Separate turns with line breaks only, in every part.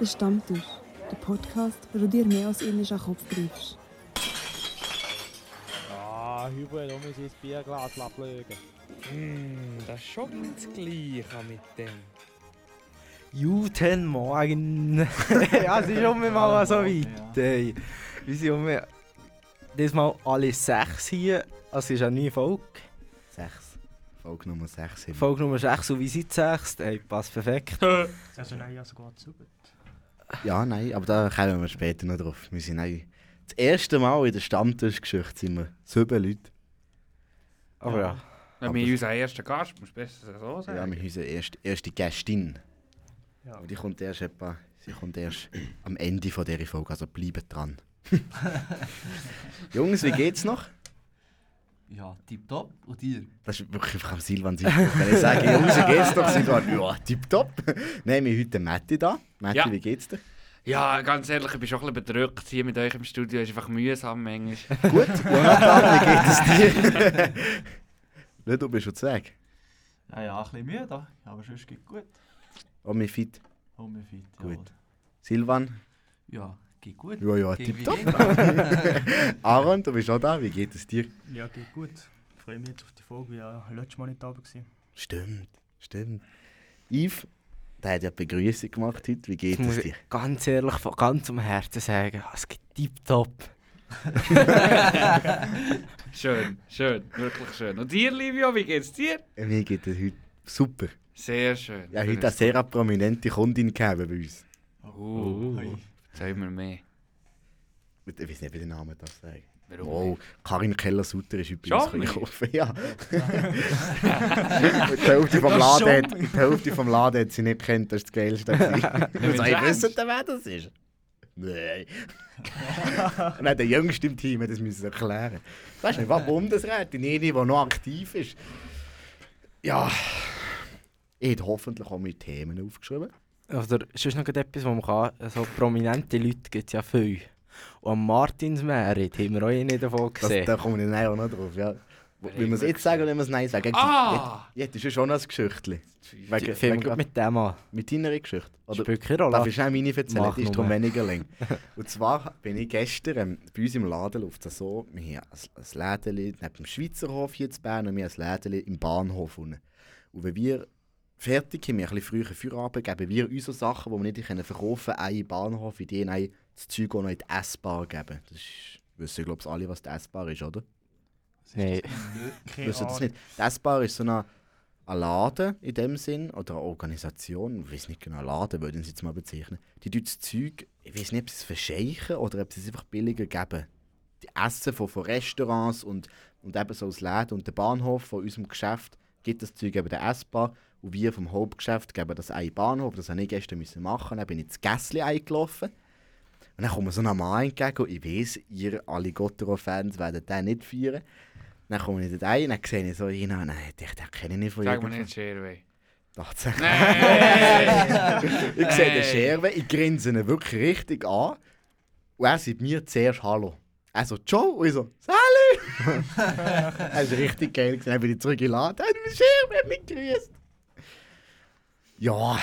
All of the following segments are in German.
Der Stammtisch, der Podcast, wo du dir mehr als innerlich an den Kopf greifst.
Ah, Hubert, du musst ins Bierglas ablegen.
Mm, das ist schon das Gleiche mit dem.
Guten Morgen! ja, es ist immer mal so weit. Ey. Wir sind immer. Diesmal alle sechs hier. Also, es ist eine neue Folge.
Sechs. Folge Nummer 6
Folge Nummer 6 und wie sind die sechs? Ey, passt perfekt.
Also nein, also geht's super.
Ja, nein, aber da kommen wir später noch drauf. Wir sind nein, das erste Mal in der Stammtischgeschichte sind wir sieben Leute.
Aber ja.
Wenn
Aber-
wir unseren ersten Gast, musst du besser so
Oh,
Ah,
Ja, wir haben
sagen.
unsere erste, erste Gästin.
Ja.
Und die kommt erst etwa, sie kommt erst am Ende von dieser Folge, also bleibt dran. Jungs, wie geht's noch?
Ja, tipptopp. Und dir?
Das ist wirklich einfach am Silvan sein. Wenn ich sage, Jungs, wie geht's noch? Sie sagen, ja, tipptopp. Nein, wir haben heute Matti da. Matti,
Ja.
wie geht's dir?
Ja, ganz ehrlich, ich bin schon ein bisschen bedrückt hier mit euch im Studio. Ist einfach mühsam manchmal.
Gut, Jonathan, wie geht es dir? Nicht, du bist schon zu weg.
Ja, ja, ein bisschen müde, aber sonst geht gut.
Und wir Oh, fit.
Und wir fit,
Gut. Silvan,
Ja, geht gut.
ja, ja,
Geht wie
tipptopp.
immer.
Aaron, du bist auch da, wie geht es dir?
Ja, geht gut. Ich freue mich jetzt auf die Folge, ja letztes Mal nicht da war.
Stimmt, stimmt. Yves, der hat ja die Begrüßung gemacht heute, wie geht
Ich muss
es
ich
dir?
ganz ehrlich von ganzem Herzen sagen, es geht tipptopp.
Schön, schön, wirklich schön. Und dir, Livio, wie geht's dir?
Mir geht es heute super.
Sehr schön.
Ja, heute eine sehr prominente Kundin gegeben bei uns.
Uh,
Oh.
Hoi.
Sagen wir mehr.
Mit- Ich weiß nicht, wie der Name das sagt.
Warum?
Wow, Karin Keller-Sutter ist heute bei
Schon
uns
nicht?
einkaufen. Ja. die, Hälfte vom Laden hat, die Hälfte vom Laden hat sie nicht kennt, das ist das Geilste. Also,
wenn's
Ich
ernst-
wissen, wer das ist. Nein. Nein, der Jüngste im Team hat das müssen erklären. Weißt du, was Bundesrätin, eine, die noch aktiv ist. Ja. Ich hätte hoffentlich auch meine Themen aufgeschrieben.
Oder sonst noch etwas, was man kann. So prominente Leute gibt es ja viel. Und am Martinsmerit haben wir auch nicht davon
Das,
gesehen.
da komme ich dann auch noch drauf. Ja. Will man es jetzt sagen oder will man es nein sagen?
Ah!
Jetzt, jetzt ist schon noch ein Geschichtchen. Wegen,
Fangen wir
wegen,
gerade mit dem an.
mit deiner Geschichte. Oder
Spielt keine Rolle.
darf ich schnell meine erzählen?
Mach
Die ist
nur.
darum weniger lang. Und zwar bin ich gestern ähm, bei uns im Laden auf der so, wir haben ein, ein Lädchen neben dem Schweizer Hof hier in Bern und wir haben ein Lädchen im Bahnhof unten. Und wenn wir fertig sind, wir ein bisschen früher Feierabend, geben wir unsere Sachen, die wir nicht können verkaufen können, einen in den Bahnhof, in denen ein das Zeug auch noch in die S-Bar geben. Das ist, wissen, glaube ich, alle, was die S-Bar ist, oder?
Nein,
Keine
wissen das
Ahnung.
nicht. Das Bar ist so eine, ein Laden in dem Sinn oder eine Organisation, ich weiß nicht genau, Laden würde ich es jetzt mal bezeichnen. Die tut das Zeug, ich weiß nicht, ob sie es verscheichen oder ob sie es einfach billiger geben. Die Essen von, von Restaurants und, und eben so aus Läden und der Bahnhof von unserem Geschäft gibt das Zeug eben der S-Bar und wir vom Hauptgeschäft geben das einen Bahnhof, das habe ich gestern müssen machen, dann bin ich ins Gässli eingelaufen und dann kommt mir so ein Mann entgegen und ich weiß, ihr Alligator-Fans werdet den nicht feiern. Dann komme ich dort ein, dann sehe ich so ihn an, dann dachte ich, den kenne ich nicht von
Sag mir
irgendwo.
nicht Sherway.
Tatsächlich.
Nein!
Ich sehe den
Nein.
Scherben, ich grinse ihn wirklich richtig an. Und er sagt mir zuerst Hallo. Er so, Ciao, und ich so, Salü! das war richtig geil. Dann bin ich zurückgeladen. Hey, du bist Scherben, hat mich grüßt. Ja,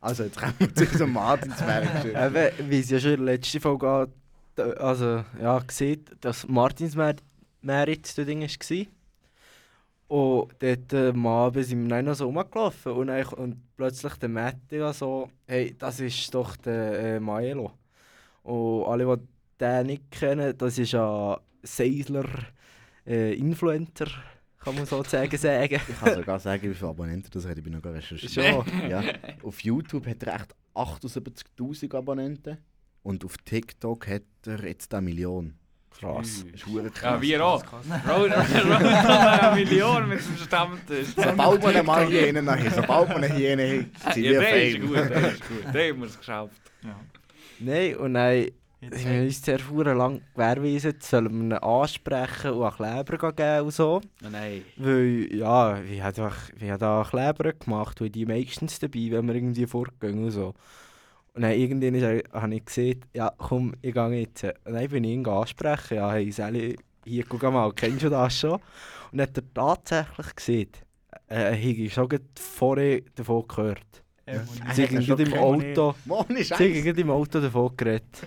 also jetzt kommen wir zu unserem Martinsberg.
Eben, wie es ja schon in der letzten Folge an- äh, also, ja, gesehen dass Martinsmerit das Ding war. Und dort äh, am Abend sind wir dann noch so rumgelaufen und, dann, und plötzlich der Mattia so, hey, das ist doch der äh, Maelo. Und alle, die den nicht kennen, das ist ein Seisler äh, Influencer, kann man sozusagen sagen.
Ich kann sogar sagen, wie viele Abonnenten das hat. Ich bin noch gar recherchiert. Ja. Auf YouTube hat er echt 78.000 Abonnenten. Und auf TikTok hat er jetzt eine Million.
Krass.
Das ist verdammt krass.
Ja, wir auch. Roll, roll, roll, eine Million mit dem Stammtisch.
Sobald man mal Hyänen nachher, sobald man eine Hyäne hat, sind
Ja,
wir
der ist gut,
fein.
der ist gut. Der haben wir es geschafft.
ja.
Nein, und dann
Jetzt
Sie haben uns sehr verdammt lang gewährleistet, jetzt sollen wir ihn ansprechen und einen Kleber geben und so.
Nein.
Weil, ja, wir haben da, wir haben da Kleber gemacht und die meistens dabei, wenn wir irgendwie vorgehen und so. Und dann irgendwann ist er- habe ich gesehen, ja komm, ich gehe jetzt. Und dann bin ich ihn ansprechen, ja hey Sally, hier guck mal, kennst du das schon? Und eh, dann hat er tatsächlich gesehen, äh, ich habe schon gerade vorher davon gehört.
Ähm,
Sie
hat
sind
schon
gerade im
keine
Auto.
Mann, ist
Sie sind gerade im Auto davon geredet.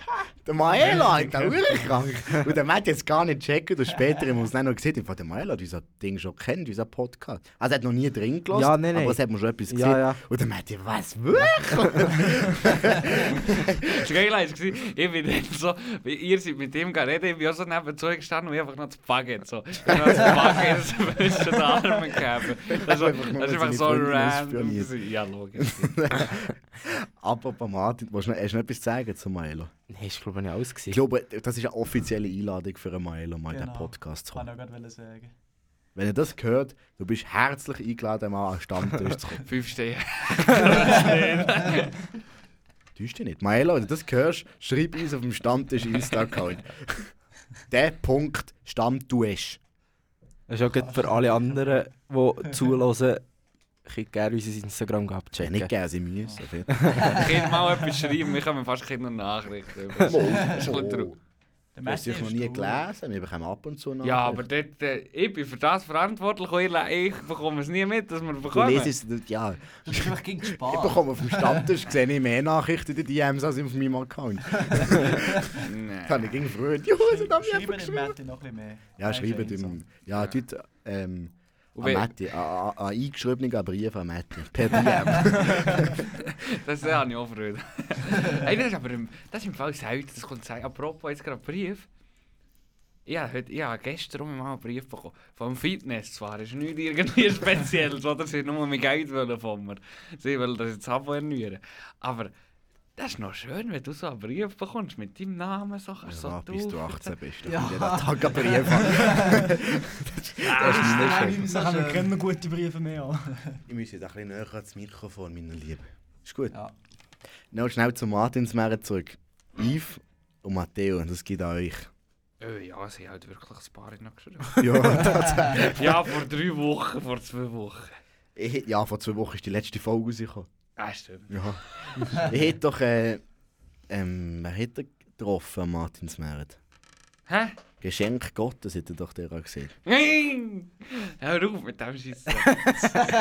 Der Maela ist da wirklich krank. Und der Matt jetzt gar nicht checken und später im Ausland noch gesehen. Ich fand, der Maela hat unser Ding schon kennt, unser Podcast. Also er hat noch nie drin gelassen,
Ja, nein, nein.
aber es hat man schon etwas gesehen.
Ja, ja.
Und der Matt, ich was wirklich?
Das Geile war, ich bin dann so, wie ihr seid mit ihm geredet, ich bin auch so nebenzu gestanden und ich einfach noch das Baguette so. Ich hab noch das Baguette zwischen den Armen gegeben. Das war
Einfach nur,
das
dass
ist einfach
sie
so
nicht wollen,
random.
ausspioniert.
gewesen. Ja, logisch.
Apropos Martin, willst du noch, hast du noch etwas zu sagen zu Maela?
Nein, ist glaube ich nicht alles
Ich
gewesen.
glaube, das ist eine offizielle Einladung für einen Maela, mal in den
Genau.
Podcast zu
kann
kommen.
ich auch gerade sagen.
Wenn ihr das hört, du bist herzlich eingeladen, mal an den Stammtisch zu kommen.
Fünf Stehen.
Täuscht dich nicht. Maela, wenn du das hörst, schreib uns auf dem Stammtisch Insta-Account. der Punkt stammt du hast.
Das ist auch gerade für alle anderen, die zuhören, könnt gerne unser Instagram
Ja,
abchecken.
nicht gerne, sie müssen.
Ich kann mal etwas schreiben, ich kann mir fast keine Nachrichten. über- Das ist ein bisschen traurig.
Der
Du hast
Matthew
sicher noch
ist
nie
traurig.
gelesen, wir bekommen ab und zu noch.
Ja, aber dort, äh, ich bin für das verantwortlich und ich la- ich bekomme es nie mit, dass wir
Du
bekommen.
lesest es nicht, ja.
Das ist einfach gegen
Ich
Spaß.
bekomme auf dem Stammtisch sehe ich mehr Nachrichten in den DMs als auf meinem Account.
Nee.
Das habe ich gegen früher. Juhu, sie haben mich einfach
Schreiben dem
geschrieben.
Matthew noch ein bisschen mehr.
Ja,
Nein,
schreibt
ist einsam.
ihm. Ja, tut ähm,
Und
an
wenn-
Matti, an an- an eingeschriebenen Brief an Matti. Per DM.
Das ist ja nicht auch Freude. hey, das ist aber im, das ist im Fall selten, das kommt selten. Apropos, jetzt gerade Brief. Ich habe, heute, ich habe gestern mal einen Brief bekommen. Vom Fitness zwar, ist nicht irgendwie speziell, oder? Sie nur mein Geld wollen von mir. Sie wollen das jetzt Abo erneuern. Aber das ist noch schön, wenn du so einen Brief bekommst mit deinem Namen. So, kannst so
Ja, bis du
drauf-
18 bist.
Ja.
Ja. Jeden Tag einen Brief. an. das
Ah,
ist nicht schön.
Nein,
Da
das
haben wir
ist schön.
keine guten Briefe mehr an.
Ich muss jetzt ein bisschen näher ans Mikrofon, meine Lieben. Ist gut.
Ja.
Noch schnell zu Martins Mär zurück. Yves und Matteo, das geht an euch.
Oh, ja, sie haben halt wirklich ein paar noch geschrieben.
Ja,
ja, vor drei Wochen, vor zwei Wochen.
ich, hätt- ja, vor zwei Wochen ist die letzte Folge rausgekommen.
Ah, stimmt.
Ja. ich hätte doch. Äh, ähm, wer hätte getroffen, Martins März?
Hä?
Geschenk Gottes hätte doch der auch gesehen.
Nein! Hör auf mit dem Scheiß. eh.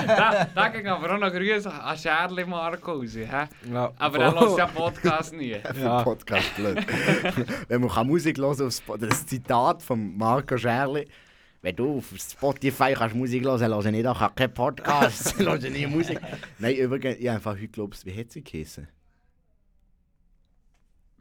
da, da ging aber auch noch Grüße an Scherli Marco raus. He?
Ja,
Aber er lässt ja Podcast nie.
Ja. Podcast blöd. Wenn man kann Musik hören auf Spotify. Das Zitat von Marco Scherli. Wenn du auf Spotify kannst Musik hören, lass ich nicht an, ich habe keinen Podcast, lass ich nie Musik. Nein, übrigens, ich habe einfach heute glaubst, wie hätte sie geheißen?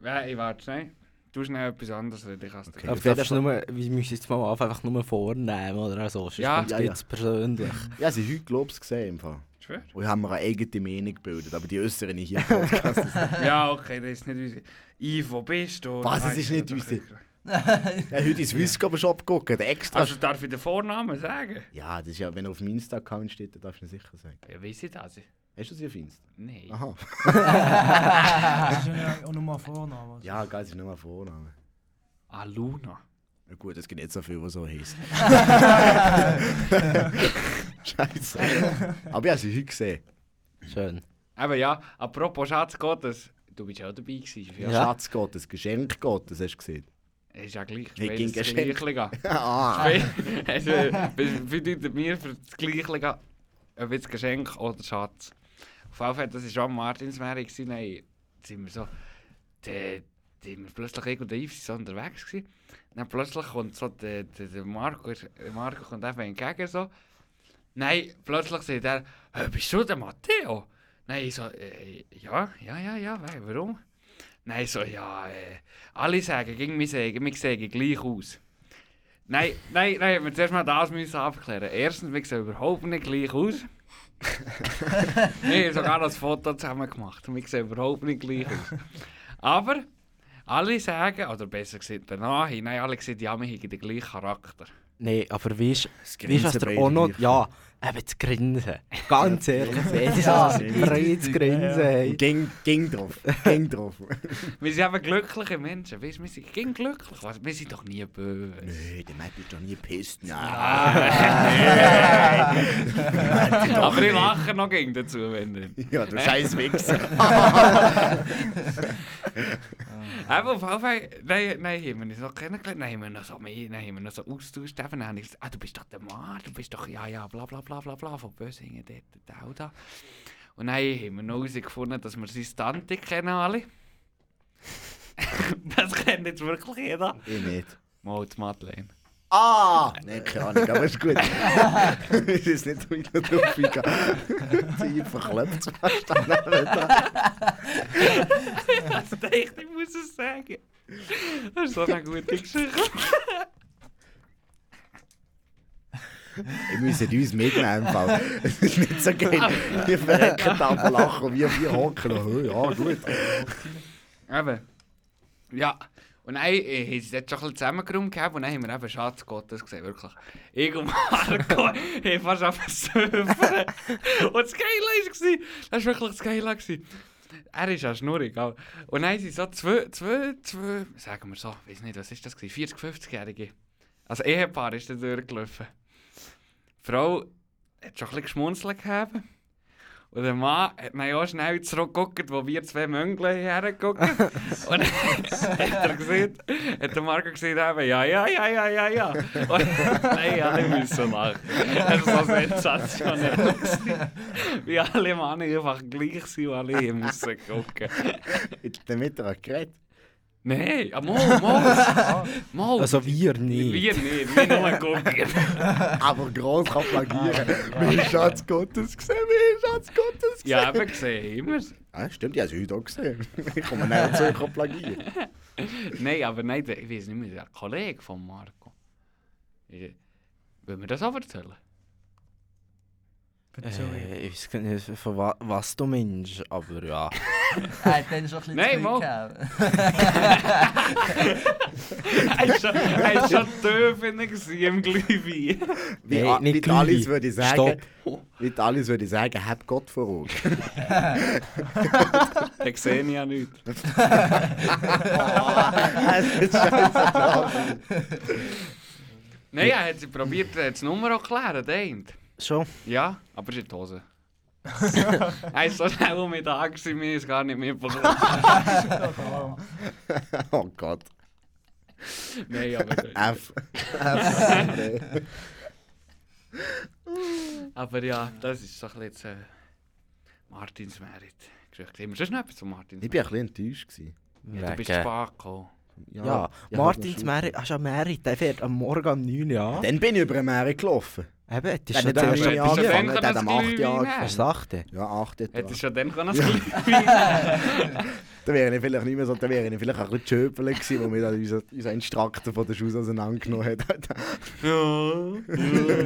Ja, ich warte schnell. Du schnell etwas anderes reden, ich kann's dir-
Okay.
Aber darfst du nur, wir müssen jetzt mal einfach nur vornehmen oder so. Sonst
Ja.
ja,
Ja,
ja,
ja.
jetzt persönlich.
Ja, sie haben heute glaubst gesehen im Fall.
Schwör?
Und haben mir eine eigene Meinung gebildet, aber die äußere ich hier im Podcast.
Ja, okay, das ist nicht unsere. Yves, wo bist du?
Was, es ist nicht unsere? Ich habe heute ins Wisscover-Shop geguckt, extra.
Also darf ich den Vornamen sagen?
ja, das ist ja, wenn er auf dem Insta-Account steht, dann darfst du ihn sicher sagen.
Ja, weiss ich das?
Hast du sie auf Insta?
Nein.
Aha.
Das ist ja auch nochmal Vorname. also.
Ja, geil, es ist nur ein Vorname.
Ah, Luna.
Na gut, es gibt nicht so viel, was so heißt. Scheiße. Aber ja, sie heute gesehen.
Schön.
Aber Ah, ja, apropos Schatz Gottes. Du bist ja auch dabei gewesen.
Ja.
Ja.
Schatz Gottes, Geschenk Gottes, hast du gesehen.
Ist ja gleich.
Nee,
weil
ging
es das
geschenkt.
Gleiche geht.
ah,
Weil- also, das bedeutet mir für das Gleiche, gehen, ob jetzt Geschenk oder Schatz. Auf jeden Fall, das war schon am Martinsmeer, gewesen, dann sind wir so, dann sind wir plötzlich irgendwo Yves so unterwegs gewesen. Dann plötzlich kommt so der, der, der eh, Marco, der Marco kommt einfach entgegen so. Nein, plötzlich sagt er, «Hey, "Eh, bist du der Matteo? Nein, ich so, äh, ja, ja, ja, ja, wei, warum? Nein, so, ja, äh, alle sagen, gegen mich sagen, wir sehen gleich aus. Nein, nein, nein, wir zuerst mal das müssen abklären. Erstens, wir sehen überhaupt nicht gleich aus. wir haben sogar das Foto zusammen gemacht und wir sehen überhaupt nicht gleich aus. Aber alle sagen, oder besser gesagt danach, nein, alle sagen, ja, wir haben den gleichen Charakter.
Nein, aber weißt du,
Grinsen
was der
beide
auch noch.
gleich.
Ja, eben das Grinsen. Ganz ehrlich, jedes
Ja,
Mal ein breites Grinsen. hey.
ging, ging drauf, ging drauf.
Wir sind eben glückliche Menschen, weißt du, wir sind gegen glücklich. Was, wir sind doch nie böse.
Nö, der Matt ist doch nie gepisst. Nein.
Ah, nein. Aber ich lache noch gegen dazu, wenn nicht.
Ja, du scheiß Wichser.
Aber auf jeden Fall, nein, nein, haben wir uns noch kennengelernt, nein, haben wir noch so mehr, nein, haben wir noch so austauscht, eben, dann habe ich gesagt, ah, du bist doch der Mann, du bist doch, ja, ja, bla, bla, bla, bla, bla, von Bösingen, dort, da, da. Und dann haben wir noch herausgefunden, dass wir seine Tante kennen alle. das kennt jetzt wirklich jeder.
Ich nicht.
Mal die Madeleine.
Ah! Nein, keine Ahnung, aber ist gut. Es ist nicht wieder drauf eingegangen. Sie verklebt es fast am Nachmittag.
Also echt, ich muss es sagen. Das ist so eine gute Geschichte.
Wir müssen uns mitnehmen. im Fall. Es ist nicht so geil. Die verrecken da am Lachen, wir, wir hocken. Oh, ja, gut.
Eben. Ja. Und dann äh, haben sie dort schon ein bisschen zusammengeräumt gehabt und dann haben wir eben Schatz Gottes gesehen, wirklich. Ich und Marco haben fast auf Söfern. und das Geile war, das war wirklich das Geile. Gewesen. Er ist ja schnurrig, aber. Und dann sind so zwei, zwei, zwei, sagen wir so, weiß nicht, was ist das gewesen, 40, 50-Jährige. Also Ehepaar ist da durchgelaufen. Die Frau hat schon ein bisschen geschmunzelt gehabt. Und der Mann hat mir ja schnell zurückgeguckt, wo wir zwei Möngle hergeguckt Und dann hat er gesehen, hat der Marco gesehen, eben, ja, ja, ja, ja, ja, ja. Und nein, alle müssen lachen. Das war sensationell. gewesen. Wie alle Männer einfach gleich sind und alle hier müssen gucken.
Damit er hat geredet.
Nein, ah, mal, mal, mal.
Also wir
wir
nicht.
nicht, wir nur gucken.
Aber gross kann plagieren. Mein Schatz Gottes gesehen, mein Schatz Gottes gesehen.
Ja, eben gesehen, immer.
Ah, stimmt, ich habe es heute auch gesehen. Ich komme näher zu, ich kann plagieren.
Nein, aber nein, der- ich weiß nicht mehr, der Kollege von Marco. Ich- Wollen wir das auch erzählen?
Sorry.
Äh, ich weiß gar nicht, von wa was du meinst, aber ja.
Hij hat dann schon ein bisschen
Nee, mal.
gehabt.
Er ist schon- er ist schon doof in im Glühwein.
Wie,
Nein,
a-
nicht
mit alles
gleich.
würde ich sagen, mit alles würde ich sagen, hab Gott vor Augen.
Dann sehe ich ja nichts.
Es ist scheiße.
Nein, er hat sie probiert, äh, die Nummer auch klären, der Eint.
Schon.
Ja, aber es ist in die Hose. er ist so schnell um mich da gewesen, mir ist gar nicht mitbekommen.
Oh Gott.
Nein, aber,
F. F. Nee.
aber ja, das ist so ein bisschen jetzt, äh, Martins Merit. Geschichte. Haben wir sonst noch etwas zu Martins
Ich bin ein bisschen enttäuscht. Gewesen.
Ja, du bist zu spät gekommen.
Ja,
ich hab
Martins
schon-
Merit, hast du einen Merit, der fährt am Morgen um 9 Uhr an.
Dann bin ich über den Meer gelaufen.
Eben, das
Der
ist
hat
schon
nicht am
ziemlich...
9
Merit.
Jahr
Hättest du
angefangen,
denken
der hat am
können,
8 Jahr
dass
angefangen.
Was sagst du?
Ja, 8
Hättest du
etwa.
schon dann können das Glühwein
Da wäre ich vielleicht nicht mehr so, da wäre ich vielleicht ein bisschen schöpfelig gewesen, wo mir dann unser, unser Instruktor von der Schuhe auseinandergenommen hat.
Ja, ja,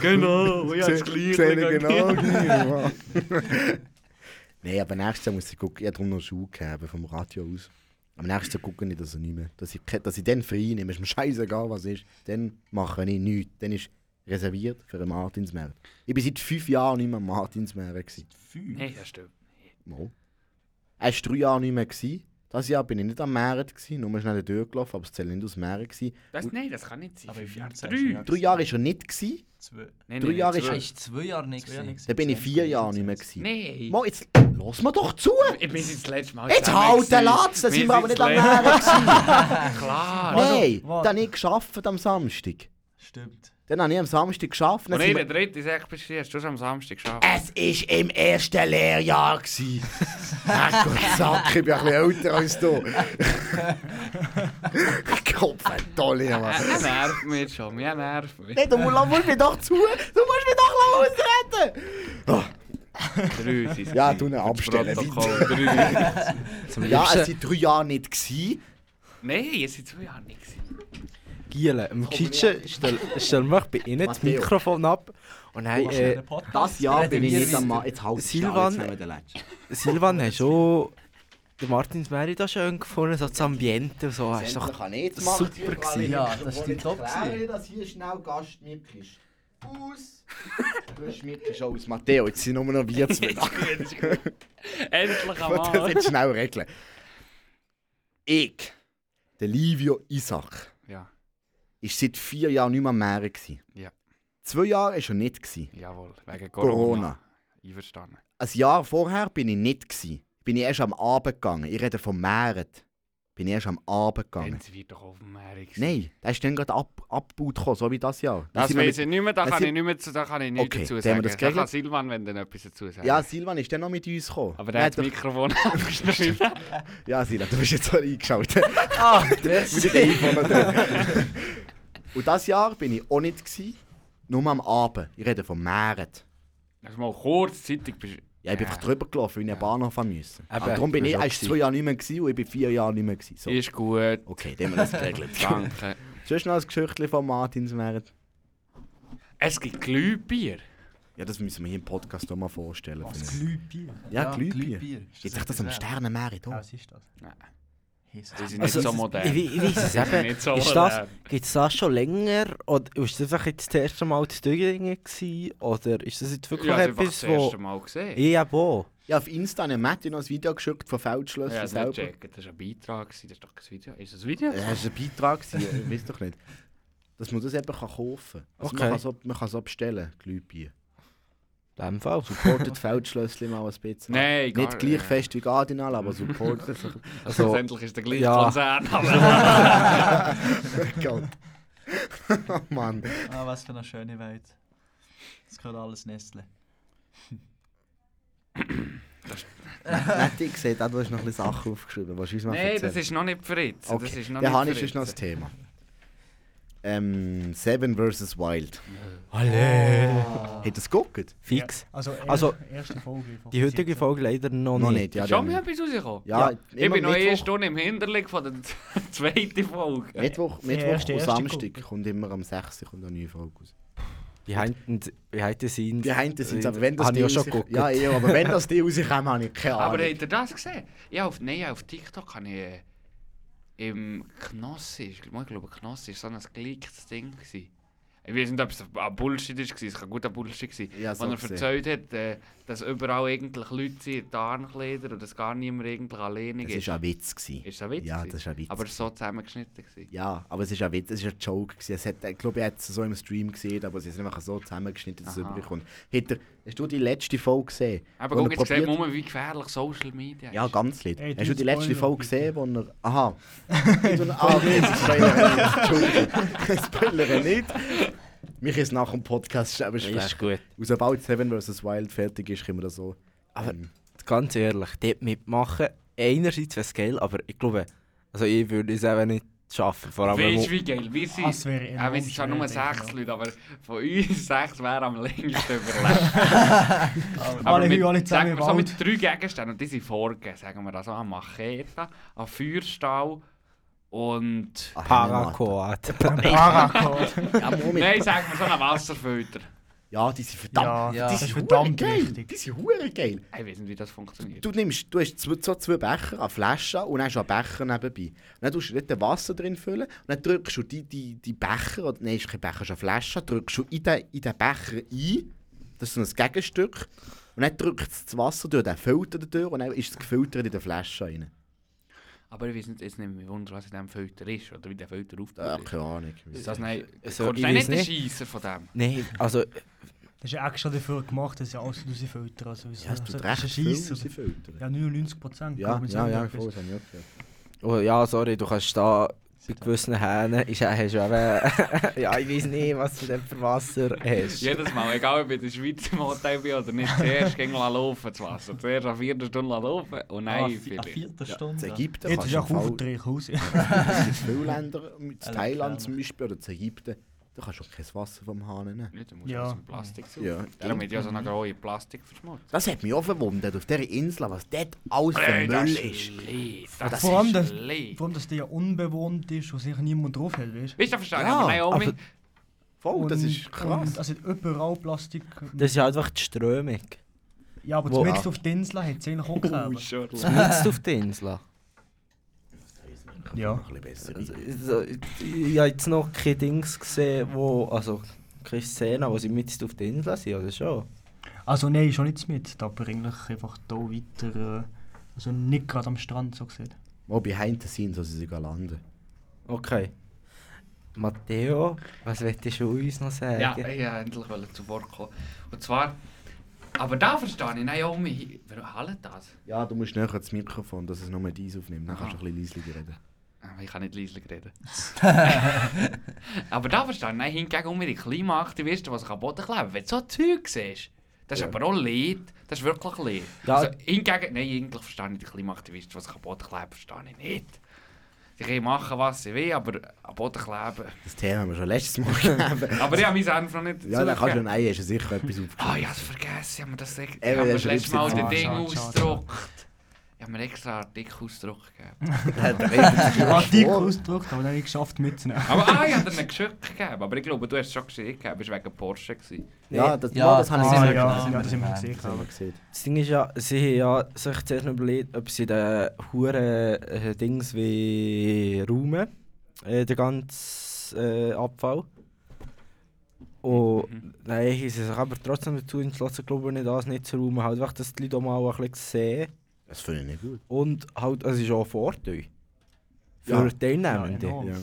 genau, ich hab's gleich
Sehe ich
gedacht.
genau gleich. Nein, aber nächstes Jahr muss ich gucken. Ich habe darum noch Schuhe gegeben vom Radio aus. Am nächsten Jahr gucke ich das nicht mehr. Dass ich, ke- dass ich dann frei nehme, ist mir scheißegal, was ist. Dann mache ich nichts. Dann ist reserviert für den Martinsmärz. Ich war seit fünf Jahren nicht mehr am Martinsmärz. gewesen.
Fünf.
Nein, das stimmt.
Mal. Er war drei Jahre nicht mehr. Gewesen. Das Jahr bin ich nicht am März, nur schnell durchgelaufen, aber es zählt nicht aus dem März. gewesen.
Das, nein, das kann nicht sein.
Aber
Fünf
im
Jahre.
März hast du
Drei.
ja-
Drei Jahre war er nicht. Gewesen.
Zwei.
Nein,
Drei
nein,
Jahre ist
zwölf.
Ist zwei Jahre nicht
Zwei Jahre
gewesen.
Dann bin ich vier Jahre nicht mehr. Gewesen.
Nein.
Mal, jetzt lass mir doch zu!
Ich bin jetzt das letzte Mal
Jetzt
zusammen
halt den
gewesen.
Latz, da sind wir aber nicht am
sind das
Nähren gewesen.
letzte- Klar.
Nein,
warte.
dann habe ich geschafft am Samstag.
Stimmt.
Dann habe ich am Samstag geschafft. dann
Und
sind
ich der
wir-
dritte sagt, bist du hast du schon am Samstag geschafft.
Es war im ersten Lehrjahr. gewesen. Herrgott, Sack, ich bin ein bisschen älter als du. Kopf, toll,
Er
Mann.
er nervt mich jetzt schon, mir nervt mich.
Nein, du musst, lass mich doch zu. Du musst mich doch ausreden.
Drei sind es
Ja,
gewesen.
tu ihn
Für das
abstellen,
Protokoll, drei.
Zum
Ja, es
liebsten
waren drei Jahre nicht. Gewesen.
Nein, es sind zwei Jahre nicht. gewesen.
Gielen. Im Kitchen stell- stellen wir bei Ihnen das
Matteo.
Mikrofon ab. Und hey, äh,
Das Jahr bin ich nicht am Ma- Jetzt halt
Silvan-
Letzten.
Silvan, hast du den Martins Merit auch schön gefunden? So das Ambiente und so. Hast du doch
kann ich
machen, super überall gewesen. in
Ja, das ist die Top gewesen.
dass hier schnell Gast mitkisch. Aus! Du schmierst aus, Matteo, jetzt sind nur noch wir zwei. da.
Endlich
Ich
am
will das
Arsch.
jetzt schnell regeln. Ich, der Livio Isaac,
Ja,
war seit vier Jahren nicht mehr am Meer. gewesen.
Ja.
Zwei Jahre war er nicht. Gewesen.
jawohl, wegen Corona.
Corona.
Einverstanden.
Ein Jahr vorher bin ich nicht. Gewesen. Bin ich erst am Abend gegangen. Ich rede vom Meer. Bin ich erst am Abend gegangen.
Dann wird doch auf dem Meer. gewesen.
Nein, der ist dann gerade ab, abgebaut gekommen, so wie das Jahr. Da
Das
sind wir
weiß ich
mit-
nicht mehr, da
Da
kann
sind-
ich nicht mehr zu, da kann ich nichts
Okay,
dazu
dann haben
sagen.
wir das
da kann
geregelt.
Silvan, wenn dann etwas dazu sagen.
Ja, Silvan ist dann noch mit uns gekommen.
aber
Er
der hat
doch-
das Mikrofon abgeschnitten.
Ja, Silvan, du bist jetzt mal eingeschaut. Mit
Ah,
dem iPhone drin. Und das Jahr bin ich auch nicht, gewesen, nur am Abend. Ich rede vom März.
Das ist mal kurzzeitig. bist-
Ja, ich bin
Ja.
einfach drüber gelaufen, wie ich einen Bahnhof haben müssen.
Eben,
Aber darum bin
das
ich
war
erst
auch
zwei Jahre nicht mehr gewesen, und ich bin vier Jahre nicht mehr. Gewesen, so.
Ist gut,
Okay, dann haben wir das geregelt.
danke.
Sonst noch ein Geschichtchen von Martins März.
es gibt Glühbier.
Ja, das müssen wir hier im Podcast auch mal vorstellen.
Was
finde
Glühbier?
ich. Ja, Glühbier. Jetzt
Ist das
sagt das am
ein Stern?
Sternenmeer
Ja,
hier.
was ist das?
Nein.
Jesus.
Die sind
Also,
nicht so modern.
Ich, ich weiß es
Die sind
eben.
nicht so
Ist das,
modern.
gibt es das schon länger? Oder ist das einfach jetzt das erste Mal zu Dögingen gewesen? Oder ist das jetzt wirklich
Ich habe es einfach das
etwas, wo...
erste Mal gesehen.
Ich eben auch.
Ja, auf Insta hat Matti noch ein Video geschickt von
Ich
Feldschlössern
habe es nicht
selber.
gecheckt. Das war ein Beitrag, gewesen. das ist doch kein Video. Ist das ein Video?
Ja, Das war ein Beitrag, gewesen, ich weiß doch nicht. Dass man das eben kann kaufen kann. Also
Okay.
man, kann so, man kann so bestellen, Glühbier.
In dem Fall.
Supportet Feldschlössli mal ein bisschen.
Nein, gar
nicht gleich fest wie Cardinal, aber supportet es.
Also,
Also,
Letztendlich ist der gleiche
Ja.
Konzern. Aber
Gott. oh Mann.
Ah, was für eine schöne Welt. Das gehört alles Nestle.
Matti, ich sehe, da hast du noch ein bisschen Sachen aufgeschrieben. Willst du uns mal
Nein, das
erzählen?
ist noch nicht Fritz. Das
Okay,
ist noch
dann habe
nicht
ich sonst noch
Fritz.
das Thema. Ähm, Seven vs. Wild.
Ah.
Alle.
Hat das geguckt?
Fix.
Also, er
Also,
erste Folge. von
Die heutige
17.
Folge leider noch,
Noch
nicht.
nicht, ja.
Schon mal
dann-
etwas rausgekommen?
Ja,
Ich
immer
bin noch eine
Mittwoch,
Stunde im Hinterlig von der zweiten Folge.
Mittwoch,
Die
Mittwoch
erste,
und
erste
Samstag
gucken.
kommt immer am 6. kommt eine neue Folge raus.
Behind, the- behind the scenes.
Behind the scenes,
Äh,
aber wenn das
habe ich
die
auch schon
rauskommt-
geguckt.
Ja, ja, aber wenn das die rauskommen, habe ich keine Ahnung.
Aber habt ihr das gesehen? Ja, auf, nein, auf TikTok habe ich äh, im Knossi, ich glaube Knossi, ist so ein geleaktes Ding gewesen. Ich weiß nicht, ob es ein Bullshit war, es kann gut ein Bullshit sein.
Ja, so
wenn er
gesehen.
erzählt hat, äh, dass überall eigentlich Leute sind in Tarnkleider und dass gar niemand eigentlich alleine
das
ist.
war ein Witz. Gewesen.
Ist das ein Witz?
Ja, das ist ein Witz.
Aber es war so zusammengeschnitten. Gewesen.
ja, aber es ist ein Witz, es ist ein Joke. Gewesen. Es hat, ich glaube, er hat es so im Stream gesehen, aber es ist einfach so zusammengeschnitten, dass es
Aha.
überkommt. Hat er, hast du die letzte Folge gesehen?
Aber
wo
guck,
er
jetzt sieht
probiert-
man, wie gefährlich Social Media ist.
Ja, ganz lit.
Ey,
Hast du die
du
letzte
Spoiler,
Folge
bitte.
gesehen, wo er... Aha. Mit einem- ah, nein, das Spoiler. Spoiler nicht. Wir können es nach dem Podcast schon besprechen.
Ist gut.
Und sobald Seven vs. Wild fertig ist, können wir das so...
Aber-
ähm,
Ganz ehrlich, dort mitmachen, einerseits wäre es geil, aber ich glaube, also ich würde es eben nicht schaffen. Vor allem,
Weißt du,
wenn
wie geil? Wir sind,
Ah, es
ja,
wäre
wir
enorm
sind zwar nur
schwer,
sechs
ja.
Leute, aber von uns sechs wären am längsten überlebt.
Alle
mit,
Hühe, alle zusammen
sagen
im
wir so
Wald.
mit drei Gegenständen und die sind vorgegeben. Sagen wir also an Machete, an Feuerstahl und.
ah,
Paracord.
Paracord.
Ja, Moment.
Nein, sagen wir so einen Wasserfilter.
Ja, die sind verdammt...
ja,
Ja.
Die
das ist
sind verdammt
verdammt
geil.
wichtig.
Die sind hure geil.
Ich weiß nicht, wie das funktioniert.
Du nimmst, du hast zwei, so zwei Becher, eine Flasche und dann hast du einen Becher nebenbei. Und dann tust du dort Wasser drin füllen und dann drückst du die, die, die Becher, oder nein, ist kein Becher, ist eine Flasche, drückst du in den, in den Becher ein, das ist so ein Gegenstück, und dann drückt das Wasser durch den Filter durch und dann ist es gefiltert in der Flasche rein.
Aber ich weiß nicht, jetzt nehme ich mich wunder, was in diesem Filter ist oder wie der Filter
Ja,
auftaucht.
keine Ahnung.
Ist das nicht.
Also,
kannst
ich
du nicht
weiß
den
nicht.
Scheisser von dem?
Nein, also
Das ist ja extra dafür gemacht, dass ja alles rausfiltert. Also,
Ja, es
also,
tut
das
recht
ist
viel
ein Scheisser.
rausfiltern.
Ja, 99 Prozent.
Ja, ja, ja, voll, das habe ich auch gehört.
Oh ja, sorry, du kannst da bei gewissen Hähnen ist, äh, hast du eben. ja, ich weiß nicht, was du denn für Wasser hast.
Jedes Mal, egal ob ich in der Schweiz im Hotel bin oder nicht, zuerst ging laufen das Wasser. Zuerst eine Viertelstunde laufen und
Nein,
Oh nein,
Ah, vier,
vielleicht.
vierte
In
Stunde.
Ägypten
Jetzt
kannst
ist
du
ja
im Fall-
Kaufdreieck raus.
in vielen Ländern, in Thailand zum Beispiel oder in Ägypten, da kannst du auch kein Wasser vom Hahn nehmen.
Nicht, du musst
Ja.
aus dem Plastik suchen.
Ja.
Darum hat ja so eine graue Plastik verschmutzt.
Das hat mich auch verwundert auf dieser Insel, was dort alles für Müll ist.
Das,
Vor allem,
ist
dass-
leid.
Vor allem, dass der ja unbewohnt ist und sicher niemand drauf hat, weißt
Weißt du, verstehe ich,
Ja,
aber Naomi,
aber-
Voll, Oh, das ist krass.
Und, also überall Plastik.
Das ist ja einfach die Strömung.
ja, aber
Wo-
Ah.
zumindest auf der Insel hat es eigentlich
Oh,
auch gegeben.
Zumindest auf der Insel.
Ja.
Ein bisschen besser
Also,
rein.
also, Ich ich habe jetzt noch keine Dings gesehen, wo. Also, keine Szenen, wo sie mit auf der Insel sind, oder schon?
Also nein, schon nicht mit, aber eigentlich einfach da weiter. Äh, also nicht gerade am Strand so gesehen.
Mal behind the scenes, als sie sogar landen.
Okay. Matteo, was willst du uns noch sagen?
Ja, ich wollte endlich wollte zu Wort kommen. Und zwar, aber da verstehe ich Naomi, warum haltet das?
Ja, du musst näher ans Mikrofon, dass es nur deins aufnimmt. Dann kannst du ein bisschen leiser reden.
Aber Ich kann nicht leise reden. aber da verstehe ich nein, hingegen unter die Klimaaktivisten, die sich am Boden kleben. Wenn du so Zeug siehst, das ist aber auch Leid. Das ist wirklich Leid.
Da-
Also, hingegen, nein, eigentlich verstehe ich die Klimaaktivisten, die sich am Boden kleben, verstehe ich nicht. Sie können machen, was sie wollen, aber am Boden kleben.
Das Thema haben wir schon letztes Mal gegeben.
Aber ich habe meinen Senf noch nicht
ja, dann kannst du
dazugegeben.
nein, hast du sicher etwas aufgeschrieben.
Ah, ich habe es vergessen, ich habe mir das, ich
Eben,
habe mir
das
das letzte Mal
schreibt's
den
jetzt
Ding
mal. Schade, schade, schade.
ausgedruckt. Ich habe mir extra einen dicken Ausdruck gegeben.
Hat er eben-
Ich habe dick ausgedruckt, aber dann habe ich geschafft mitzunehmen.
aber ah, ich habe dir einen geschickt gegeben, aber ich glaube, du hast es schon geschickt gegeben, es war wegen Porsche. Gewesen.
Ja, das,
Ja,
ja, das habe ich
das
sicher
ist-
Ah,
wir- das
ja,
sind
ja,
wir
das haben wir
erwähnt.
gesehen.
Das haben wir gesehen.
Das Ding ist ja, sie haben ja sich zuerst noch überlegt, ob sie den Huren äh, Dings wie räumen, äh, den ganzen äh, Abfall. Und
Mhm.
nein, haben sie sich aber trotzdem dazu entschlossen, glaube ich, das nicht zu räumen. Halt einfach, dass die Leute auch mal ein bisschen sehen.
Das finde ich nicht gut.
Und halt, es ist auch ein Vorteil. Für
Ja.
Teilnehmende.
Ja, enorm.
Ja.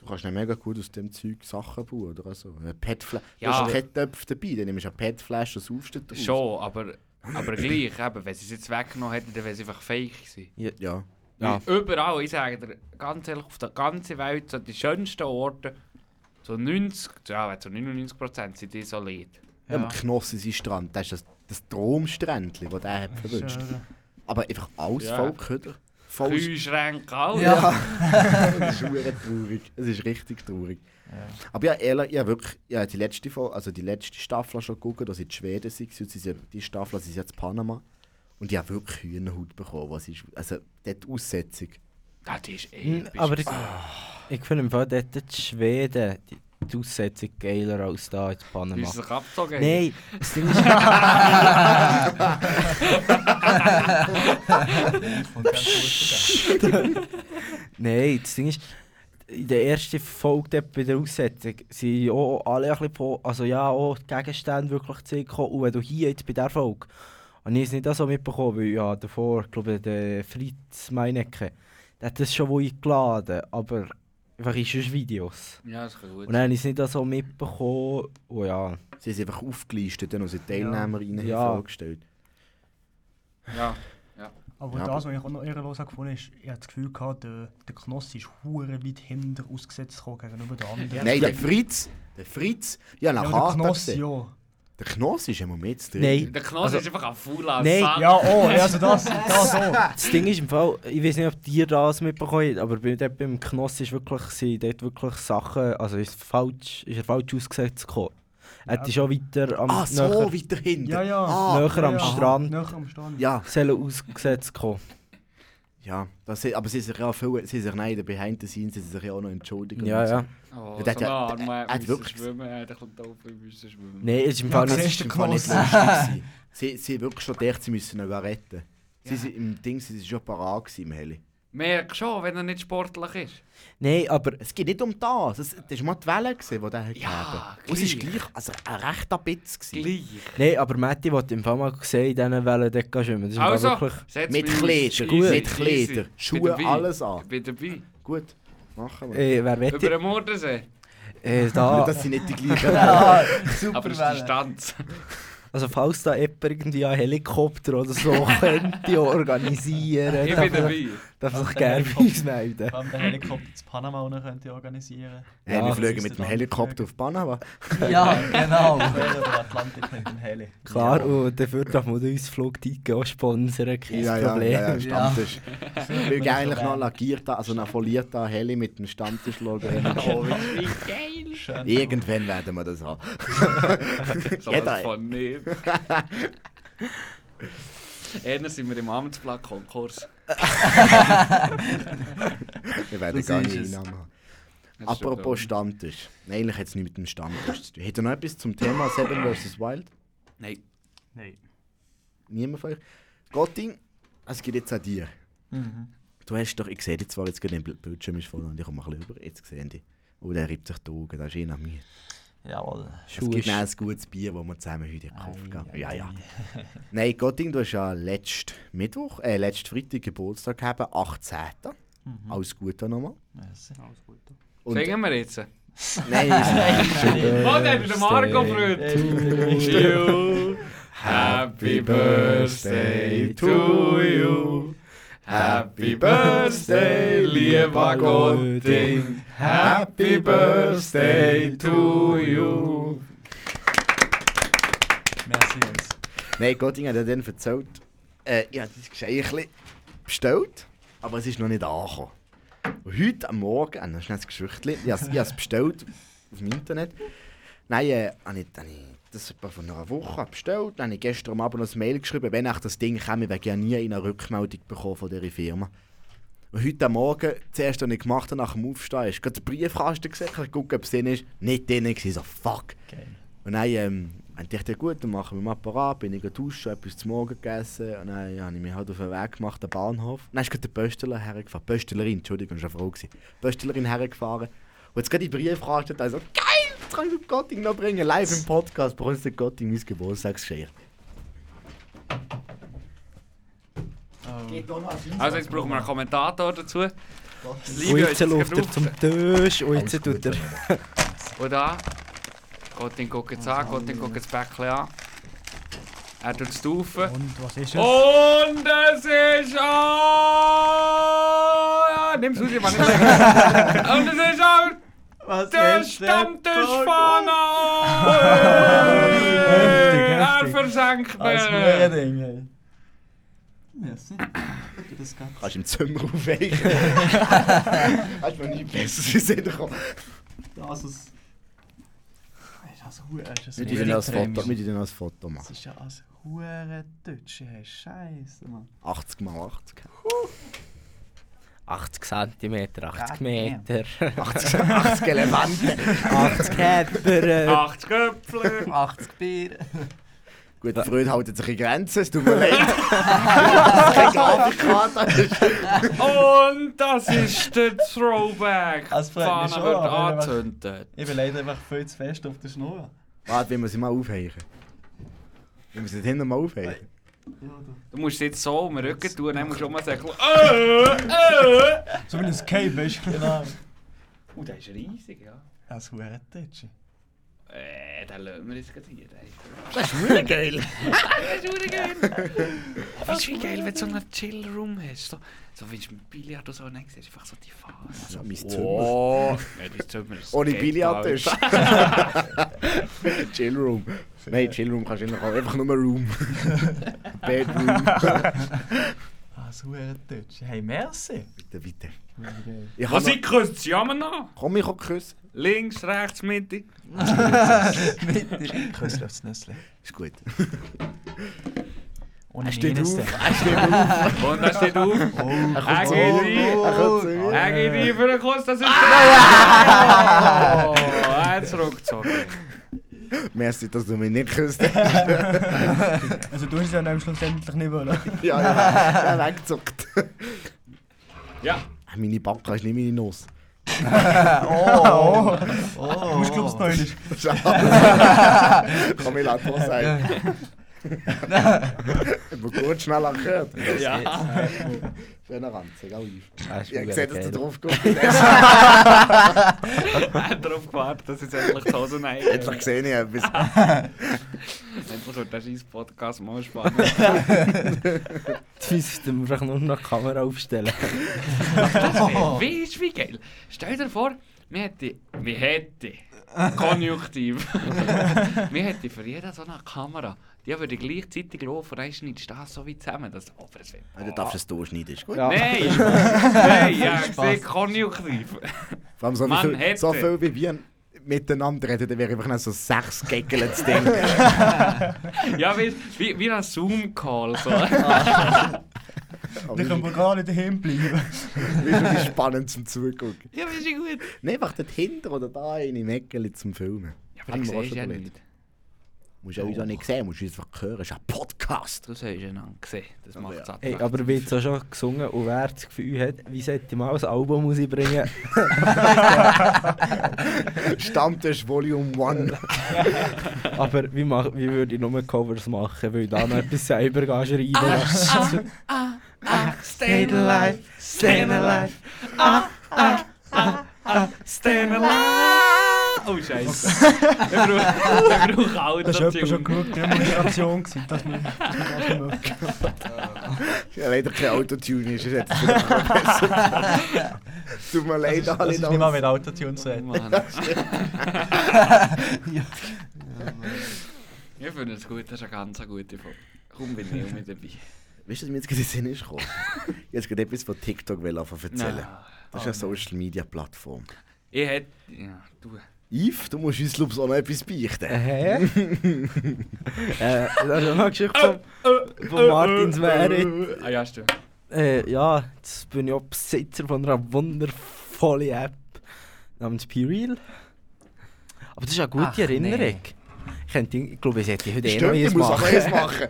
Du kannst nicht mega gut aus dem Zeug Sachen bauen oder so. Ein Petfla
Ja.
Du hast keinen Töpf dabei, dann nimmst du eine Petflasche und saufst du draus.
Schon, aber, aber gleich, eben, wenn sie es jetzt weggenommen hätten, dann wäre es einfach fake gewesen.
Ja.
Ja.
Überall, ich sage dir, ganz ehrlich, auf der ganzen Welt, so die schönsten Orte, so 90, ja, zu 99 Prozent sind die so leid.
Ja. aber Knossen sind Strand. Das ist das, das Dromsträndchen, das der hat verwünscht. Aber einfach alles
Ja.
voll Köder. Voll
Kühlschränke, alles.
Ja. das ist hure traurig. Es ist richtig traurig. Aber ja, ehrlich, ja wirklich, ja, die letzte Folge, also die letzte Staffel schon geguckt, dass sie in Schweden waren. und sie sind- Die Staffel sie sind jetzt in Panama. Und die haben wirklich Hühnerhaut bekommen. Was ist, also, dort die Aussetzung.
Ja, die ist
Hm,
episch.
aber ich,
gewesen.
ich finde im Fall dort die Schweden, die, die Aussetzung geiler als da in
Die
Panama.
ist sich abgezogen.
Nein, das Ding ist...
Und ganz gut
Nein, das Ding ist, in der ersten Folge dort bei der Aussetzung sind ja auch alle ein bisschen, po- also ja, auch die Gegenstände wirklich zurückgekommen. Und wenn du hier jetzt bei dieser Folge, und ich habe es nicht auch so mitbekommen, weil ja davor, glaube ich, der Fritz Meinecke, der hat das schon wohl eingeladen, aber einfach ist es Videos.
Ja, das kann gut.
Und dann habe ich es nicht auch so mitbekommen, oh ja,
Sie sind einfach aufgelistet und unsere Teilnehmerinnen
Ja.
haben vorgestellt.
Ja.
Aber
Ja,
das, was ich auch noch ehrenlos habe gefunden habe, ist, ich habe das Gefühl gehabt, der, der Knoss ist hure weit hinter ausgesetzt gekommen gegenüber den anderen.
Nein, der Fritz! Der Fritz! Ja, nach
aber der
Hart.
Knoss,
Der
ja.
Knoss ist immer mit drin.
nein.
Der Knoss ist einfach ein fauler
Nein,
Sack.
Ja, oh, ja, also das, das auch.
Das Ding ist im Fall, ich weiß nicht, ob ihr das mitbekommen habt, aber bei, dort beim Knoss ist wirklich, sind dort wirklich Sachen, also ist, falsch, ist er falsch ausgesetzt gekommen. Er hätte schon weiter am,
Ah, so
näher,
weiter hinten.
Ja, ja.
Ah,
näher
ja,
am
ja.
Strand
Näher am Strand.
ja.
sollen ausgesetzt gekommen.
Ja, das, sind- aber sie sind sich ja viel, sie sind sich nein, in den Behind the Scenes, sie sind sich ja auch noch entschuldigt. und
Ja,
so.
ja.
Oh,
Der
so
hat- der-
nah,
der-
man
er hat
musste
wirklich-
schwimmen, er hat ein bisschen Taufe, müssen schwimmen.
Nein, es ist im
Ja,
Fall
Das
nicht...
siehst
ist im Fall nicht
Knoss.
lustig. gewesen. sie, sie haben wirklich schon gedacht, sie müssen ihn retten. Sie
Ja.
sind im Ding, sie sind schon parat gewesen im Heli.
Merk schon, wenn er nicht sportlich ist.
Nein, aber
Es geht nicht um das. Es, das war mal die Welle, gewesen, die der hat
Ja,
gegeben. Und es war
gleich.
gleich, also ein rechter Bitz. gewesen.
Gleich.
Nein, aber Matti wollte im Fall mal sehen, in diesen Wellen dort gehen schwimmen. Das ist im Fall
Also,
wirklich...
setz
Mit
mich auf.
Kleidern,
Easy,
mit Kleidern,
easy.
Schuhe,
Bin dabei.
alles an.
Bin dabei.
Gut, machen wir.
Äh, wer
Über
wette?
den Mordensee.
Äh, da,
Das sind nicht die gleichen.
Super
Aber es ist Distanz.
also falls da jemand irgendwie einen Helikopter oder so könnte organisieren,
Ich bin dabei.
darf sich gerne bei uns melden.
Vor allem den Helikopter zu Panama auch noch könnt ihr organisieren.
hey,
Ja,
wir
das
fliegen
ist
mit dem
dann-
Helikopter auf Panama.
Ja, genau. Oder Atlantik mit dem Heli.
Klar, und dafür darf man uns Flugticket auch sponsern, kein
ja, ja,
Problem.
ja, ja, Stammtisch. Ich will
Ja.
eigentlich noch lackiert, also noch foliert an Heli mit dem Stammtischlogo.
oh,
Geil.
Schön.
Irgendwann werden wir das haben.
So
Jeder.
was von nicht. Einer sind wir im Amtsblatt-Konkurs.
Wir werden
Das
gar
ist
nicht
es.
Einnahmen haben.
Das ist
Apropos
schon
Stammtisch. Nein, eigentlich hat es nichts mit dem Stammtisch zu tun. Hätte noch etwas zum Thema Seven vs. Wild?
dumm. Nein.
Nein.
Niemand von euch? Gotting, es geht jetzt an dir.
Mhm.
Du hast doch, ich sehe dich zwar jetzt gerade, der Bildschirm ist voll und ich komme ein bisschen rüber, jetzt sehe ich dich. Oh, der reibt sich die Augen, das ist eh nach mir.
Jawohl.
Es gibt
Schuhe.
noch ein gutes Bier, das wir zusammen heute gekauft haben.
Ei,
Ja,
ei,
ja.
ei.
Nein, Gotting, du hast ja letzten Mittwoch, äh, letzten Freitag Geburtstag gehabt, 18.
Mhm.
Alles Gute nochmal.
Merci.
Alles gut.
Und-
Singen wir jetzt?
Nein, nein.
Oh, der ist der Marco, Freund.
eh,
you. Happy birthday to you. Happy Birthday, lieber Gotting. Happy Birthday to you.
Merci, Jungs.
Nein, Gotting hat ja dann erzählt, äh, ich habe dieses Geschenk bestellt, aber es ist noch nicht angekommen. Und heute am Morgen, äh, schnell das Geschichtchen, ich habe es- ich habe es bestellt auf dem Internet. Nein, äh, habe ich, habe ich das etwa vor einer Woche bestellt, dann habe ich gestern Abend noch ein Mail geschrieben, wenn ich das Ding käme, weil ich ja nie eine Rückmeldung bekommen von dieser Firma. Und heute am Morgen, zuerst, was ich gemacht habe, nach dem Aufstehen, ist gerade den Briefkasten gesehen, ich gucke, ob es drin ist. Nicht drin, ich so, fuck. Und dann ähm, habe ich gedacht, gut, dann machen wir mal parat, bin ich gegangen duschen, etwas zum Morgen gegessen und dann habe ich mich halt auf den Weg gemacht, am Bahnhof. Und dann ist gerade der Pöstler hergefahren, Pöstlerin, Entschuldigung, ich war schon froh. gewesen. Pöstlerin hergefahren und jetzt gerade die Briefkasten da so, geil, jetzt kann ich den Gotting noch bringen, live im Podcast, bei uns der Gotting, mein Geburtstagsgeschenk.
Also jetzt brauchen wir einen Kommentator dazu.
Und
Silvio
jetzt
ist jetzt
läuft er
gebraucht.
zum Tisch und jetzt
Alles
tut
gut,
er...
Und da, Gotting guckt es an, Gotting guckt das Päckchen an. Er tut es auf.
Und was ist es?
Und es ist auch... Nimm's raus, ich mach nicht länger. Und es ist auch
Was
der
ist der Tag?
Stammtisch von
Oh,
Heftig,
Er
heftig.
versenkt
Als
mich.
Meerding, ey. Merci. Danke, das geht's.
Kannst du im Zimmer aufweichen. Hast du mir nie besseres Sinn gekommen.
Das ist... Ey, Das ist hu- ey, das ist
Wir dürfen
ein
noch ein Foto-
Premium.
wir dürfen noch ein Foto
Das
machen.
ist ja als hure Deutsche, hey, Scheiße, Mann.
80 mal 80.
80 cm, 80
God damn.
Meter,
80, 80 Elemente.
80
Ah.
Käfer.
Acht Köpfle.
80 Bier.
Gut, die Freude hält sich in Grenzen, es tut mir leid. Das ist keine Grafikkarte.
Und das ist der Throwback.
Das freut mich schon,
Fahne wird
aber wenn wir-
angezündet.
Ich bin leider einfach viel zu fest auf der Schnur.
Warte, wir müssen mal aufheichen. Wir müssen hinten mal aufheichen.
Du musst es jetzt so um den Rücken tun, dann musst du mal sagen... Äh, äh.
So wie ein Cave, weißt du?
Genau.
Oh, der ist riesig, ja.
Das ist hure Deutsche.
Äh, den lassen wir jetzt gerade hier. den ist-
Geil.
Aber es ist geil, wenn du so einen Chill-Room hast. So, so wenn du mit Billard oder so nein, siehst du einfach so die Phase.
So, mein Zimmer.
Oh, ja, das Zimmer ist
Ohne
geil,
Billardtisch. Chillroom. Nein, Chillroom kannst du eigentlich auch einfach nur Room. Bedroom.
Das ist hure Deutsche. Hey, merci.
bitte, bitte.
Hure geil.
Ich
Was
kann
ich küsse, sie ja noch.
noch- Komm, ich kann küssen.
nou. Links, rechts, Mitte.
Bitte. Küss aufs Nüssli.
Ist gut.
Ohne
Steht auf.
Mineste.
Er steht auf.
Und da steht auf. Er
Er
Oh.
geht
kommt zu
rein.
mir. Er kommt zu mir.
Er geht rein für den Kuss, das ist der Oh, er hat zurückgezogen.
Merci, dass du mich nicht küsst.
Also du hast es ja dann schlussendlich nicht wollen.
Ja, ja. Er weggezuckt.
Ja.
Meine Backe ist nicht meine Nuss.
Oh!
Du
Oh!
musst glaube ich noch einmal.
Schade. Kann mich laut was sagen. Hat man gut schnell angehört.
Ja.
Schöner Ranzig, auch ich.
Das ist
Ich habe
mega
gesehen, dass du
geil.
drauf guckst. Endlich
Er hat darauf gewartet, dass jetzt endlich die Hose nein. Endlich
gesehen, ich habe etwas.
wird der scheiß Podcast mal spannend.
Jetzt müssen wir einfach nur noch die Kamera aufstellen.
Oh. Weißt du, wie geil? Stell dir vor, wir hätten. Wir hätten. Konjunktiv. wir hätten für jeden so eine Kamera. Die würde gleichzeitig laufen, dann schneidet das so weit zusammen, dass du oben es wird.
Du darfst es durchschneiden, ist gut.
Ja.
Nein! Nein, ja, ich
Spaß.
sehe konjunktiv.
Vor allem so,
Mann,
viel, so
hätte.
viel wie wir miteinander reden, dann wäre einfach noch so sechs Geggeln zu Ding.
Ja, wie, wie, wie ein Zoom-Call. So.
Aber
Dann können
wir
wir gar nicht daheim bleiben.
sind spannend zum Zugucken.
Ja, ist ja gut.
Nein, einfach dort hinten oder da eine Meckerli zum Filmen.
Ja,
Haben
aber
wir
ich
auch
sehe
schon
ja
überlegt.
nicht.
Musst du ja auch nicht sehen, musst du es einfach hören. Es ist ein Podcast.
Du siehst ja nicht. Gesehen. Das macht es
Ey, aber wie du schon gesungen und wer das Gefühl hat, wie sollte ich mal ein Album rausbringen?
Stammtisch Volume 1.
Aber wie, mach, wie würde ich nur Covers machen? Weil da noch etwas selber gehen schreiben lässt.
Stay alive, stay alive. Ah, ah, ah, ah, stay alive. Oh, Scheiße. ich brauche brauch
Das war etwa
Autotune.
schon genug Demonstration, gewesen, dass wir dass wir das nicht mögen.
Ja, leider kein Autotune ist, es hätte es vielleicht noch besser. Tut mir leid,
Das
alle
ist nicht mal
da.
mit Autotune zu
Oh,
reden.
Mann. Ich finde es gut, das ist eine ganz gute Folge. Komm, bin ich auch mit dabei.
Weißt du, was mir jetzt gerade in den Sinn ist gekommen? Ich wollte gerade etwas von TikTok anfangen zu erzählen.
Nein.
Das ist eine Social Media Plattform.
Ich hätte... Ja, du.
Yves, du musst uns glaub ich, auch noch etwas beichten.
Hä? äh, das ist auch noch eine Geschichte von,
Oh,
von Martins Merit.
Eh. Ah ja, stimmt.
Äh, ja, jetzt bin ich auch Besitzer von einer wundervollen App namens BeReal. Aber das ist eine gute
Ach,
Erinnerung.
nee.
Ich, könnte, ich glaube, ich sollte heute eh noch
Stimmt, ich
eins
muss auch
machen.
eins machen.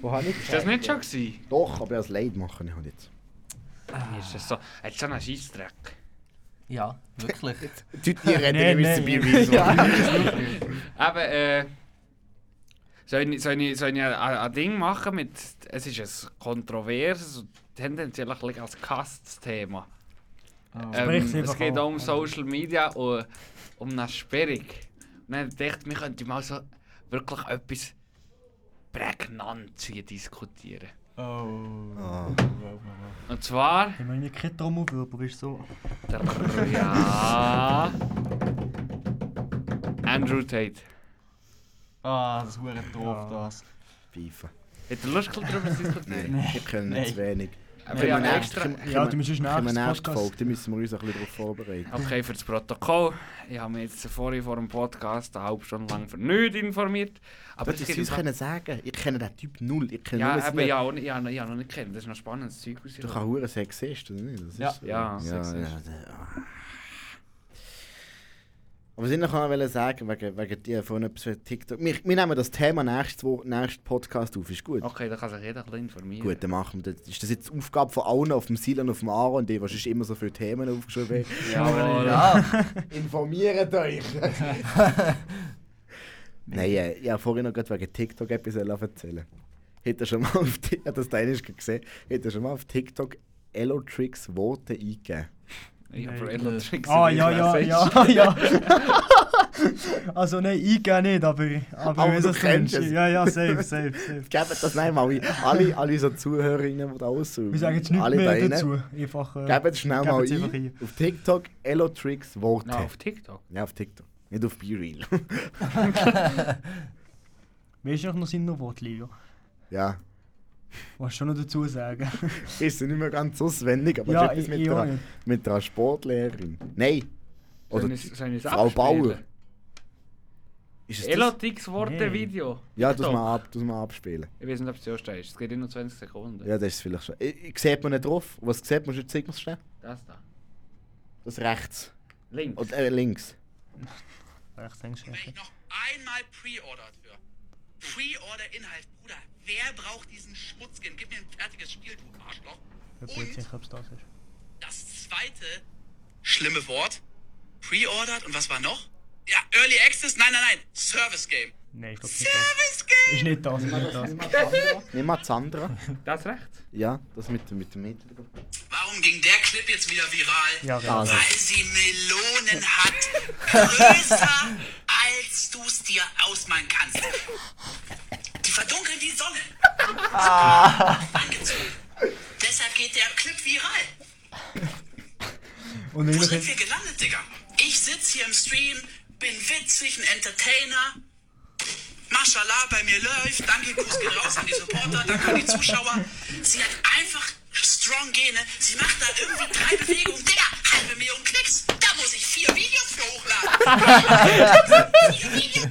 Wo habe ich
Ist das nicht schon gewesen?
Doch, aber ich es leid machen. Ich hab jetzt.
Mir Ist das so... Hat so einen Scheissdreck.
Ja, wirklich.
Die Leute, die
Nee,
reden,
nee.
ich müssen Bier ja.
Aber äh, soll ich, soll ich, soll ich ein, ein ein Ding machen mit. Es ist ein kontroverses und tendenziell ein bisschen als Kastthema.
Sprich's
Ähm, es
einfach
geht
an.
auch um Social Media und um eine Sperrung. Und dann dachte ich, wir könnten mal so wirklich etwas prägnant hier diskutieren.
Oh.
Und zwar.
Ich meine, kein Trommelwirbel ist so.
ja. Andrew Tate.
Ah, das ist verdammt doof, das.
Pfeifen.
Hättest du Lust, darüber zu diskutieren?
Nein, wir können
Nein.
zu wenig.
Aber
Wenn
ich
wir
habe
nächste-
extra.
können wir-
Ja, du musst uns
können wir
nächstes
nächste
Podcast-
Folge, dann müssen wir uns ein bisschen darauf vorbereiten.
Okay, für das Protokoll. Ich habe mich jetzt vorhin vor dem Podcast eine halbe Stunde lang für nichts informiert. Aber
Aber
es
das
gibt
uns
noch-
können sagen, ich kenne den Typ null. Ich kenne nur
ja,
das
eben,
Lied.
ja, auch nicht- ja, nou, noch- ja, noch nicht kennen. Das ist noch spannendes Zeug
Du
rausgekommen.
kannst hure Sexist, oder nicht? Das
Ja.
ist,
Ja,
ja,
Sexist.
ja, da- ah. Aber was ich noch wollte sagen, wegen, wegen dir von etwas für TikTok. Wir, wir nehmen das Thema nächstes Wo- nächsten Podcast auf, ist gut.
Okay, da kann sich jeder ein bisschen informieren.
Gut, dann machen wir das. Ist das jetzt die Aufgabe von allen auf dem Silan, auf dem Aaron, die wahrscheinlich immer so viele Themen aufgeschrieben haben?
Jawohl.
Ja,
Informiert euch! Nein, äh, ich habe vorhin noch gerade wegen TikTok etwas erzählen. Hätte schon mal auf Ti- hat das deine gesehen? Hätte schon mal auf TikTok Elotrix Worte eingegeben?
Ich habe
Nein.
Braille Tricks
Ah,
in
ja,
der
ja,
Message.
ja, ja. Also, nein, ich gehe nicht, aber. Aber,
Aber
wenn
du
es
kennst
sonst-
es.
Ja, ja, safe, safe, safe.
Geben das nein, mal ein. alle, alle unsere Zuhörerinnen, die da aussuchen.
Wir sagen jetzt nichts
alle da
mehr
rein.
dazu. Einfach. äh,
Geben das schnell
Geben
mal
es einfach
ein.
ein.
Auf TikTok Elotrix Worte.
Nein, auf Nou, TikTok.
Ja, auf TikTok. Nicht auf BeReal.
Weißt du noch sein Wort, Livio?
ja.
Was schon noch dazu sagen?
Ist ja nicht mehr ganz auswendig, aber
ja,
ist
ich,
etwas mit,
ich auch
der,
nicht.
mit der Sportlehrerin. Nein. Oder
Sollen ich- sollen ich es
Frau
abspielen?
Bauer. ist es das?
Elotix Worte
Nee.
Video.
Ja, das
TikTok.
mal, ab, das mal abspielen.
Ich weiß nicht, ob es so steht. Es geht in nur 20 Sekunden.
Ja, das ist vielleicht schon. Ich, ich sieht man nicht drauf. Was sieht man schon? Zeig mir's schnell.
Das da.
Das rechts.
Links.
Oder äh, links.
Rechts eingeschränkt.
noch einmal pre-ordert für. Pre-Order-Inhalt, Bruder. Wer braucht diesen Schmutzkin? Gib mir ein fertiges Spiel, du Arschloch.
Ich bin jetzt nicht, ob es das ist.
Das zweite schlimme Wort. Pre-ordered und was war noch? Ja, Early Access? Nein, nein, nein. Service Game.
Nein, ich glaube nicht das.
Service Game!
Ist nicht das, ist nicht das.
Nimm mal Sandra.
Das rechts.
Ja, das mit, mit dem Mädchen.
Warum ging der Clip jetzt wieder viral?
Ja, genau.
Also.
Weil sie Melonen hat. Größer, als du es dir ausmalen kannst. Die verdunkeln die Sonne. Angezogen. Deshalb geht der Clip viral.
Und
Wo
Livio
sind
hat
wir gelandet, Digga? Ich sitz hier im Stream, bin witzig, ein Entertainer. Maschallah, bei mir läuft. Danke, Kuss geht raus an die Supporter, danke an die Zuschauer. Sie hat einfach strong Gene. Sie macht da irgendwie drei Bewegungen. Digga, halbe Million Klicks. Da muss ich vier Videos für hochladen. vier Videos.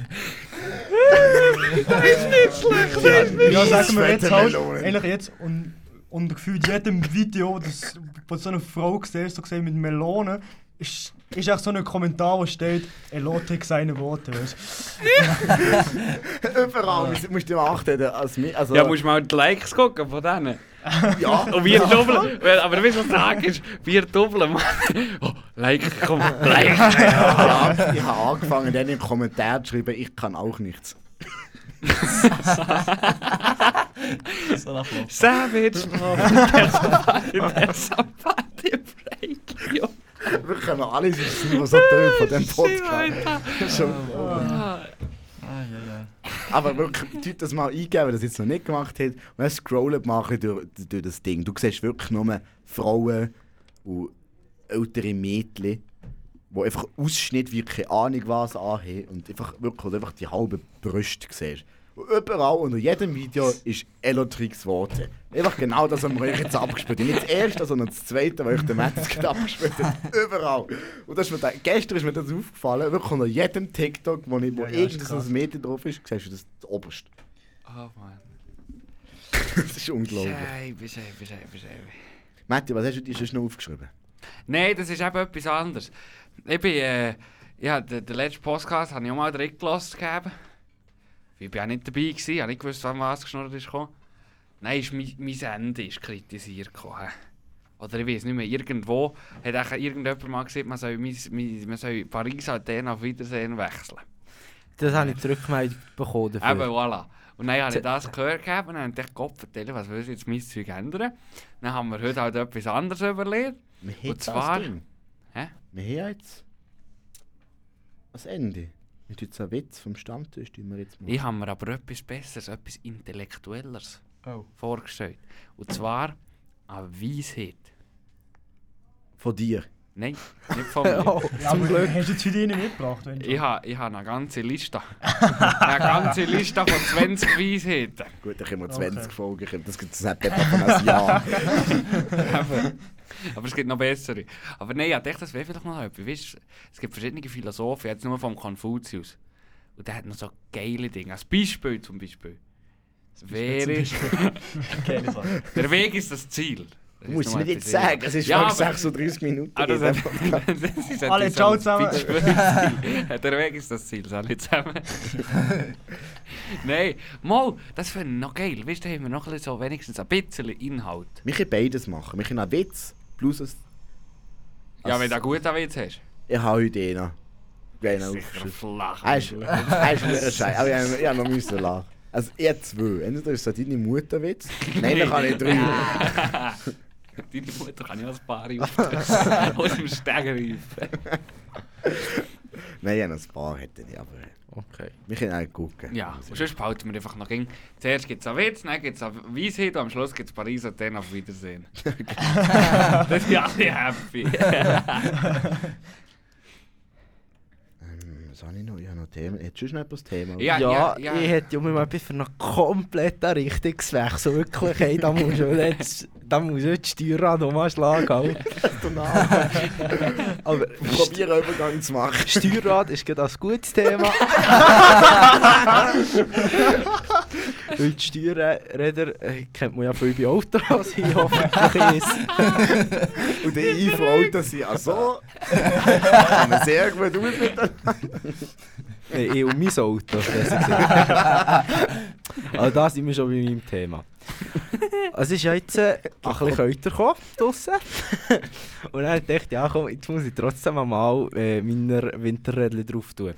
Ja, sagen wir
fette
jetzt halt,
Melonen.
eigentlich jetzt und und gefühlt jedem Video, das von so einer Frau gesehen, so gesehen mit Melonen, ist, ist auch so ein Kommentar, wo steht, Elotik seine Worte. Weißt?
Überall, musst du musst immer achten. Als, mi- also,
Ja, musst mal die Likes gucken von denen.
ja.
Und wir doppeln. Weil- Aber weißt du, was Tag ist? Wir doppeln, Mann. Oh, like, komm, like.
ja, ich habe angefangen, dann im Kommentar zu schreiben, ich kann auch nichts.
so nach Luft.
Savage. Oh, der Sapati Break.
Wir können alle sitzen, was so tönt von diesem Podcast. Schon-
Ah, ja, ja.
Aber wirklich, die Leute das mal eingeben, wer das jetzt noch nicht gemacht hat. Und dann scrollen mal ein bisschen durch, durch das Ding. Du siehst wirklich nur Frauen und ältere Mädchen, die einfach Ausschnitt wie keine Ahnung was anhaben und einfach wirklich oder einfach die halbe Brüste siehst. Und überall unter jedem Video ist Elotrix Worte. Einfach genau das, was wir euch jetzt abgespielt haben. Nicht das erste, sondern das zweite, was euch der Metz gerade abgespielt hat. Überall. Und das ist mir da, gestern ist mir das aufgefallen, wirklich unter jedem TikTok, wo, ich, wo
Ja, ja, ist
irgendein
krass.
Mädchen drauf ist, siehst du das, das oberste.
Oh Mann.
Das ist unglaublich.
Scheibe, scheibe, scheibe, scheibe.
Matti, was hast du dir sonst noch aufgeschrieben?
Nein, das ist eben etwas anderes. Ich bin, äh, ja, den, den letzten Podcast habe ich auch mal direkt gelassen gegeben. Ich war auch nicht dabei, gewesen, ich habe nicht gewusst, wann was geschnurrt ist. gekommen. Nein, ist mein, mein Ende ist kritisiert. gekommen, hä. Oder ich weiß nicht mehr, irgendwo hat auch irgendjemand mal gesagt, man soll, mein, mein, man soll Paris Athen auf Wiedersehen wechseln.
Das habe ich die Rückmeldung bekommen
Ah,
dafür.
Eben, voilà. Und dann habe ich
Z-
das gehört gehabt und dann dachte ich, Gott, vertelle, was will ich jetzt mein Zeug ändern? Dann haben wir heute halt etwas anderes überlegt.
Wir haben
Und zwar-
Ding.
Hä?
Wir haben jetzt das Ende. Wir tun jetzt einen Witz vom Stammtisch, tun wir jetzt mal.
Ich habe mir aber etwas Besseres, etwas Intellektuelleres
Oh.
vorgestellt. Und zwar eine Weisheit.
Von dir.
Nein, nicht von mir.
Oh.
Ja, aber hast du jetzt heute einen mitgebracht? Wenn du
Ich habe ich ha eine ganze Liste. eine ganze Liste von 20 Weisheiten.
Gut, dann können wir
Okay.
20 Folgen, können- das gibt es nicht etwa von einem Jahr.
Eben. Aber es gibt noch bessere. Aber nein, ich dachte, das wäre vielleicht noch etwas. Weißt, es gibt verschiedene Philosophen, jetzt nur vom Konfuzius. Und der hat noch so geile Dinge. Als Beispiel zum Beispiel. Wäre,
Keine Sache.
der Weg ist das Ziel. Das
Du musst es
nur
nicht jetzt
etwas
sagen, es ist
Ja,
ja,
aber-
36 Minuten.
Ah, das
in
hat,
dem Podcast.
das ist
Alle,
etwas
ciao
als
zusammen.
Beispiel das Ziel. Der Weg ist das Ziel, alle zusammen. Nein, mal, das finde ich noch geil. Weißt du, da haben wir noch ein bisschen so wenigstens ein bisschen Inhalt.
wir können beides machen. Wir können einen Witz plus ein...
Ja, wenn du einen guten Witz hast.
Ich habe heute eh einen. Genau.
Sicher flach.
Er ist er ist ein Scheiß. Aber ich habe- ich habe noch müssen lachen. Also, ich zwei. Entweder ist es deine Mutter Witz. Nein, dann kann ich drei.
Deine Mutter kann ja ein paar auf aus dem Steger reifen.
Nein, ich habe ein paar hätte ich, aber...
Okay.
Wir können auch gucken. Also,
Ja, und sonst behalten wir einfach noch ging. Zuerst gibt es einen Witz, dann gibt es eine Weisheit und am Schluss gibt es Paris und dann auf Wiedersehen. das sind alle happy.
Ähm, was habe ich noch? Ich habe noch Themen. Hättest du schon etwas Thema?
Ja,
Ja,
ja, ja.
ich hätte ja mir mal etwas für einen kompletten Richtungswechsel. Wirklich, hey, da muss ich jetzt, da muss ich jetzt die Steuer an nochmal schlagen. Alter. Aber
Ich probiere einen Übergang zu machen.
Steuerrad ist gerade ein gutes Thema. Weil die Steuerräder äh, kennt man ja viel bei Autos, ich hoffe, ich
Und die Einfrauen, dass sie auch so. kann man sehr gut aus mit der
Nein, ich und mein Auto. besser gesagt. Aber da sind wir schon bei meinem Thema. Es ist ja jetzt äh, ein bisschen kälter gekommen, draussen. Und dann dachte ich, ja komm, jetzt muss ich trotzdem mal äh, meine Winterrädchen drauf tun.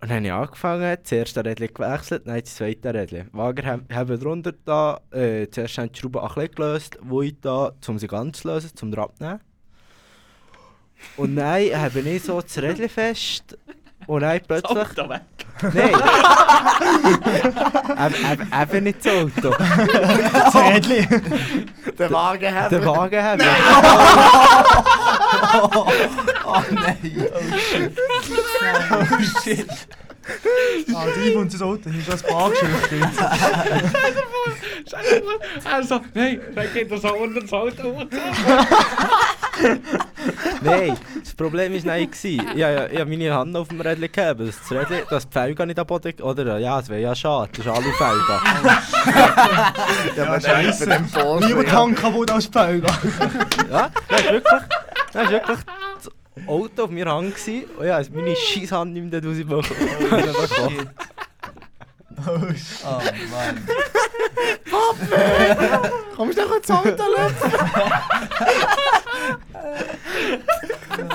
Und dann habe ich angefangen, das erste Rädchen gewechselt, dann das zweite Rädchen. Wager haben- haben drunter da, äh, zuerst haben die Schrauben ein bisschen gelöst, wo ich da, um sie ganz zu lösen, zum abnehmen. Und dann habe ich so das Rädchen fest und dann plötzlich...
Da weg.
Nein! eben, eben, eben nicht das Auto.
das Rädchen.
den Wagen haben.
Den Wagen haben.
Oh nein. Oh shit. Oh shit.
Ah, drei und das Auto. Hier ist das Paar geschüttet.
Also, nein, dann geht er so unter das Auto.
Nein, das Problem war nein. Gewesen. Ich, ja, ja, ich habe meine Hand auf dem Rädchen gehabt. dass Das Rädchen, dass die Felge nicht am Boden... Oder ja, es wäre ja schade. Das ist alle Felge.
Ja, aber der ist für den Porsche.
Lieber
ja.
Tank kaputt als Felgen.
Ja, das ist wirklich... Das ist wirklich das Auto auf mir Hand gewesen. Und ja, meine scheiß Hand nicht mehr rausbekommen.
Shit. Oh shit. Oh Mann.
Kommst du doch ins Auto, Leute?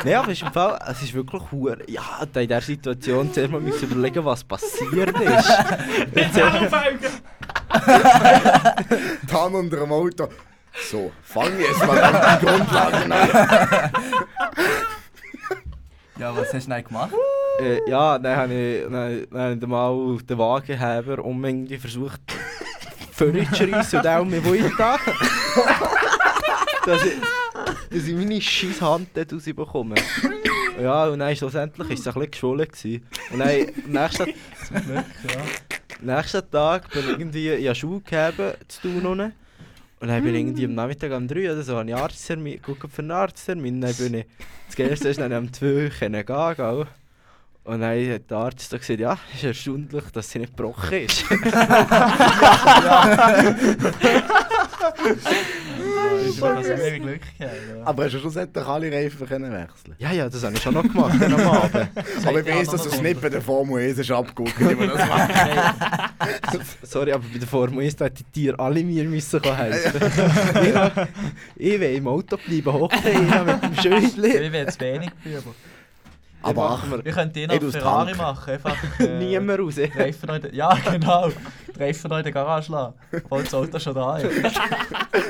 Nein, aber es ist, im Fall, es ist wirklich hure. Ja, da in dieser Situation zuerst mal müssen überlegen, was passiert ist.
Tan unter dem Auto. So, fangen wir jetzt mal an die Grundlagen an.
Ja, was hast du denn gemacht?
Äh, ja, dann habe ich, dann, dann habe ich mal den Wagenheber um irgendwie versucht, vorzuschreissen und auch mir wohin dass, ich, dass ich meine scheiß Hand dort rausbekomme. Ja, und dann schlussendlich war es ein bisschen geschwollen. gewesen. Und dann am nächsten, nächsten Tag bin ich irgendwie in der Schule gegeben, zu tun unten. Und dann bin ich irgendwie am Nachmittag um 3 oder so, habe ich einen Arzttermin, gucke für einen Arzttermin. Dann bin ich, das Geilste ist, dann am 2 können gehen, gell? Und dann hat der Arzt da gesagt, ja, ist erstaunlich, dass sie nicht gebrochen ist.
Das ist wirklich mehr Glück gehabt. ja.
Aber hast du schlussendlich alle Reifen können wechseln
ja, ja, das habe ich schon noch gemacht, dann am Abend.
Aber ich weiss, dass du es nicht bei der Formel 1 ist abgeguckt, wie man das macht.
Sorry, aber bei der Formel 1 da hätte die Tiere alle mir müssen helfen ich, hab- ich will im Auto bleiben, hocken, ich mit dem Schüssel.
Ich bin jetzt wenig Büber.
Aber ach,
Wir könnten hier
Ey,
noch
du
Ferrari
Tank.
machen. Einfach, äh,
Niemand raus.
die Reifen noch in der, ja, genau. Die Reifen noch in der Garage lassen. Obwohl das Auto schon da ist.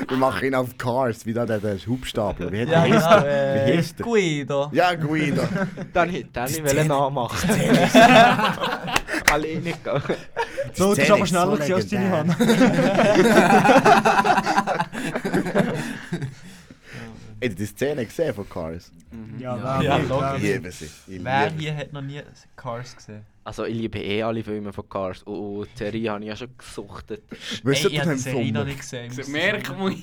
wir machen ihn auf Cars, wie da der, der Hubstapler. Wie hat
Ja,
der heißt
genau.
der? Wie
Äh,
heißt der?
Guido.
Ja, Guido.
Dann hätte ich wollen nachmachen. Alleine gehen.
So, das ist
Szene
aber
ist
schneller
so
gewesen als deine
legendär.
Hand.
Hätte die Szene gesehen von Cars?
Ja,
Ja,
wer-
logisch.
Ich
wer-
liebe sie. Ich
Wer
liebe sie.
hier hat noch nie Cars gesehen?
Also ich liebe eh alle Filme von Cars und oh, Theorie habe ich ja schon gesuchtet.
Wisst
ich
ihr,
habe
den
die Serie noch
Sommer?
nicht gesehen. ich muss
Merk
sagen.
mal.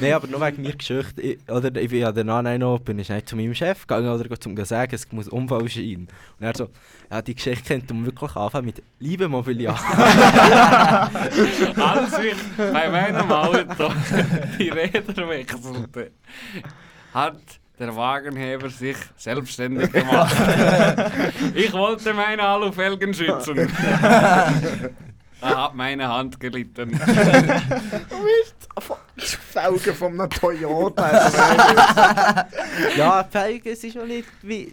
Nein, aber nur wegen meiner Geschichte. Ich, oder ich bin ja danach auch noch, bin ich nicht zu meinem Chef gegangen oder zum zu sagen, es muss Unfall sein. Und er so, ja, die Geschichte könnte man wirklich anfangen mit Liebe Mobiliar.
Alles wichtig. Bei meinem Auto die Räder wechselte, hat der Wagenheber sich selbstständig gemacht. Ich wollte meine Alufelgen schützen. Er hat meine Hand gelitten.
Die Felgen von einem Toyota. also,
ja, Felgen, es ist noch nicht wie,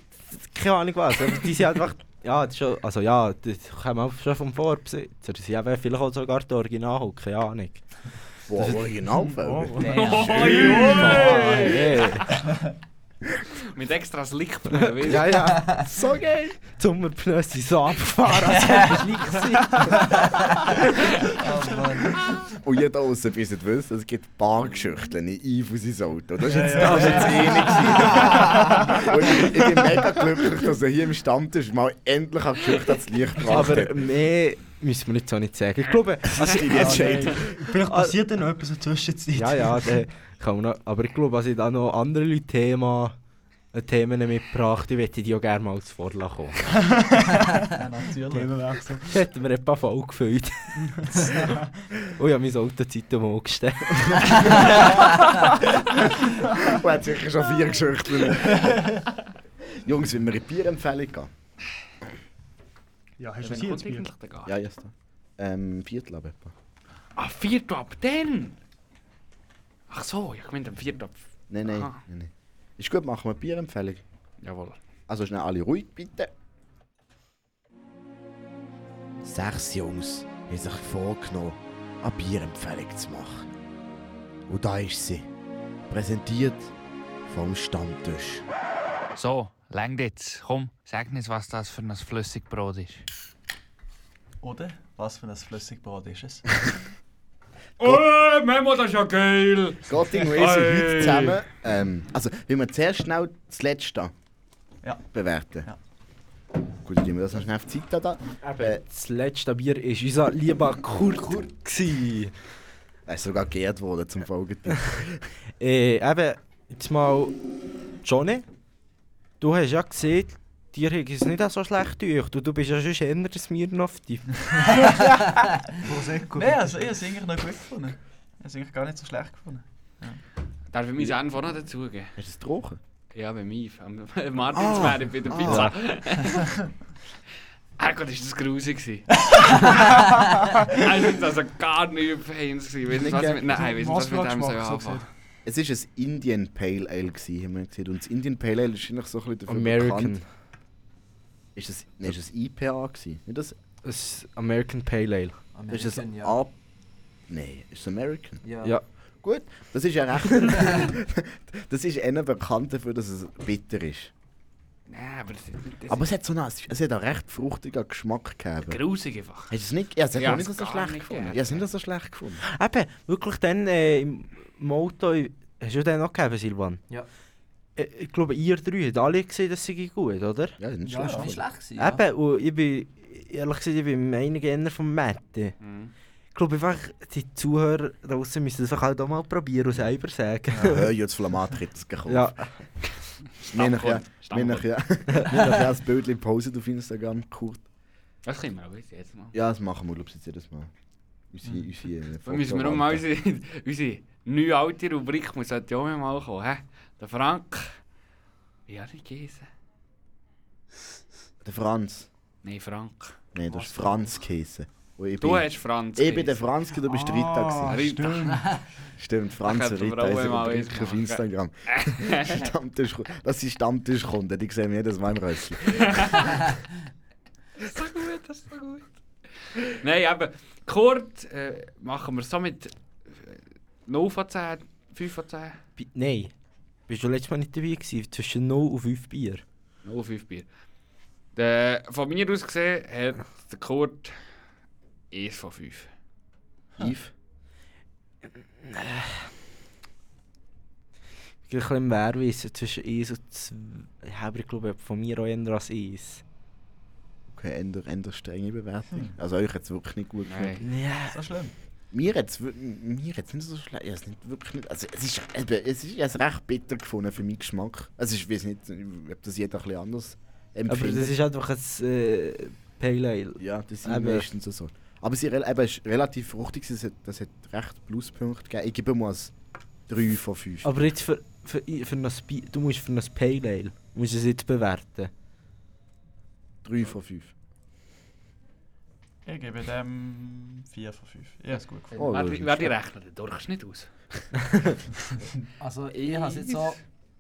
keine Ahnung was, aber die sind halt einfach, ja, das ist schon, also ja, das kommen auch schon vom Vorbesitzer. Sie haben vielleicht auch sogar die Original, keine Ahnung.
Wow, Originalfelgen.
Oi,
Ah,
oi.
yeah.
Mit extras Licht. weißt du?
Ja, ja. so geil. Die Sommerpneu sind so abgefahren, als hätten sie schlecht gewesen.
Oh Mann.
Und jeder aussen bis nicht wissen, es gibt Parkschüchteln in Yves und sein Auto. Das ist jetzt, das ist jetzt eh nicht. Und ich, ich bin mega glücklich, dass er hier im Stammtisch mal endlich an die Geschichte ans Licht gebracht
Aber
hat.
mehr müssen wir jetzt auch nicht sagen. Ich glaube,
Das ist die Entscheidung.
Vielleicht passiert dann noch etwas in der Zwischenzeit.
Also- ja, ja, da kann man noch, aber ich glaube, dass ich da noch andere Leute Thema, äh, Themen mitgebracht habe, die möchte ich die auch gerne mal als Vorlage kommen.
Ja, natürlich.
Themenwechsel.
Das hätten wir ein paar voll gefüllt. oh ja, mein Auto Zeit am Augenstern.
Er hat sicher schon vier Geschichten. Jungs, wollen wir in die Bierempfehlung gehen?
Ja, hast du
Wann
sie
kommt
jetzt Bier?
eigentlich der Gast?
Ja, ja, ist da. Ähm, Viertel ab etwa.
Ah, Viertel ab dann! Ach so, ich meine, am Viertel ab.
Nein, nein,
Aha.
nein, nein. Ist gut, machen wir eine Bierempfehlung.
Jawohl.
Also schnell alle ruhig, bitte. Sechs Jungs haben sich vorgenommen, eine Bierempfehlung zu machen. Und da ist sie. Präsentiert vom Stammtisch.
So, längt jetzt. Komm, sag uns, was das für ein Flüssigbrot ist.
Oder? Was für ein Flüssigbrot ist es?
Oh, Memo, das ist ja geil!
Gotting und ich sind
Hey.
heute zusammen. Ähm, also, wenn wir zuerst schnell das Letzte
Ja.
bewerten.
Ja.
Gut, dann gehen wir das noch schnell auf die Zeit da. Äh,
Das letzte Bier war unser lieber Kurt. gsi.
er ist sogar geehrt worden zum Folgetitel.
Äh, eben, jetzt mal, Johnny, du hast ja gesehen, dir ging es nicht auch so schlecht durch. Du, du bist ja schon schneller als mir noch auf die.
Nein, also ich habe es eigentlich noch gut gefunden. Ich habe es eigentlich gar nicht so schlecht gefunden.
Darf ich meinen Anfang noch dazugeben?
Hast du es getrunken?
Ja, beim Yves. Am Martinsmeer bei der Pizza. Ah Gott, ist das grusig gewesen. also, das war gar nicht überhaupt gewesen. Weißt du, was ich mit, nein, weißt du, was ich mit dem so anfangen?
Es war ein Indian Pale Ale, gewesen, haben wir gesehen. Und das Indian Pale Ale ist eigentlich so ein bisschen dafür bekannt.
American.
Ist das, nein, ist das IPA gewesen? Nicht das
ein American Pale Ale.
Ist es
American, ja.
ab. Nein, ist es American.
Ja.
Ja.
Gut, das ist ja recht. das ist einer bekannt dafür, dass es bitter ist.
Nein, aber das, das
Aber
aber
es hat so einen, es hat einen recht fruchtigen Geschmack gegeben. Hast
grusig einfach.
du es nicht? Ja, es hat
Ja,
auch nicht
es
so
gar
schlecht
nicht
gefunden.
gegeben.
Ja, es hat nicht so schlecht gefunden.
Eben, wirklich dann äh, im im Auto. Hast du den noch gegeben, Silvan?
Ja.
Äh, ich glaube, ihr drei habt alle gesehen, das sei gut, oder?
Ja, es ist nicht
Ja,
schlecht. gefunden.
ist nicht schlecht gewesen. Ja.
Eben, und ich bin, ehrlich gesagt, ich bin einiger eher vom Mette.
Mhm.
Ich glaube einfach, die Zuhörer draußen müssen das halt auch mal probieren und selber sagen.
Hör jetzt Flamat hat es gekauft.
Ja,
Wir nachher, wir
Stammkund.
nachher, wir nachher das Bild gepostet auf Instagram. Kurt.
Das können wir auch jetzt- jetzt mal.
Ja, das machen wir, glaube ich, jetzt jedes Mal. Unsere, unsere
Hm.
äh,
Dann müssen wir auch mal unsere, unsere neue alte Rubrik muss halt auch mal kommen. He? Der Frank. Wie hat er geheißen?
Der Franz.
Nein, Frank.
Nein, das ist Franz Käse. Ich
Du
bin,
hast Franz.
ich bin der
geheissen. Ah,
Franz, du bist Rita. gewesen.
Stimmt.
Stimmt,
Da
Franz
könnten wir
Ritter
auch
ist
mal
auf
eins
auf
machen.
Instagram. Stammtischkunde. Das sind Stammtischkunden, die sehen wir jedes Mal im Rössli.
Das ist so gut, das ist so gut. Nein, eben, Kurt äh, machen wir so mit äh, 0 von 10, 5 von 10.
Bi- nein. Bist du letztes Mal nicht dabei gewesen? Zwischen 0 und 5 Bier.
0 5 Nou, Bier. Der, von mir aus gesehen hat der Kurt 1 von 5.
Yves,
Ich bin ein bisschen im Wehrwissen zwischen 1 und 2. Ich habe, ich glaube, von mir auch eher als 1.
okay, änder, änder strenge Bewertung. Also euch hat es wirklich nicht gut gefallen.
Hm. Nein.
Ja.
So schlimm.
Mir hat es mir hat's nicht so schlecht. Ja, es nicht wirklich nicht. Also es ist, eben, es ist es recht bitter gefunden für meinen Geschmack. Also ich weiß nicht, ob das jeder ein bisschen anders
Aber
empfindet.
das ist einfach ein äh, Pale Ale.
ja, das sind
Eben.
meistens so. Aber sie rel- eben, es ist relativ fruchtig, gewesen, es hat, das hat recht Pluspunkte gegeben. Ich gebe mal 3 von 5.
Aber jetzt für, für, für ein Bi du musst für ein Pale Ale, musst du es jetzt bewerten.
3 von 5.
Ich gebe dem 4 von 5. Ich habe es gut gefunden.
Oh, das
wer
ist
die-
nicht
wer die rechnet, der Durchschnitt aus.
Also ich habe es jetzt so,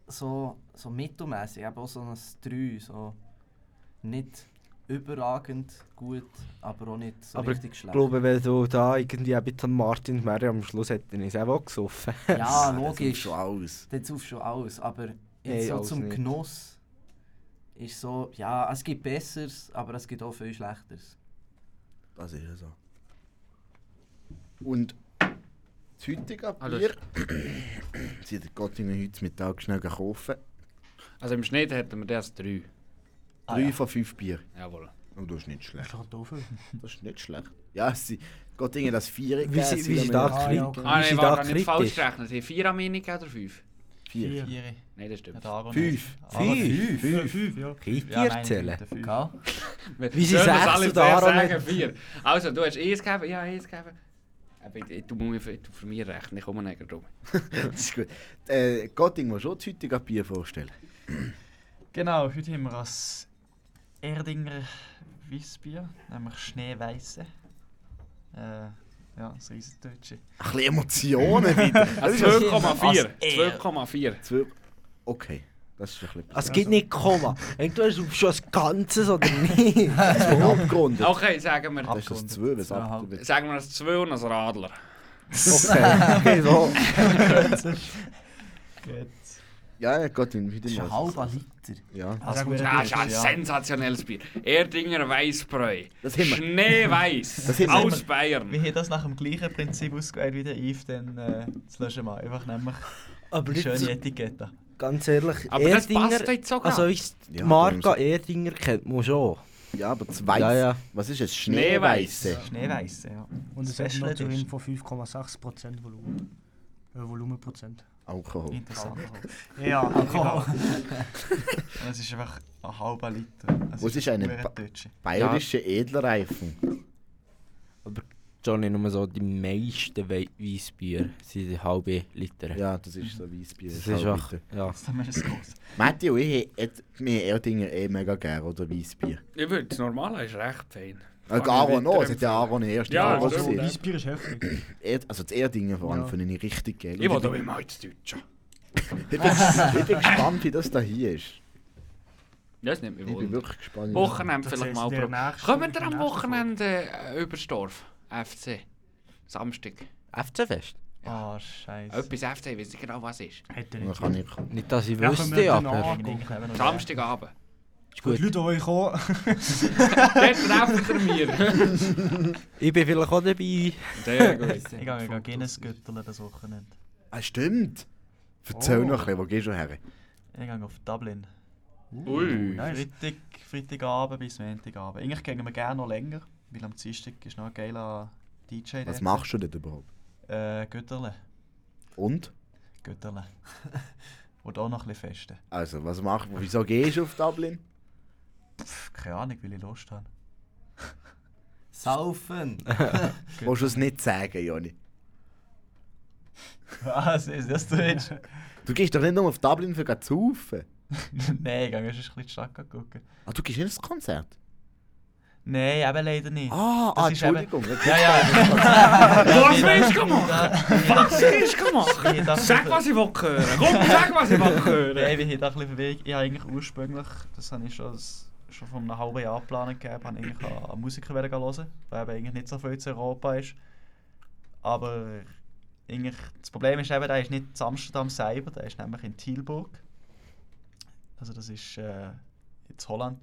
so, so mittelmäßig, eben auch so ein 3, so nicht überragend gut, aber auch nicht so
Aber
richtig
Ich
schlecht.
glaube, wenn du da irgendwie ein bisschen Martin Mary am Schluss hätte ich es auch wohl gesoffen.
ja,
Das ist
logisch,
schon alles.
dann sauf schon alles, aber jetzt
Nein,
so
alles
zum
nicht.
Genuss ist so, ja, es gibt Besseres, aber es gibt auch viel Schlechteres.
Das ist ja so. Und das heutige
Ah, das-
Bier. Sie hat Gott in heute Mittag schnell gekauft. 3
Also im Schnitt hätten wir das 3.
Ah,
von 5 Bier.
Jawohl.
Oh, das ist nicht schlecht. Das ist nicht schlecht. Ja, sie. Gott Dinge, das Vier
Wie sie, wie sie da
Ah, ja,
kritisch
okay.
Ah,
wie sie
nein,
da
warte, nicht falsch
kritisch.
gerechnet. Haben 4 am Ende gegeben oder 5?
Vier.
4.
Nein, das stimmt.
Fünf.
Ah,
Fünf,
Fünf, fünf, ja.
Kritisch zählen.
Ja,
Wie
sie sechs und Aaron
sagen, vier. Also, du hast eins gegeben, ja, eins gegeben. Aber ich, ich, du musst mir, du für mich rechnen, ich komme nicht drum.
Das ist gut. Äh, Gotting, willst du auch das heutige Bier vorstellen?
genau, heute haben wir als Erdinger Weissbier, nämlich Schneeweiße. Äh, ja, das Riesendeutsche.
Ein bisschen Emotionen wieder.
Also
ist
12,4.
als
12,4.
Zwölf. Okay, das ist ein bisschen.
Also, es gibt nicht Komma. Entweder hast du schon das Ganze oder nicht.
das ist abgerundet.
Okay, sagen wir,
Das ist das Zwölf, das abgerundet.
sagen wir das 2 und das Radler.
Okay, okay so.
Ja, ja, Gotting, wieder
Das ist ein
mal.
halber Liter.
Ja.
Also gut,
Ja, das ist ein sensationelles Bier. Erdinger Weissbräu.
Das haben wir. Das
Schneeweiß.
haben wir.
Aus Bayern. Ah,
Wir haben das nach dem gleichen Prinzip ausgewählt wie der Yves, dann äh, das löschen wir einfach nämlich
Aber
eine schöne
jetzt,
Etikette.
ganz
Ah,
ehrlich,
Aber das passt jetzt sogar.
Also, ich, die
Ja,
Marke
darum-
Erdinger kennt man schon.
ja, aber zwei.
Ja, ja.
Was ist es?
Schneeweiß.
Schneeweiße.
Schneeweiße, ja.
Und es hat
Special
noch drin
Edition.
von 5,6% Volumen. Äh, Volumenprozent.
Alkohol.
Interessant.
Ja, komm.
Und es ist einfach ein halber Liter.
Wo ist eine Ba-
Deutsche?
Bayerische Edlerreifen.
Johnny, nur so die meisten Wei- Weissbier sind halbe Liter.
Ja, das ist so Weissbier.
das ist auch. Ja.
Das ist es groß.
Matti und ich hätten mir Erdinger eh mega gerne, oder Weissbier.
Ich würde das Normale ist recht fein.
Äh,
Kann ich
Aaron auch, es
weiterempfehlen.
hat ja Aaron die erste
Ah, Ja,
Farbe
das
Also,
gesehen.
dein Bier ist heftig.
Erd- Also das Erdinger vor allem
Ja.
finde ich richtig geil.
Ich
Und
will doch immer ins Deutsche.
ich, bin, ich bin gespannt, wie das da hier ist.
Ja, Das nimmt mich
Ich bin
wunder.
wirklich gespannt.
Wochenende
Das
vielleicht
ist
mal
der
probieren.
nächste-
Kommen wir am
nächste
Wochenende äh, übers Dorf? FC. Samstag.
FC-Fest?
Ah, scheiße.
Etwas FC, ich weiß nicht genau, was ist.
Hätte
Dann
nicht.
kann ich
Nicht, dass ich
Ja, können wir
wüsste,
dann
aber...
nachgucken.
Samstagabend.
Ist
Gut. Die
gut.
Leute, die euch auch.
Dort trefft ihr mir.
Ich bin vielleicht auch dabei.
Sehr gut.
Ich gehe gegen Guinness Gütteln das Wochenende.
Ah, stimmt. Erzähl
Oh.
noch ein bisschen, wo gehst du her?
Ich gehe auf Dublin.
Ui.
Freitag, Freitagabend bis Montagabend. Eigentlich gehen wir gerne noch länger, weil am Dienstag ist noch ein geiler DJ
Was
dort.
machst du denn überhaupt?
Äh, Gütterle.
Und?
Gütterle. Und auch noch ein bisschen festen.
Also, was machst du? Wieso gehst du auf Dublin?
Pff, keine Ahnung, weil ich Lust habe.
Saufen!
Willst du es nicht sagen, Joni?
Was ist das denn?
Du gehst doch nicht nur auf Dublin für zu rufen.
Nein, ich gehe erst ein bisschen die Stadt gucken.
Ah, du gehst nicht ins Konzert?
Nein, eben leider nicht.
Ah,
Das
ah
ist eben-
Entschuldigung.
Ja, ja.
Was willst du machen? Was willst du machen?
Ich dachte-
Sag, was ich will hören. Komm, sag, was ich will hören.
Nein, wir haben da ein bisschen Weg. Ich habe eigentlich ursprünglich, das habe ich schon, schon vor einem halben Jahr geplant gehabt, habe eigentlich an an Musiker hören wollen, weil eben eigentlich nicht so viel zu Europa ist. Aber eigentlich, das Problem ist eben, der ist nicht in Amsterdam selber, der ist nämlich in Tilburg. Also das ist äh, jetzt Holland.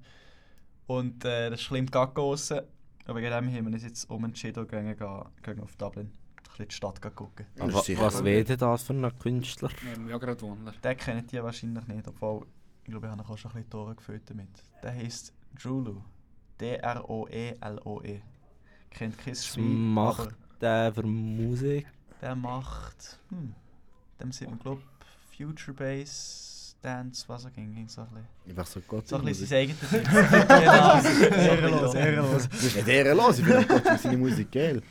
Und äh, das ist schlimm draussen. Aber wegen dem haben wir uns jetzt umentschieden und gehen, gehen, gehen auf Dublin. Ein bisschen die Stadt gucken.
Das ist
Wa-
sicher
Was
gut.
wäre denn das für ein Künstler?
Ich mich ja gerade wundern.
Den kennen die wahrscheinlich nicht, obwohl ich glaube, ich habe ihn auch schon ein bisschen Tore gefüllt damit. Der heisst Drulu. E D-R-O-E-L-O-E. Kennt kein
Was
Schwein,
macht
aber
der für Musik?
der macht. Hm, dem sieht man, glaube Future Bass, Dance, was auch ging, ging so ein bisschen.
Einfach so Gott
So
sei
ein bisschen
Musik.
sein eigenes Ding. Genau, so ein bisschen
Ehrenlos,
so.
ehrenlos.
Das ist nicht ehrenlos, ich bin auch Gott für seine Musik, gell?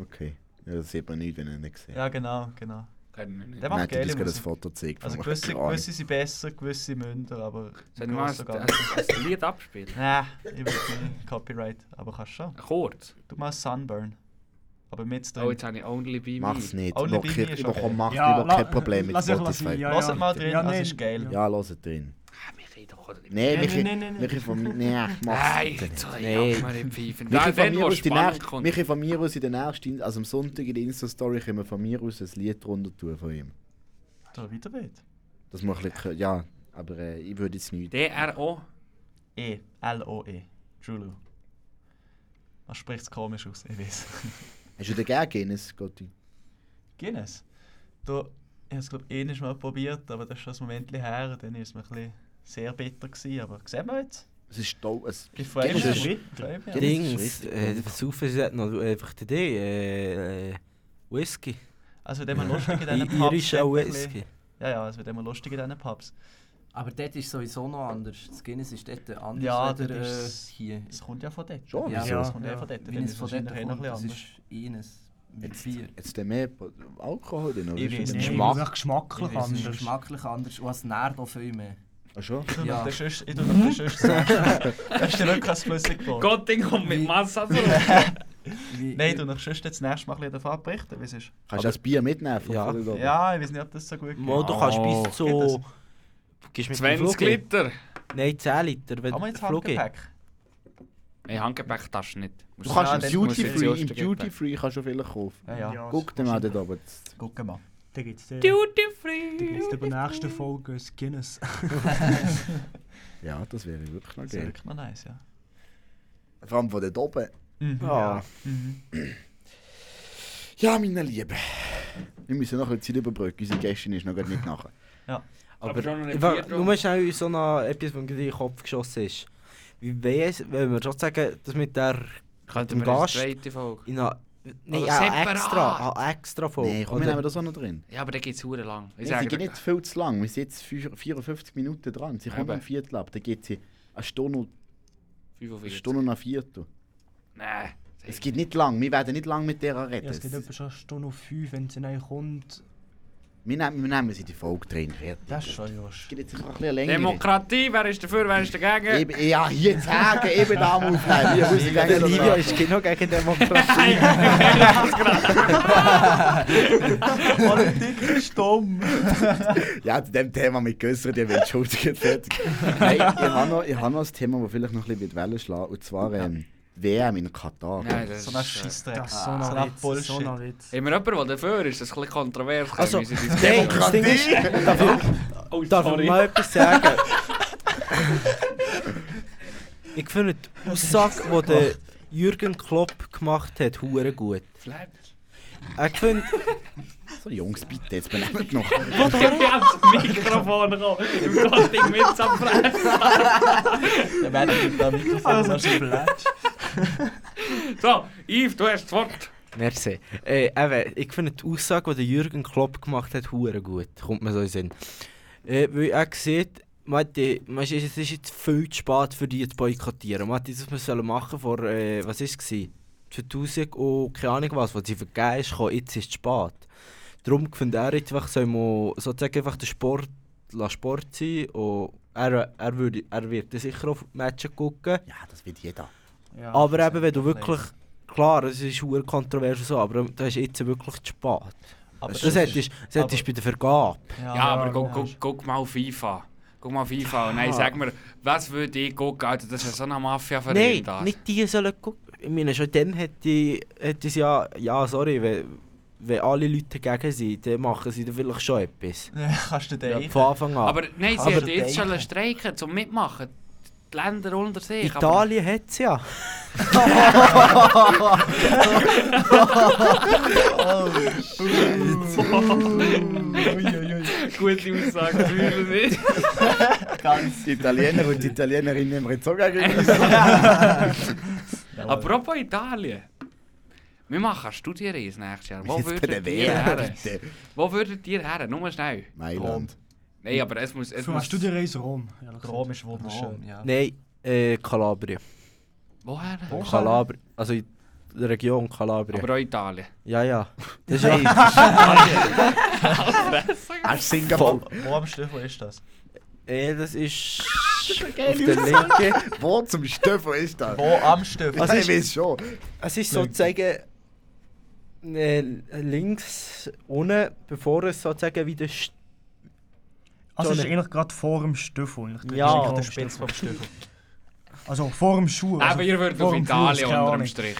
Okay. Ja, das sieht man nicht, wenn er nicht sieht.
Ja, genau, genau.
Können wir nicht.
Der
Nein,
macht
du hast
geile
gerade das
Musik.
Foto gezeigt.
Also
von-
gewisse,
Keine Ahnung.
gewisse sind besser, gewisse münder, aber.
Sollen wir mal ein, ein, ein Lied abspielen?
Nein, ich will nicht Copyright, aber kannst schon.
Kurz.
Du machst Sunburn. Aber mit
Oh, jetzt habe ich Only Be Me.
Mach's nicht.
Only
Lock, ich
Bibi ist
ich
okay.
bekomme Macht,
Ja,
ich habe
la-
kein Problem mit
lass ich- lass
Spotify.
ich-
Ja,
ja.
Hört mal drin,
Ja,
das
nein.
ist geil.
ja lass drin.
Ah, wir reden doch oder nicht.
Nein, Michi,
nein, nein, nein.
Michi von mir... Nein, mach's
Nein,
bitte nicht.
jetzt soll
Nee.
ich mal in Pfeifen.
Michi
Nein,
von,
wenn
mir
wo
aus die
spannend
nächste,
kommt.
Michi von mir aus in der nächsten, also am Sonntag in der Insta-Story können wir von mir aus ein Lied drunter tun von ihm.
Da weiter wird.
Das muss ich, ja, aber äh, ich würde jetzt nicht.
DRO.
E. L-O-E. Trulu. Man spricht es komisch aus, ich weiß.
Hast du den gerne Guinness, Gotti?
Guinness. Du, ich habe es glaube ich mal probiert, aber das ist schon ein Moment her. und Dann war es mir ein bisschen sehr bitter, gewesen, aber sehen wir jetzt.
Es ist toll. Es
Ich freue mich.
Guinness ist-
Ich freue mich.
Guinness ist
Dings,
richtig
äh,
gut.
saufen sie dort noch einfach den äh, äh, Whisky.
Also, wenn man lustig in diesen
I-
Pubs.
Irischer
dort ein
Whisky.
bisschen- Ja, ja, also, wenn man lustig in diesen Pubs.
Aber dort ist sowieso noch anders. Das Guinness ist dort anders
Ja,
als
dort ist-
äh, hier.
Es kommt ja von dort.
Schon,
Ja,
wieso?
ja.
Es kommt ja von dort. Dann
Wenn
ist
es
es
von dort
wahrscheinlich eh noch ein
kommt, das
bisschen
ist
anders.
Eines mit
Jetzt,
Bier.
jetzt dann mehr P- Alkohol drin, oder?
Ich
Ist
weiß
denn-
nicht.
Geschmack.
Geschmack. Geschmacklich
Es ist
anders.
geschmacklich anders und es nährt auch viel mehr.
Ach Ah, schon?
Ich tue
Ja.
noch den Schuss- Ich tue noch den Schuss. Das ist ja wirklich ein Flüssigbrot.
Gotting kommt mit
Wie-
Massa zurück.
Wie-
Nein, du noch sonst jetzt nächstes Mal ein bisschen davon abberichten, wie es ist.
Kannst du das Bier mitnehmen? von
Ja.
vorhin, oder?
Ja, ich weiß nicht, ob das so gut geht.
Mo, du kannst
Oh.
bis
Geht das?
zu... Gibst mit dem
20
Flug-
Liter.
Nein, 10 Liter, wenn
Haben wir
du
jetzt
Flug
Handgepäck?
Nein, Handgepäcktasche nicht. Muss
Du
Ja,
kannst
das
im
muss
Duty
ich
Free, im Duty Free kannst du vielleicht kaufen.
Ja, ja.
Guck dir mal dort oben. Das-
Gucken wir.
Da gibt's den.
Duty
Da gibt's
free.
dann bei der nächsten Folge ein Guinness.
Ja, das wäre wirklich noch
Das ist
geil.
wirklich noch nice, ja.
Vor allem von dort oben.
Ja.
Ah. Ja, meine Lieben. Wir müssen noch ein bisschen Zeit überbrücken. Unsere Gästin ist noch gar nicht nachher.
Aber
Aber,
schon noch eine
ich war,
Bierdose.
nur schnell so noch etwas, was mir gerade in den Kopf geschossen ist. Wie weiss, wenn wir schon sagen, dass mit der...
Könnten
dem
wir eine
Gast-
zweite Folge?
In einer, nein,
Oder
eine
separat.
extra, eine extra Folge.
Nein, komm, wir
Oder-
nehmen das auch noch drin.
Ja, aber dann geht es lang. Ich
Ich sie
sage
geht
dir-
nicht viel zu lang. Wir sind jetzt vier- 54 Minuten dran. Sie kommt
Eben.
am Viertel ab. Dann geht sie eine Stunde, eine
45.
Stunde nach Viertel.
Nein.
Es geht nicht lang. Wir werden nicht lang mit der
Ja,
reden.
es geht etwa schon eine Stunde auf 5, wenn sie neu kommt.
Wir nehmen, wir nehmen sie die Folge drin. Fertig.
Das ist schon Josh.
geht jetzt einfach ein bisschen länger.
Demokratie, wer ist dafür, wer ist dagegen?
Eben, ja, hier zu haken, eben da am Aufnehmen. Hier muss ich
Der
denken,
Livia
dass-
ist genau gegen Demokratie.
Politik ist dumm.
Ja, zu dem Thema mit größeren, die entschuldigen fertig. Nein, ich habe noch, ich habe noch ein Thema, das vielleicht noch ein bisschen Wellen schlagen will, und zwar ähm, WM in Katar.
Nein, das
äh,
So ein
ist...
Scheissdreck.
Das ist
ah, so ein Bullshit.
so ein Witz.
Immer jemand, der dafür ist, das ist ein bisschen kontrovers.
Also,
können wir sie
Nein, das Ding ist, darf ich,
Oh,
darf ich mal etwas sagen? ich finde die Aussage, die der Jürgen Klopp gemacht hat, hure gut.
Vielleicht.
Ich finde,
So, Jungs, bitte, jetzt benehmt noch.
Ich hab das Mikrofon gekommen. Ich will das Ding mit zerfressen.
Der Mann gibt da Mikrofon,
Also,
das ist blöd.
So, Yves, du hast das Wort.
Merci. Äh, eben, ich finde die Aussage, die der Jürgen Klopp gemacht hat, hure gut. Kommt mir so in den Sinn. Äh, weil er sieht, man hat die- man ist, es ist jetzt viel zu spät für die zu boykottieren. Man hat das, was man machen sollen vor, äh, was war es? 2000 und oh, keine Ahnung was, was sie vergeben ist, gekommen, jetzt ist es zu spät. Darum finde er jetzt einfach, soll man sozusagen einfach den Sport, lassen Sport sein und er, er, würde, er wird sicher auf die Matches gucken.
Ja, das wird jeder.
Ja,
Aber
das
eben,
ist
wenn du
blöd.
wirklich. Klar, es ist sehr kontrovers und so, aber das ist jetzt wirklich zu spät.
Aber
Das hättest das hättest du bei der Vergabe.
Ja, aber guck, guck, guck mal auf FIFA. Guck mal auf FIFA und nein, sag mir, was würde ich gucken? Alter, das ist ja so eine mafia für
Nein, nicht die sollen gucken. Ich meine, schon dann hätte, hätte es ja. Ja, sorry, wenn, wenn alle Leute dagegen sind, dann machen sie dann vielleicht schon etwas.
Ja, kannst du den eh?
Von Anfang
Ah.
an.
Aber nein, sie
Aber
hätten jetzt
denken.
sollen streiken, zum Mitmachen. Die Länder unter sich. aber-
Italien hat es ja.
Gute Aussage, zweifel nicht.
Die Italiener und die Italienerinnen haben jetzt auch gegen uns.
Apropos Italien. Wir machen eine Studienreise nächstes Jahr. Wo
Jetzt bei
würdet
der
ihr
WM,
her?
bitte.
Wo würdet ihr her? Nur schnell.
Mailand.
Nein, aber es muss... Es
Für eine
muss
Studienreise Rom. Ja,
Rom ist
Rom,
wunderschön.
ja.
Nein, äh, Kalabrien.
woher?
Kalabrien. Also in der Region Kalabrien.
Aber auch Italien.
Ja, ja. Das ist
Hey,
ja.
Er ist Singapur.
Wo am Stiefel ist das?
Äh, das ist. auf der linken.
Wo zum Stöffel ist das?
Wo am Stiefel?
Also
Also
ich
ist-
weiß schon.
Es ist sozusagen äh, links unten, bevor es sozusagen wieder st-
Also es ist
Johnny.
eigentlich gerade vor dem Stiefel. Ich-
Ja,
ich-
auf
der
ich-
Spitze vom Stiefel.
Also vor dem Schuh. Also
Aber ihr würdet
vor
auf
dem Fuß,
Italien
keine
unter dem
Ahnung.
Strich.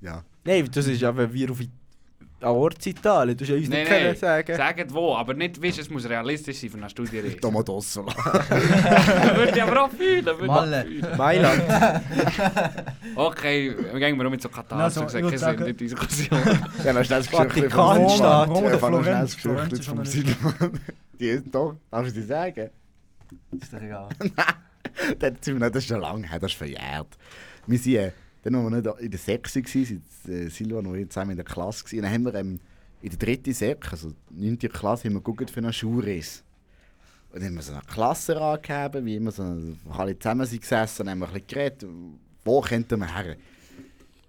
Ja.
Nein, das ist aber wie auf I- an Ort in Italien. Du hast ja uns
Nein,
nicht
nein.
können sagen.
Sagt wo, aber nicht, weißt, es muss realistisch sein für eine Studienreise.
Tomadosso.
würde ich aber auch fühlen. Würde ich auch
Malle.
fühlen.
Mailand.
Okay, wir gehen wir um zu Katar.
Also,
Also, ich
ich würde
sage,
sagen-
nicht diese Diskussion.
Ja, weißt du, das Geschichtli vom-
Vatikanstadt.
Rom
Ja,
oder
fang noch schnell das
Florenz.
Geschichtli
Florenz ist
vom
aber nicht.
Silvan. Die ist doch, darfst du die sagen?
Ist doch egal.
Das, sind wir nicht, das ist schon lange her, das ist verjährt. Wir sind, äh, dann waren wir nicht in der Sechse, waren, sind äh, Silvan und ich zusammen in der Klasse. Gewesen. Dann haben wir ähm, in der dritten Sek, also 9. Klasse, haben wir geguckt für eine Schulreise. Und dann haben wir so eine Klasse angegeben, wie immer so alle zusammen sind gesessen und haben ein bisschen geredet, wo könnten wir her?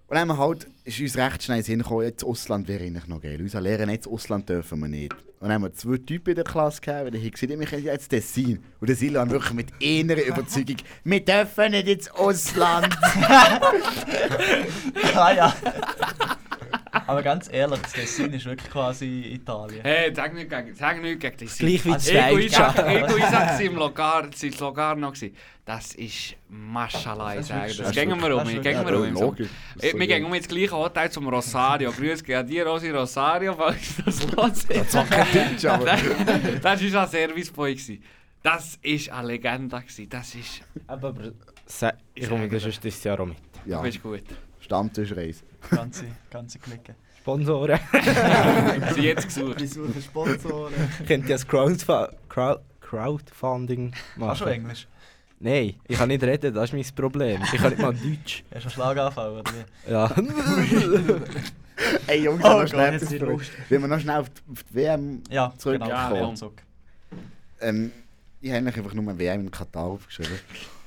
Und dann haben wir halt, ist uns recht schnell in den Sinn gekommen, jetzt Ausland wäre eigentlich noch geil. Unser Lehrer nicht, Ausland dürfen wir nicht. Und dann haben wir zwei Typen in der Klasse gehabt, die haben gesagt, wir können jetzt Tessin. Und der Silan wirklich mit innerer Überzeugung, wir dürfen nicht ins Ausland.
ah ja. Aber ganz ehrlich, das Dessin ist wirklich quasi Italien.
hey, sag nicht gegen, sag nicht gegen dich.
Gleich wie die
Also,
Ego Isaac,
Schweiz.
Ego Isaac war im Logar, sie ist Logar noch. gewesen. Das ist Maschallah,
Das
ich
ist
sage.
wirklich
Das
schön.
gehen wir um,
Das
wir
ist
gehen
wirklich-
wir
Also,
um. im Sommer.
Das ist
Äh,
so
Wir gehen
geil.
um ins gleiche Hotel zum Rosario. Grüß geht an die Rosi Rosario, falls du das los
Das war kein Deutsch, aber...
Das war ein Serviceboy. gewesen. Das war eine Legende. gewesen. Das ist...
Aber, aber se- ich komme das ist dieses Jahr auch mit.
Du
Ja,
bist gut.
Stammtischreise.
Ganze, ganze Clique.
Sponsoren.
Sie jetzt gesucht.
Ich suche Sponsoren.
Könnt ihr das Crowdfa Crowd Crowdfunding machen?
Hast du Englisch?
Nein, ich kann nicht reden, das ist mein Problem. Ich kann nicht mal Deutsch.
Hast du einen Schlaganfall oder wie?
Oh
Ja.
Ey Jungs,
Oh
noch
Gott,
schnell
jetzt
etwas
wird
zurück. Wenn wir noch schnell auf die, auf die WM...
Ja,
Zurück.
genau.
Ja,
komm,
komm.
zurück.
Ähm, ich habe eigentlich einfach nur WM in Katar aufgeschrieben.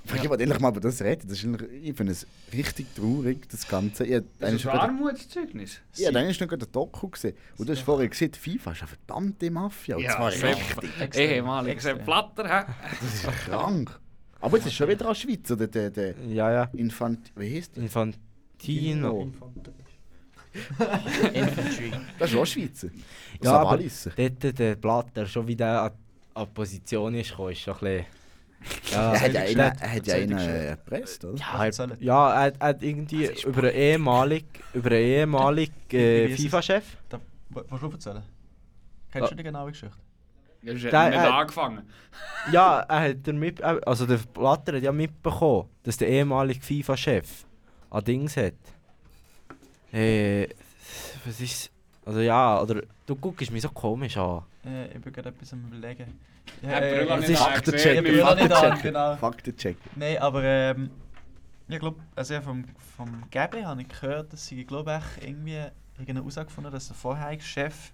Ich wollte endlich mal über das reden. Das ist eigentlich, ich finde es richtig traurig, das Ganze. Ich,
Das
ist
ist ein Armutszeugnis.
ja, dann ist noch gerade ein Doku gesehen. Und du hast vorher gesehen, FIFA ist eine verdammte Mafia. Und zwar
extrem.
richtig
Ehemaliger Platter, hä?
krank. Aber jetzt ist schon wieder an der Schweiz, oder? Der, der
Ja, ja.
Infant... Wie heisst der?
Infantino.
Das ist auch Schweizer. Das
Ja,
ja,
aber
Walliser.
dort der Blatter, schon wie der an, an die Position ist, gekommen, ist schon ein bisschen... Ja,
Er hat ja einen,
schlecht.
er hat ja einen äh, erpresst, oder?
Ja, er, ja, er, er hat irgendwie über einen ehemaligen, über einen ehemaligen
Wie
äh,
ist es?
FIFA-Chef.
Da, wo- willst du erzählen? Kennst du die genaue Geschichte?
Das ist nicht
Der- äh,
angefangen.
Ja, er hat der mit, äh, also der Blatter hat ja mitbekommen, dass der ehemalige FIFA-Chef an Dings hat. Äh, was ist? Also ja, oder du guckst mich so komisch an.
Äh, ich bin gerade etwas am überlegen.
Ja, Brüller
äh,
nicht
ist
angesehen,
Faktencheck.
Brüller
Müller
nicht an,
Faktencheck.
genau.
Faktencheck.
Nein, aber ähm, ich glaube, also ja, vom, vom Gabi habe ich gehört, dass sie, glaube ich, irgendwie irgendeine Aussage gefunden haben, dass der vorherige Chef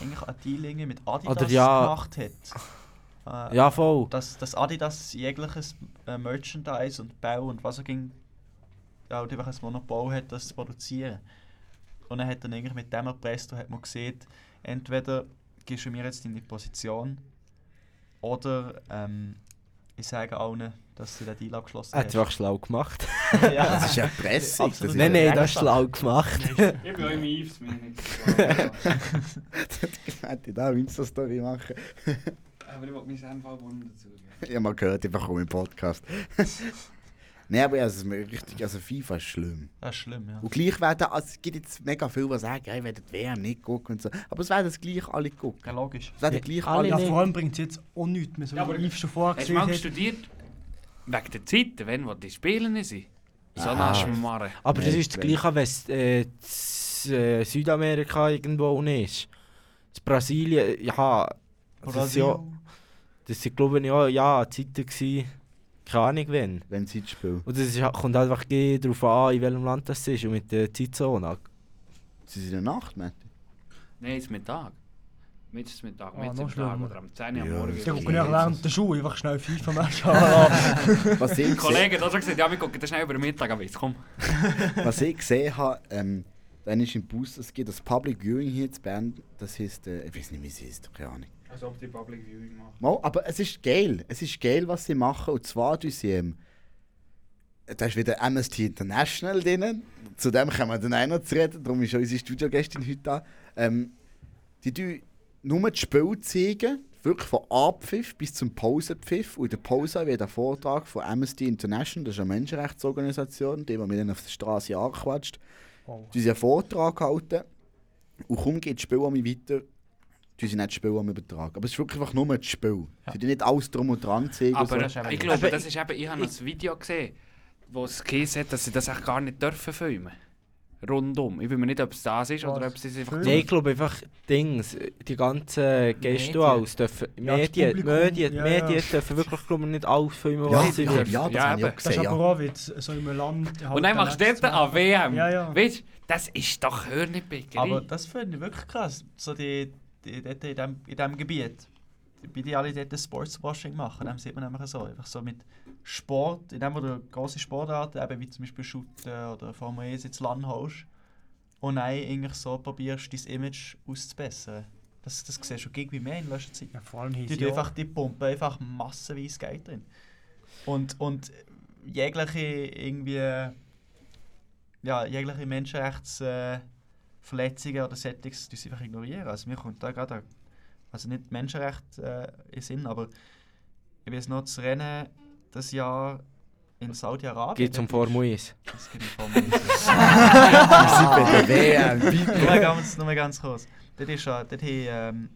eigentlich einen Deal irgendwie mit Adidas
Oder ja.
gemacht hat. Äh,
Ja, voll.
Dass, dass Adidas jegliches äh, Merchandise und Bau und was auch ging, auch einfach ein Monopol hat, das zu produzieren. Und er hat dann eigentlich mit dem erpresst und hat man gesehen, entweder gibst du mir jetzt deine Position oder ähm, ich sage allen, dass du den Deal abgeschlossen
Er hat
hast.
einfach schlau gemacht.
ja.
Das ist Erpressung. Das
Absolut.
ist
nein,
ja
nein, das ist
recht.
schlau gemacht.
Ich bin auch im Eves, meine
Ich hätte da eine Insta-Story machen.
Aber ich wollte mich einfach wundern dazu.
Ich habe mal gehört, ich komme im Podcast. Nein, aber ja, es ist mir richtig, also FIFA ist schlimm.
Das ist schlimm, ja.
Und gleich werden, also es gibt jetzt mega viele, die sagen, ja, ich werde die WM nicht gucken und so. Aber es werden es gleich alle gucken.
Ja, logisch.
Es werden gleich
alle
alle
Ja,
nicht.
vor allem bringt es jetzt auch nichts mehr, so
Ja, aber-
wie Yves schon vorher
Hast du
gesehen
mal
hat.
studiert? Wegen der Zeit, wenn wo die Spielen sind.
Ah.
So kannst du mir machen.
Aber das
Nein,
ist das
nein.
gleiche, wenn es äh, z- äh, Südamerika irgendwo unten ist. Das Brasilien, ja. Das, ist ja, das sind, glaube ich, ja, ja Zeiten gewesen. Keine Ahnung wann.
Wenn sie spielen.
Und das ist, kommt einfach darauf an, in welchem Land das ist und mit der Zeitzone.
Sie sind in der Nacht, Matt.
Nein, jetzt Mittag. Mittwochs Mittag,
Ah,
Mittwochs Mittag
noch schlimmer.
oder am 10 Uhr am
Ja,
Morgen.
das
Ich gucke nach
Jesus.
während der Schule einfach schnell FIFA-Match an.
Was ich,
Ein Kollege hat auch schon gesagt, ja, wir gucken das schnell über den Mittag, aber jetzt komm.
was ich gesehen habe, ähm, dann ist im Bus, es gibt das Public Viewing hier in Bern, das heisst, äh, ich weiß nicht, wie es heisst, keine Ahnung.
Als ob die Public Viewing machen.
Mal, aber es ist geil. Es ist geil, was sie machen. Und zwar tun sie. Ähm, da ist wieder Amnesty International drin. Zu dem kommen wir dann auch noch zu reden. Darum ist auch unsere Studiogästin heute da. Ähm, die tun nur das Spiel zeigen. Wirklich von Abpfiff bis zum Pausenpfiff. Und in der Pause wird ein Vortrag von Amnesty International, das ist eine Menschenrechtsorganisation, die man mit denen auf der Straße anquatscht.
Oh.
Die einen Vortrag halten. Und kaum geht das Spiel an mich weiter, tun sie nicht das Spiel am Übertrag. Aber es ist wirklich einfach nur das Spiel. Sie tun nicht alles drum und dran zeigen.
Aber
und so.
ich glaube, das ist eben, ich habe ein Video gesehen, wo es geheißen hat, dass sie das echt gar nicht dürfen filmen. Rundum. Ich bin mir nicht, ob es das ist oder
Was?
ob sie es einfach...
Film?
Nein, ich glaube einfach, Dings, die ganzen Gäste
Medien.
und alles dürfen.
Ja, das
Medien,
Publikum,
Medien,
ja,
Medien
ja.
dürfen wirklich glaube ich, nicht alles filmen,
Ja,
was sie
ja,
wollen.
ja, das
Ja,
habe ich
eben.
auch
Das ist
gesehen.
aber
Ja.
auch Witz, so im Land. halt
Und dann
der
machst du dort
letzte-
eine WM.
Ja, ja.
Weißt du, das ist doch Hörnibickerei.
Aber das finde ich wirklich krass. So die, die dort in dem, in dem Gebiet. Bei die alle dort Sportswashing machen, dem sieht man nämlich so. Einfach so mit Sport, in dem wo du grosse Sportarten, eben wie zum Beispiel Shooten oder Formel 1 ins Land holst. Und dann eigentlich so probierst, dein Image auszubessern. Das, das siehst du irgendwie mehr in letzter Zeit.
Ja, vor allem
Die,
hier.
die, einfach, die pumpen einfach massenweise Geld drin. Und, und jegliche irgendwie ja, jegliche Menschenrechtsverletzungen äh, Verletzungen oder Settings sie einfach ignorieren. Also mir kommt da gerade ein- also nicht Menschenrecht äh, in Sinn, aber ich weiß noch, das Rennen das Jahr in Saudi-Arabien.
Geht zum Formel 1.
Es gibt um Formel 1.
Wir sind bei der WM.
nur, mal ganz, nur mal ganz kurz. Dort ist ja, dort haben, ähm,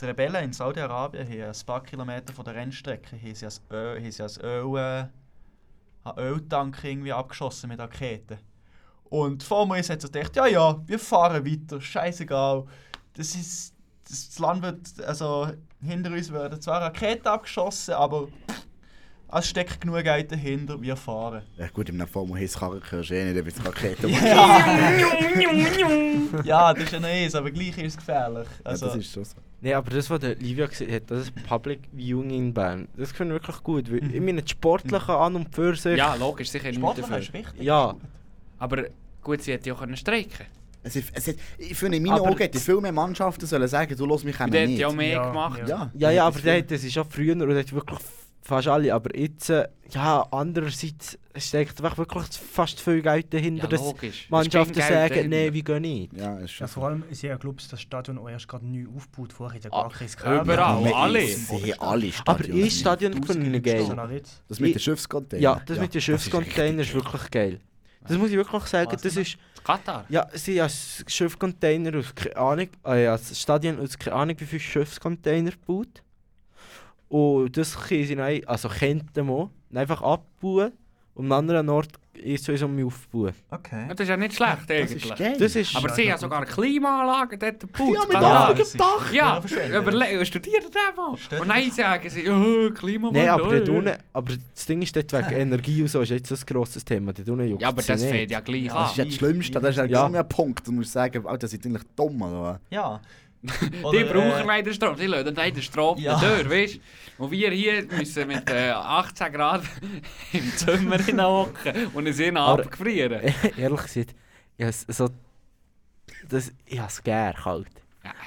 die Rebellen in Saudi-Arabien haben ein paar Kilometer von der Rennstrecke haben sie als Öl, haben sie als Öl, äh, einen Öltank irgendwie abgeschossen mit Raketen. Und vor mir hat so gedacht, ja, ja, wir fahren weiter, scheißegal. Das ist, das, das Land wird, also hinter uns werden zwar Raketen abgeschossen, aber pff, es steckt genug Geld dahinter, wir fahren.
Ja, gut, in einer Formel heißt Karren kannst du eh nicht, wenn es Raketen ja,
dus Ja. ja, das ist ja noch eins, aber gleich ist es gefährlich. Also,
Das ist schon so.
Nein, aber das, was der Livia gesagt hat, das ist Public Viewing in Bern. Das können wirklich gut. Weil ich meine, das Sportliche an und für sich.
Mhm. Ja, logisch, sicher nicht
Sportlich ist
dafür.
wichtig.
ja.
Aber gut, sie hätte ja können streiken
Es ist, es hat, ich finde, in meinen
Aber-
Augen hätte viel mehr Mannschaften sollen sagen, du hörst mich
können.
eben
Die hätte ja
nicht.
mehr
Ja,
gemacht.
ja.
Ja,
Ja, ja, aber der hat, das ist ja früher und hat wirklich f- fast alle. Aber jetzt, äh, ja, andererseits steckt doch wirklich fast viel Geld dahinter,
Ja,
dass
logisch. Dus
Mannschaften
Es ging Geld
sagen, nein,
dahinter.
wir gehen nicht. Also,
Ja, ist schon
Ja,
so.
vor allem, ich habe Clubs, das Stadion auch erst gerade neu aufgebaut, vorher hat ja gar keins
überall.
Wir
alle.
sehen alle
Aber
Stadion.
ich Stadion
Tausende
finde ich geil.
Leute, so ein Ritz.
Das mit den
ich-
Schiffscontainern.
Ja, das mit den
ist
Schiffscontainern ist wirklich geil. Das muss ich wirklich sagen, das ist.
Katar.
Ja, sie haben das Schiffscontainer aus keine Ahnung, äh, ja, das Stadion aus keine Ahnung wie viel Schiffscontainer gebaut. Und das können sie dann, also könnten wir einfach abbauen und an einem anderen Ort ist so aufbauen.
Okay.
Das ist ja nicht schlecht
Das ist
eigentlich.
geil.
Das ist...
Aber
Ja,
sie
ja,
haben sogar Klimaanlagen dort gebaut.
ja, mit
Katar.
dem Dach.
Ja,
verschwenden.
überle- studiert das mal.
Stell
Und nein, sagen sie, oh, Klimawandel.
Nein, aber dort
oh.
unten, aber das Ding ist dort wegen Energie und so, ist jetzt ein grosses Thema. Dort unten juckt
Ja, aber
sie
das
nicht.
fällt ja gleich
Das ist ja
an.
das Schlimmste, das ist ja
Ja.
gar mehr Punkt. Du musst sagen, Alter, seid eigentlich dumm, oder?
Ja.
Die
Oder,
brauchen
äh,
leider Strom, die lassen leider Strom
Ja.
durch, weißt du? Und wir hier müssen mit äh, 18 Grad im Zimmer hocken und uns innen
Aber-
abgefrieren.
Ehrlich gesagt, ich has so... Das, ich has gern kalt.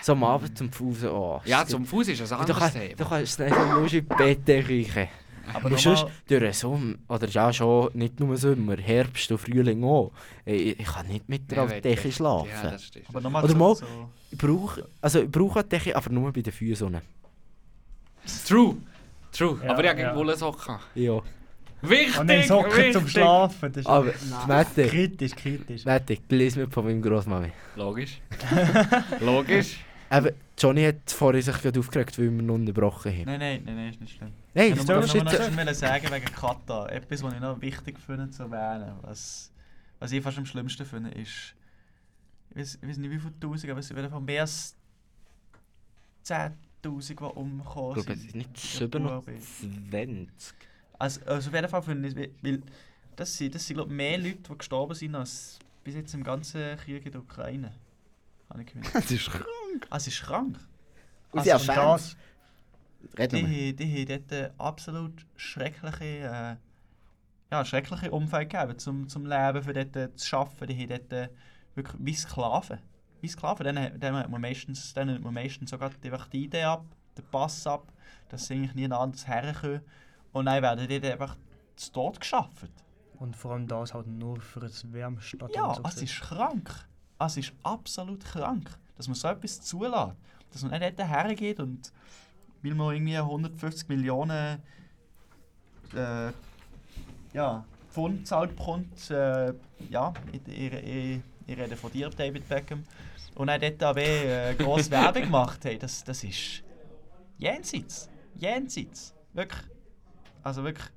So am Abend zum Fuß, oh...
Ja,
shit.
zum Fuß ist das ein
Du
anderes
kannst,
Thema.
du kannst nicht nur in die Bette reichen.
aber
Und
nochmal,
sonst durch den Sommer, oder ja schon, nicht nur Sommer, Herbst und Frühling auch. Ich, ich kann nicht mit der
Ja,
alten Decke schlafen.
Ja, das stimmt.
aber nochmal
Oder
zu-
mal-
zu-
Ich brauche also ich brauche eine Decke, aber nur bei den Füßen.
True, true.
Ja,
aber ich habe
ja. Oh,
ja. Wollsocken.
Ja.
Wichtig,
Und dann Socken
wichtig.
Ah, zum Schlafen, das ist
Aber Mette,
kritisch, kritisch.
Mette, gelesen mir von meinem Grossmami.
Logisch. Logisch.
Eben, Johnny hat vorhin sich gerade aufgeregt, weil wir ihn unterbrochen haben.
Nein, nein, nein, nein, ist nicht schlimm.
Nein,
Ich
das
wollte
darfst du
nur noch
jetzt...
etwas sagen wegen Katar. Etwas, was ich noch wichtig finde zu erwähnen, was, was ich fast am schlimmsten finde, ist, ich weiß, ich weiß nicht wie viele Tausend, aber es sind auf jeden Fall mehr als 10'000, die
Ich
umgekommen
glaube,
sind.
es ist nicht
in der
7 noch
Urbe.
20.
Also, also auf jeden Fall finde ich, weil- weil das sind, das sind glaube ich, mehr Leute, die gestorben sind, als bis jetzt im ganzen Krieg in der Ukraine. Habe ich gemerkt.
Das ist krank.
Ah, es ist krank.
Und
Also,
sie haben
Und
Fans.
das,
Red
Die,
noch mal.
haben- die haben dort äh, absolut schreckliche, äh, ja, schreckliche Umfeld gegeben zum, zum Leben, für dort äh, zu arbeiten. Die haben dort äh, wirklich wie Sklaven. Wie Sklaven. Dann, eh, dann, hat man meistens, dann hat man meistens sogar die, einfach die Idee ab, den Pass ab, dass sie eigentlich nie anders herkommen. Und dann werden die dort einfach zu Tod geschafft.
und vor allem das halt nur für das Wärmstadion.
Ja,
so
es
gesehen.
ist krank. Es ist absolut krank, dass man so etwas zulässt. Dass man nicht dort hergeht und weil man irgendwie 150 Millionen äh, ja, Pfund zahlt bekommt, äh, ja, ich, ich, ich, ich rede von dir, David Beckham, und dann dort aber äh, grosse Werbung gemacht hat, das, das ist jenseits. Jenseits. Wirklich. Also wirklich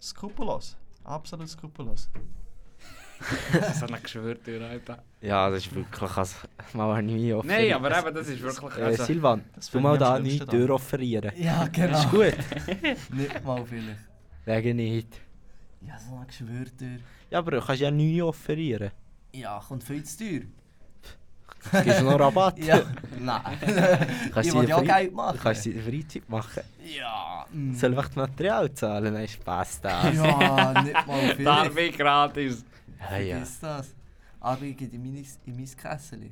skrupellos. Absolut skrupellos.
Das hat er geschwört, ihr Alter.
Ja, das ist wirklich... Also, mal habe ich mich offen.
Nein, aber eben, das ist wirklich...
Äh,
Also,
Silvan,
Das
du
finde
mal
ich am
da
schlimmsten
nicht
daran.
Tür offerieren.
Ja,
Ist
genau.
gut.
Nicht mal vielleicht.
Wegen nicht.
Ja, so ein Geschwörter.
Ja, aber du kannst ja neu offerieren.
Ja, kommt viel zu teuer.
Gibst du noch Rabatt?
Ja, nein.
Kannst
ich
du
will ja auch
frei-
Geld
Ah,
Du kannst
machen.
sie in der Freizeit machen.
Ja.
Soll ich das Material zahlen? Nein, Spaß da.
Ja, nicht mal
darf
vielleicht.
ich gratis.
Ja, ja.
Ist das. Aber ich gehe in mein, in mein Kessel.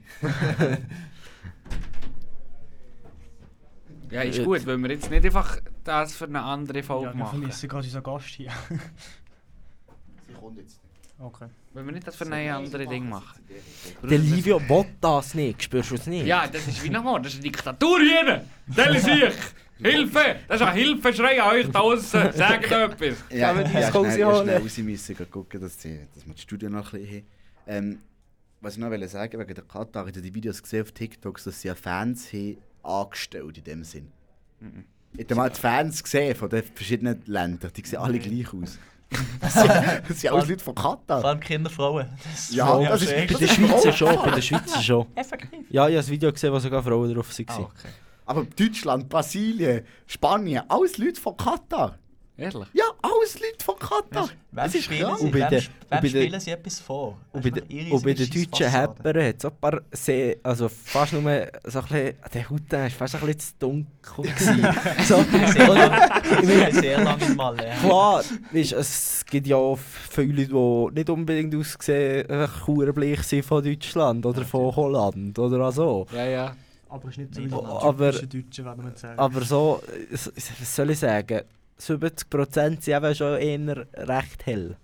Ja, ist gut, wenn wir jetzt nicht einfach das für eine andere
Ja,
Folge
wir
machen.
vermissen gerade unseren Gast hier.
Sie kommt jetzt nicht.
Okay.
Wenn wir nicht das für ein anderes Ding machen.
Der Livio will das nicht, spürst du es nicht?
Ja, das ist wie nochmal, das ist eine Diktatur hier! Stell es sich! Hilfe! Das ist ein Hilfeschrei an euch da außen! Sagt etwas!
Ja,
wir
ja,
die
ja,
Skose
schnell, ja,
holen?
schnell raus müssen gehen gucken, dass, die, dass wir das Studio noch ein bisschen haben. Ähm, was ich noch wollte sagen, wegen der Katar, ich habe die Videos gesehen auf TikTok, dass sie ja Fans haben angestellt in dem Sinn.
Mhm.
Ich habe mal die Fans gesehen von den verschiedenen Ländern, die sehen alle
Mhm.
gleich aus. Das sind, das sind alles Leute von
Vor
Katar.
allem Kinderfrauen. Das
Ja, das
sehr
Bei
ist, das
den
ist mir
Schweizer
auch-
schon, bei den Schweizer schon.
effektiv.
Ja, ich habe ein Video gesehen, wo sogar Frauen drauf waren.
Ah, okay.
Aber Deutschland, Brasilien, Spanien, alles Leute von Katar.
Ehrlich?
Ja, alles Leute von Katar.
Wem
Es ist
spielen,
krass.
sie,
Und bei
wem,
der-
sp-
und
wem
bei der-
spielen sie etwas vor?
Und bei,
Einfach
de,
ihre
und bei den
riesige
deutschen
Fassade.
Häppern hat es ein paar sehr, also fast nur so ein bisschen, ah, der Haut war fast ein bisschen zu dunkel. gewesen. so, oder, ich
Ich
meine,
bin sehr lange in Malle.
klar, weißt, es gibt ja auch viele Leute, die nicht unbedingt aussehen, einfach kurenbleich sind von Deutschland oder von Holland oder so.
Ja, ja.
Aber es ist nicht so
Nee,
wie
aber-
ein typischer Deutscher, werden wir sagen.
Aber so, äh, s- was soll ich sagen, 70% sind eben schon eher recht hell.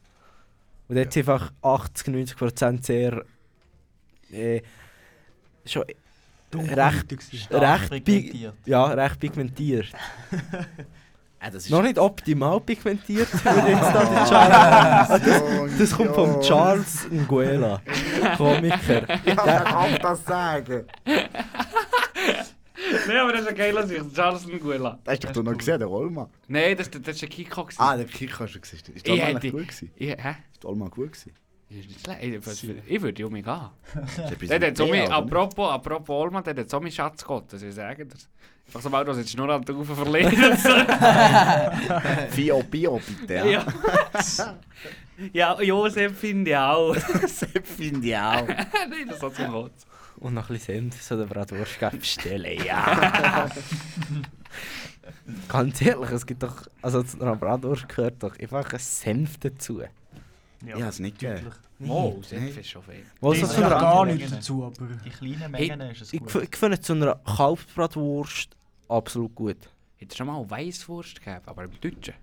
Und jetzt einfach 80-90% sehr. Äh, schon recht-
Recht.
recht
pigmentiert.
Ja, recht pigmentiert.
Äh, das ist
Noch nicht optimal pigmentiert, würde jetzt da der Charles. Das kommt vom Charles Nguela, Komiker.
Ja, ich kann das sagen.
Nein, aber das ist ein geiler Sicht. Charles Nguela.
Das hast doch du noch gesehen, der Olma.
Nein, das, das, das ist ein Kiko. gewesen.
Ah, der Kick hast du gesehen. Ist der
Ich
Olma
hätte-
eigentlich gut gewesen?
Ich, hä?
Ist der Olma gut gewesen?
Das ist nicht schlecht. Ich, was- ich würde um mich gehen.
Ist etwas
Der
mit
hat so
B,
mich,
oder?
apropos, apropos Olma, der hat so meinen Schatz geholt. Sie sagen das. Einfach so mal, du hast jetzt nur an den Haufen verlieren.
Bio, Bio, bitte.
ja. ja, Josef finde ich auch.
das finde ich auch.
Nein, das hat zum Holz.
Und noch ein bisschen Senf so der Bratwurst geben, bestellen, ja. Ganz ehrlich, es gibt doch. Also zu einer Bratwurst gehört doch einfach ein Senf dazu.
Ja, es nicht gegeben.
Wow, Senf ist schon viel.
Was
Das
ist
ist
zu
ja
einer,
gar
anderen
nichts
Menge.
dazu, aber...
Die kleinen
Hey,
Mengen ist es
ich,
gut.
f- ich finde zu einer Kalbbratwurst absolut gut.
Hätte schon mal Weißwurst gegeben, aber im Deutschen.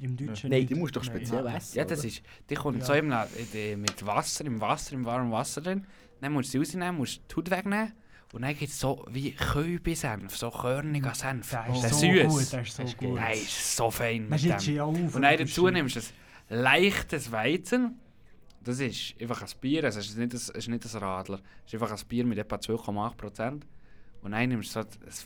Im Deutschen
Nein.
Die musst du doch speziell essen.
Ja, das ist. Die kommt so im, La- äh, die- mit Wasser, im Wasser, im warmen Wasser drin. Dann musst du sie rausnehmen, musst die Haut wegnehmen. Und dann gibt es so wie Kübi-Senf, so körniger Senf.
Hm. Der ist
der
so
süß.
gut, der ist so gut.
Der ist so fein
Man
mit
schiebt sie
dem.
ja auf.
Und dann dazu nimmst du ein leichtes Weizen. Das ist einfach ein Bier, also es ist nicht ein, es ist nicht ein Radler. Es ist einfach ein Bier mit etwa 2,8%. Und dann nimmst du so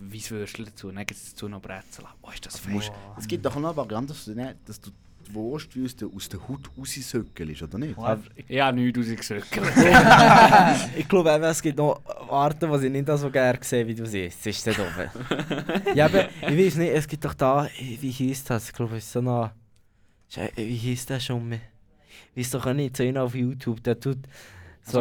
ein Weisswürstchen dazu und dann gibt es dazu noch Brezel. Oh, ist das fein.
Es gibt doch noch eine Variante, dass du, nicht, dass du die Wurst wie aus der, aus der Haut raussöckelst, oder nicht?
Aber-
Ich habe nichts rausgesöckelt.
Ich glaube eben, es gibt noch Arten, die ich nicht so gerne sehe, wie du siehst. Das ist der doof. ja, aber ich weiß nicht, es gibt doch da, wie hieß das? Ich glaube, es ist so eine. Sche- Wie hieß das schon? mehr? Weiß doch auch nicht, so einer auf YouTube, der tut.
So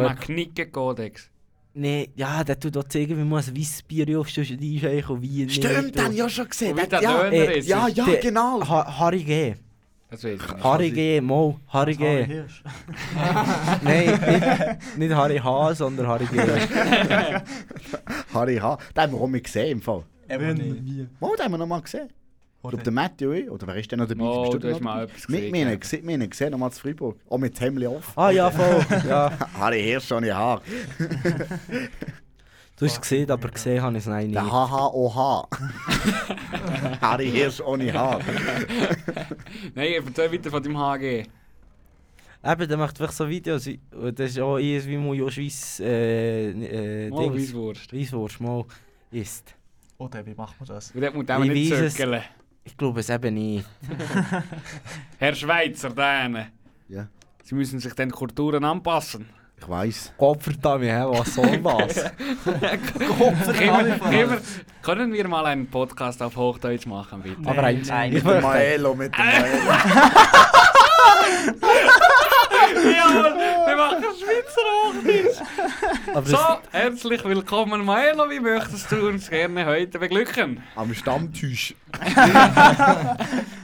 So
ein Knicke-Kodex.
nee, ja, der tut auch zeigen, wie man ein weißes Bier aufstößt und einscheichen und wie. nicht.
Stimmt, den habe
Und-
ich ja schon gesehen.
Und wie der
ja,
Döner
äh,
ist.
ja, ja,
Der-
genau.
Ha Harry G.
Das weiß ich nicht.
Harry G. Mo. Harry G. Nein, nicht, nicht Harry H., sondern Harry G.
Harry H. Den haben wir auch mal gesehen im Fall.
Eben nicht.
Mal, den haben wir noch mal gesehen. Ich glaube, der Matti und ich, oder wer ist denn noch dabei?
Oh,
Bist
du
noch
hast mal
dabei?
etwas
Mit
gesehen,
mir,
ja.
gesehen, wir haben ihn gesehen, nochmal zu Freiburg. Auch mit dem Hemdli auf.
Ah ja, voll. Ja.
Harry Hirsch, ohne Haar.
Du hast es gesehen, aber gesehen habe ich es nein nicht.
Der HHOH. Harry Hirsch, ohne Haar.
Nein, erzähl weiter von deinem HG.
Eben, der macht wirklich so Videos. wie- und Das ist auch eins, oh, wie man ja Schweiz. Äh, äh,
Mal
Dings.
Weisswurst.
Weisswurst mal isst.
Oder Oh, wie macht man das?
Und dort muss man
Ich
nicht
weiss es.
zögeln.
Ich glaube es eben nicht.
Herr Schweizer, denen.
Ja.
Sie müssen sich den Kulturen anpassen.
Ich weiss.
Gott verdammt, hä, was soll das?
Können, können, können wir mal einen Podcast auf Hochdeutsch machen, bitte?
aber eins.
nein,
ich
Der
möchte,
Maelo mit dem Maelo.
Jawohl, wir machen Schweizer Hochdeutsch.
aber das,
So, herzlich willkommen, Maelo. Wie möchtest du uns gerne heute beglücken?
Am Stammtisch.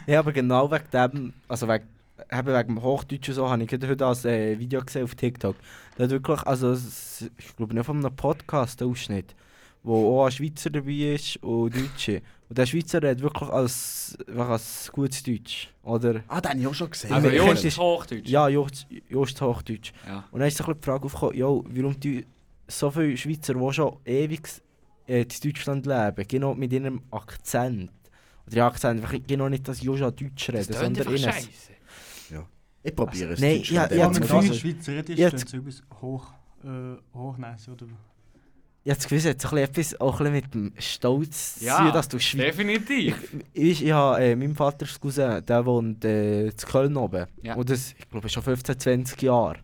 ja, aber genau wegen dem, also wegen, eben wegen dem Hochdeutschen so, habe ich gerade heute als äh, Video gesehen auf TikTok. Da hat wirklich, also es- ich glaube nicht von einem Podcast ein Ausschnitt, wo auch ein Schweizer dabei ist und Deutsche. Und der Schweizer hat wirklich als, wirklich als gutes Deutsch, oder?
Ah, den habe ich auch schon gesehen.
Also,
wir-
Jost
kennst
ist Hochdeutsch.
Ja, Jost, Jost Hochdeutsch.
Ja.
Und dann ist so ein bisschen die Frage aufgekommen, jo, warum die so viele Schweizer, die schon ewig äh, in Deutschland leben, genau mit ihrem Akzent. Oder ja, Akzent, weil ich genau nicht, dass Joja Deutsch reden,
Das klingt
sondern
einfach
ihnen.
scheiße.
Ich probiere es.
Nein,
Deutsch
ja,
zu
ja,
Ja,
lernen.
das
wenn
Gefühl-
du in Schweiz redest,
Jetzt-
dann ist es hoch... äh, Hochnäse, oder?
Ich habe das Gefühl, es hat so ein bisschen etwas auch ein bisschen mit dem Stolz zu
Ja,
tun, dass du Schweizer
Definitiv.
Ich, ich habe äh, meinem Vater ist Cousin, der wohnt äh, in Köln oben.
Ja.
Und das, ich glaube, schon 15, 20 Jahre.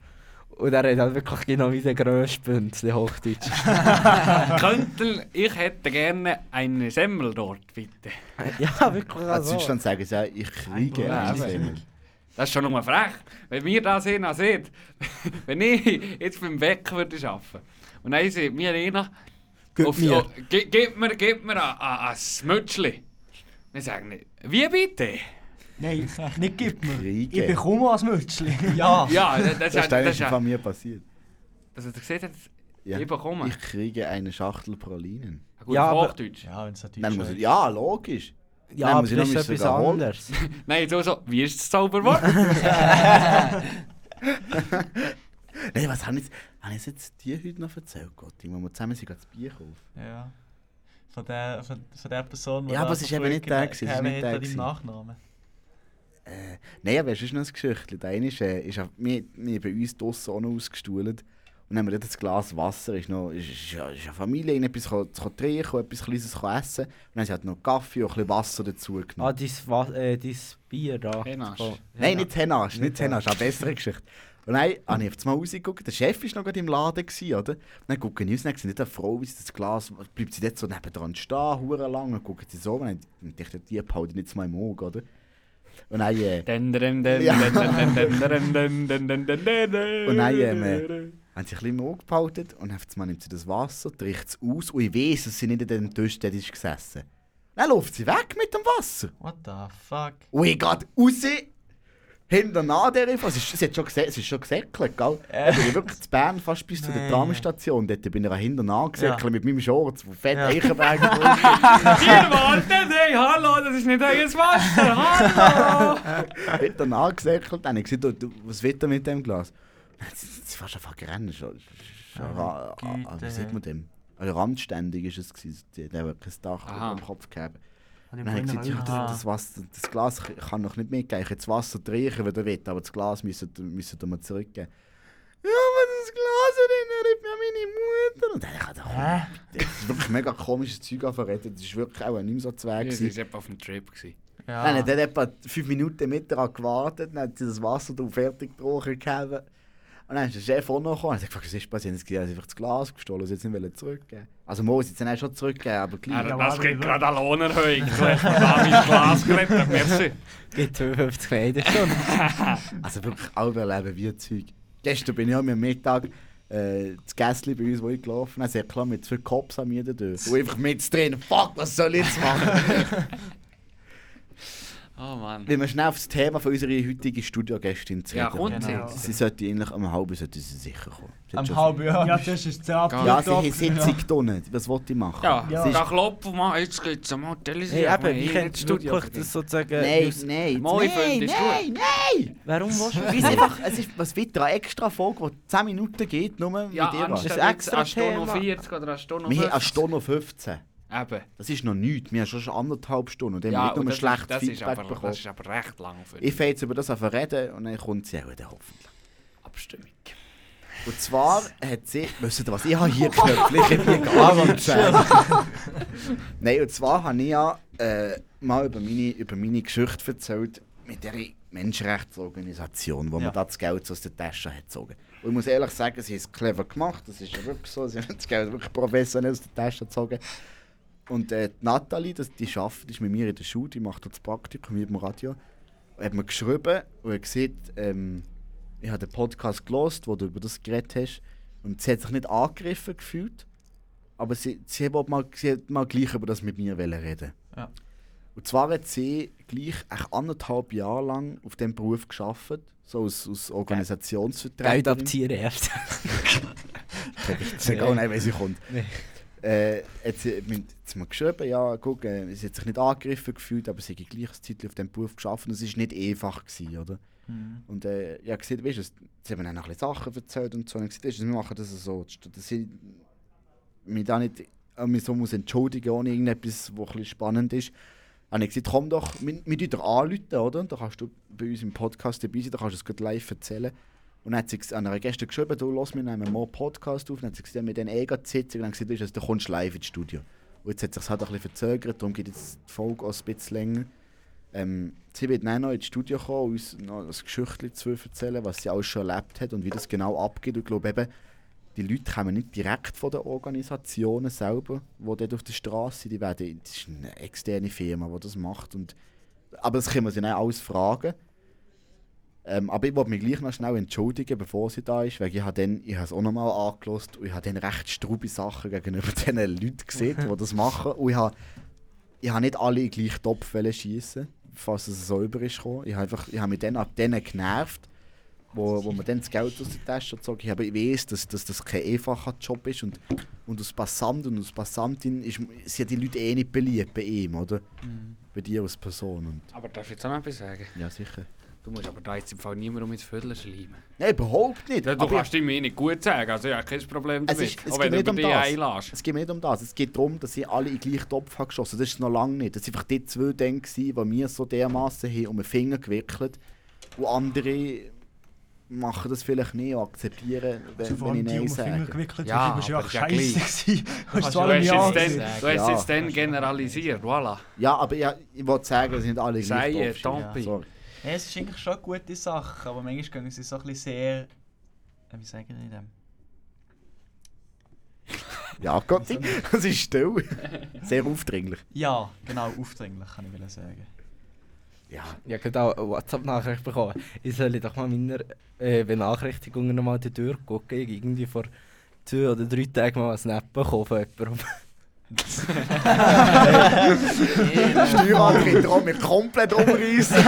Und er hat halt wirklich genau wie der grösste Hochdeutsch.
Könnten, ich hätte gerne eine Semmeldort, bitte.
ja, wirklich.
Also.
Also.
Deutschland sagen sie ja, ich kriege
Ja,
eins.
eben. Das ist schon nur frech. Wenn wir das einer seht, wenn ich jetzt beim Bäcker würde arbeiten und dann sieht mir einer,
Gib mir.
oh, gi- gib mir, gib mir ein- ein ein Mützli. Dann sage ich, wie bitte?
Nein, nicht gib mir. Ich
Kriege.
bekomme als Mützli.
Ja,
Ja, das, das,
Das
das,
ist eigentlich
das,
im
das,
Fall mir passiert.
das hat er gesagt, hat,
Ja.
ich bekomme.
Ich kriege eine Schachtel Pralinen.
Ein gutes
Ja, aber-
Hochdeutsch.
ja wenn es natürlich
Dann muss
schon-
ich, ja, logisch.
Ja,
Nein,
aber
muss
das
ich
ist
noch
etwas
wissen, warum?
anderes.
Nein, so, so, wie ist das Zauberwort?
Nein, was haben jetzt, haben jetzt, jetzt die heute noch erzählt, Gotti? Wo wir zusammen sind, gerade das Bier kaufen.
Ja. Von der, von, von der Person,
Ja,
da
aber es ist
so
eben nicht
früher
der gewesen, es ist
gegeben
nicht
hat
der
an deinem
gewesen.
Nachnamen.
Nein, aber es ist noch ein Geschichtchen. Der eine ist, äh, ist auf, wir, wir bei uns draussen auch noch ausgestuhlt. Und dann haben wir dort ein Glas Wasser. Ist noch, ist, ist, ja- ist eine Familie, ihnen etwas ko- zu trinken, ko- etwas Kleines ko essen. Und dann haben sie halt noch Kaffee und ein bisschen Wasser dazu genommen.
Ah, dein, Wa äh, dein Bier da.
Henasch.
Oh,
Nein, nicht Henasch, nicht
Nicht
Henasch, eine bessere Geschichte. Und dann habe ich auf einmal rausgeguckt, der Chef war noch gerade im Laden, gewesen, oder? Und dann gucke ich raus, dann sehe ich eine Frau, wie sie das Glas, bleibt sie dort so nebendran stehen, hure lang, dann guckt sie so, und dann dachte ich, die behalte ich nicht mal im Auge, oder? Und dann, äh,
Dun, dun, dun,
Ja.
dun, dun, dun, dun, dun, dun, dun, dun, dun, dun.
Und dann, ähm, äh, haben sie ein bisschen im Auge behalten, und auf einmal nimmt sie das Wasser, trägt es aus, und ich weiss, dass sie nicht an dem Tisch dort ist gesessen. Dann läuft sie weg mit dem Wasser.
What the fuck?
Und ich gehe raus, hinterher der Frau. Es ist, sie hat schon gesehen, es ist schon gesäckelt, gell? Ich bin wirklich zu Bern, fast bis zu der
Nee.
Tramstation. Dort bin ich hinterher gesäckelt
Ja.
mit meinem Shorts, wo fett
Ja.
Eichenberg drauf
Ihr wartet, hey, hallo, das ist nicht euer Wasser, hallo!
ist. Hinterher gesäckelt. Dann habe ich gesagt, du, du, was wird denn mit dem Glas? Dann hat sie- sie ist fast einfach gerannt. Schon, schon, ra-
Güte.
ah, wie sagt man dem? Also randständig war es. gewesen. Sie hat eben kein Dach
Aha.
über dem Kopf gehabt.
Hab ich
Dann habe ich
vorhin
gesagt, ja,
auch
das, das, Wasser, das Glas ich kann noch nicht mitgeben. Ich kann das Wasser trinken, wenn ihr wollt, aber das Glas müsst, müsst ihr mir zurückgeben. Ja, aber das Glas erinnert mich an meine Mutter. Und dann habe ich gedacht, komm,
Hä?
das ist wirklich mega komisches Zeug anverrettet. Das war wirklich auch nicht mehr so
Ja,
zweig.
das
gewesen.
war etwa auf dem Trip. gewesen.
Ja.
Dann hat er etwa fünf Minuten mit daran gewartet, dann hat sie das Wasser drauf fertig getrunken. gehabt. Und dann ist der Chef auch noch gekommen und hat gefragt, was ist passiert? Sie haben einfach das Glas gestohlen und sie jetzt nicht wollen zurückgeben. Also Mo, sie hat es dann auch schon zurückgeben, aber gleich.
Er, das geht gerade eine Lohnerhöhung. Ich habe mein Glas gerettet, merci.
Gibt 52 Meter schon.
Also wirklich auch überleben wie ein Zeug. Gestern bin ich am Mittag äh, das Gässli bei uns wo ich gelaufen habe, sehr klar mit zwei Cops an mir da durch. Und einfach mit drin, fuck, was soll ich jetzt machen?
Oh Mann.
Wenn wir schnell auf das Thema von unserer heutigen Studiogästin zu
Ja,
reden
kommt
Genau.
jetzt.
Sie sollte eigentlich am halben sollte sie sicher kommen. Sie hat
Am
schon-
halben Jahr.
Ja, das ist zehn
Ja, sie hat Sitzung getan. Was wollte ich machen?
Genau. Ja,
Ja.
ja. da klopfen wir, jetzt geht's am Hotel.
Hey, eben, ich könnte wirklich das sozusagen...
Nein,
aus-
nein,
Moi,
nein,
Freund, ist
nein, nein!
Warum willst du
Weil es einfach, es ist was wieder eine extra Folge, die 10 Minuten geht, nur
Ja,
mit ihr. Wir
anstatt
Das
jetzt
ist extra
eine Stunde
Thema.
40 oder eine Stunde
haben eine
50.
Stunde 15.
Eben.
Das ist noch nichts. Wir haben schon schon anderthalb Stunden und dann
Ja,
haben wir
und
nicht nur
das,
schlecht
ist, das, ist
Feedback
aber,
bekommen.
das ist aber recht lang für
Ich
die
fange jetzt über das an zu reden und dann kommt sie auch wieder hoffentlich.
Abstimmung.
Und zwar hat sie... Wisst ihr was? Ich habe hier Knöpfe, ich habe hier gar nichts gesehen. Nein, und zwar habe ich ja äh, mal über meine, über meine Geschichte erzählt mit der Menschenrechtsorganisation, wo
Ja.
man da das Geld so aus der Tasche hat gezogen. Und ich muss ehrlich sagen, sie haben es clever gemacht, das ist ja wirklich so, sie haben das Geld wirklich professionell aus der Tasche gezogen. Und äh, die Nathalie, das, die arbeitet, ist mit mir in der Schule, die macht dort das Praktikum hier beim Radio. Hat mir geschrieben und hat gesagt, ähm, ich habe den Podcast gelost, wo du über das geredet hast. Und sie hat sich nicht angegriffen gefühlt, aber sie, sie, hat, mal, sie hat mal gleich über das mit mir wollen reden.
Ja.
Und zwar hat sie gleich echt anderthalb Jahre lang auf diesem Beruf geschafft, so aus, aus
Geld
Organisationsvertreterin.
abziehen erst.
Ist egal, nein, wenn sie kommt. Äh, jetzt, äh, mit- jetzt mal geschrieben, ja, guck, äh, sie hat sich nicht angegriffen gefühlt, aber sie hat gleich ein Zeitchen auf diesem Beruf geschafft und es war nicht einfach, gewesen, oder? Und äh, ich habe gesehen, weißt du, es- sie haben mir dann noch ein bisschen Sachen erzählt und so, und ich habe gesagt, weisst du, wir machen das so, dass ich mich da nicht äh, mich so muss entschuldigen ohne irgendetwas, was ein bisschen spannend ist. Habe ich gesagt, komm doch, mit, mit dir anrufen, oder? Da kannst du bei uns im Podcast dabei sein, da kannst du es gut live erzählen. Und dann hat sie ges- an einer Gäste geschrieben, du lass mir einen Mo Podcast auf. Und dann hat sie gesagt, mit den eh gerade sitzen. Und dann hat sie gesagt, weisst du, du kommst live ins Studio. Und jetzt hat sich halt ein bisschen verzögert, darum geht jetzt die Folge auch ein bisschen länger. Ähm, sie wird dann noch ins Studio kommen und uns noch ein Geschichtchen zu erzählen, was sie alles schon erlebt hat und wie das genau abgeht. Und ich glaube eben, die Leute kommen nicht direkt von den Organisationen selber, die dann durch die Straße sind. Die werden, das ist eine externe Firma, die das macht. Und, aber das können wir sie dann alles fragen. Ähm, aber ich wollte mich gleich noch schnell entschuldigen, bevor sie da ist, weil ich habe dann, ich habe es auch nochmal angelost und ich habe dann recht strube Sachen gegenüber diesen Leuten gesehen, die das machen. Und ich habe, ich habe nicht alle in den gleichen Topf schießen, falls es so über ist gekommen. Ich habe, einfach, ich habe mich dann ab denen genervt, wo, wo man dann das Geld aus der Tasche gezogen haben. Aber ich weiß, dass, dass das kein einfacher Job ist und, und als Passant und als Passantin ist, sind die Leute eh nicht beliebt bei ihm, oder?
Mhm.
Bei dir als Person. Und,
Aber darf ich jetzt auch noch etwas sagen?
ja, sicher.
Du musst aber da jetzt im Fall niemand um ins Viertel schleimen.
Nein, überhaupt nicht.
Du
Aber ich-
kannst deine Meinung gut sagen, also ich habe kein Problem
Es,
damit.
ist, es
auch
geht
wenn du
nicht
über
um
dich
das.
einlässt.
Es geht nicht um das. Es geht darum, dass sie alle in den gleichen Topf haben geschossen Das ist noch lange nicht. Das waren einfach die zwei Dinge, die wir so dermaßen haben um den Finger gewickelt Und andere machen das vielleicht nicht und akzeptieren, wenn,
Vor
wenn ich
allem die um
Nein
den Finger
sage.
gewickelt
Ja,
ja, ja
aber ist ja
scheiße
gleich.
gewesen. Hast du
Du hast
alle Jahre
jetzt
gesehen.
dann, du hast
Ja.
jetzt dann generalisiert, voilà.
Ja, aber ich, ich wollte sagen, es sind alle in den
Sei
gleichen
es,
Topf.
Tompi.
Sorry.
Hey, es ist eigentlich schon eine gute Sache, aber manchmal gehen sie so ein bisschen sehr. äh, Wie sagen die dem?
Ja, Gott, es ist still. Sehr aufdringlich.
Ja, genau, aufdringlich kann ich wollen sagen.
Ja,
Ich habe gerade auch eine WhatsApp-Nachricht bekommen. Ich soll doch mal meiner äh, Benachrichtigungen nochmal durchgucken. Ich habe irgendwie vor zwei oder drei Tagen mal einen Snap bekommen von jemandem.
Steuermann kann darum mich komplett umreißen.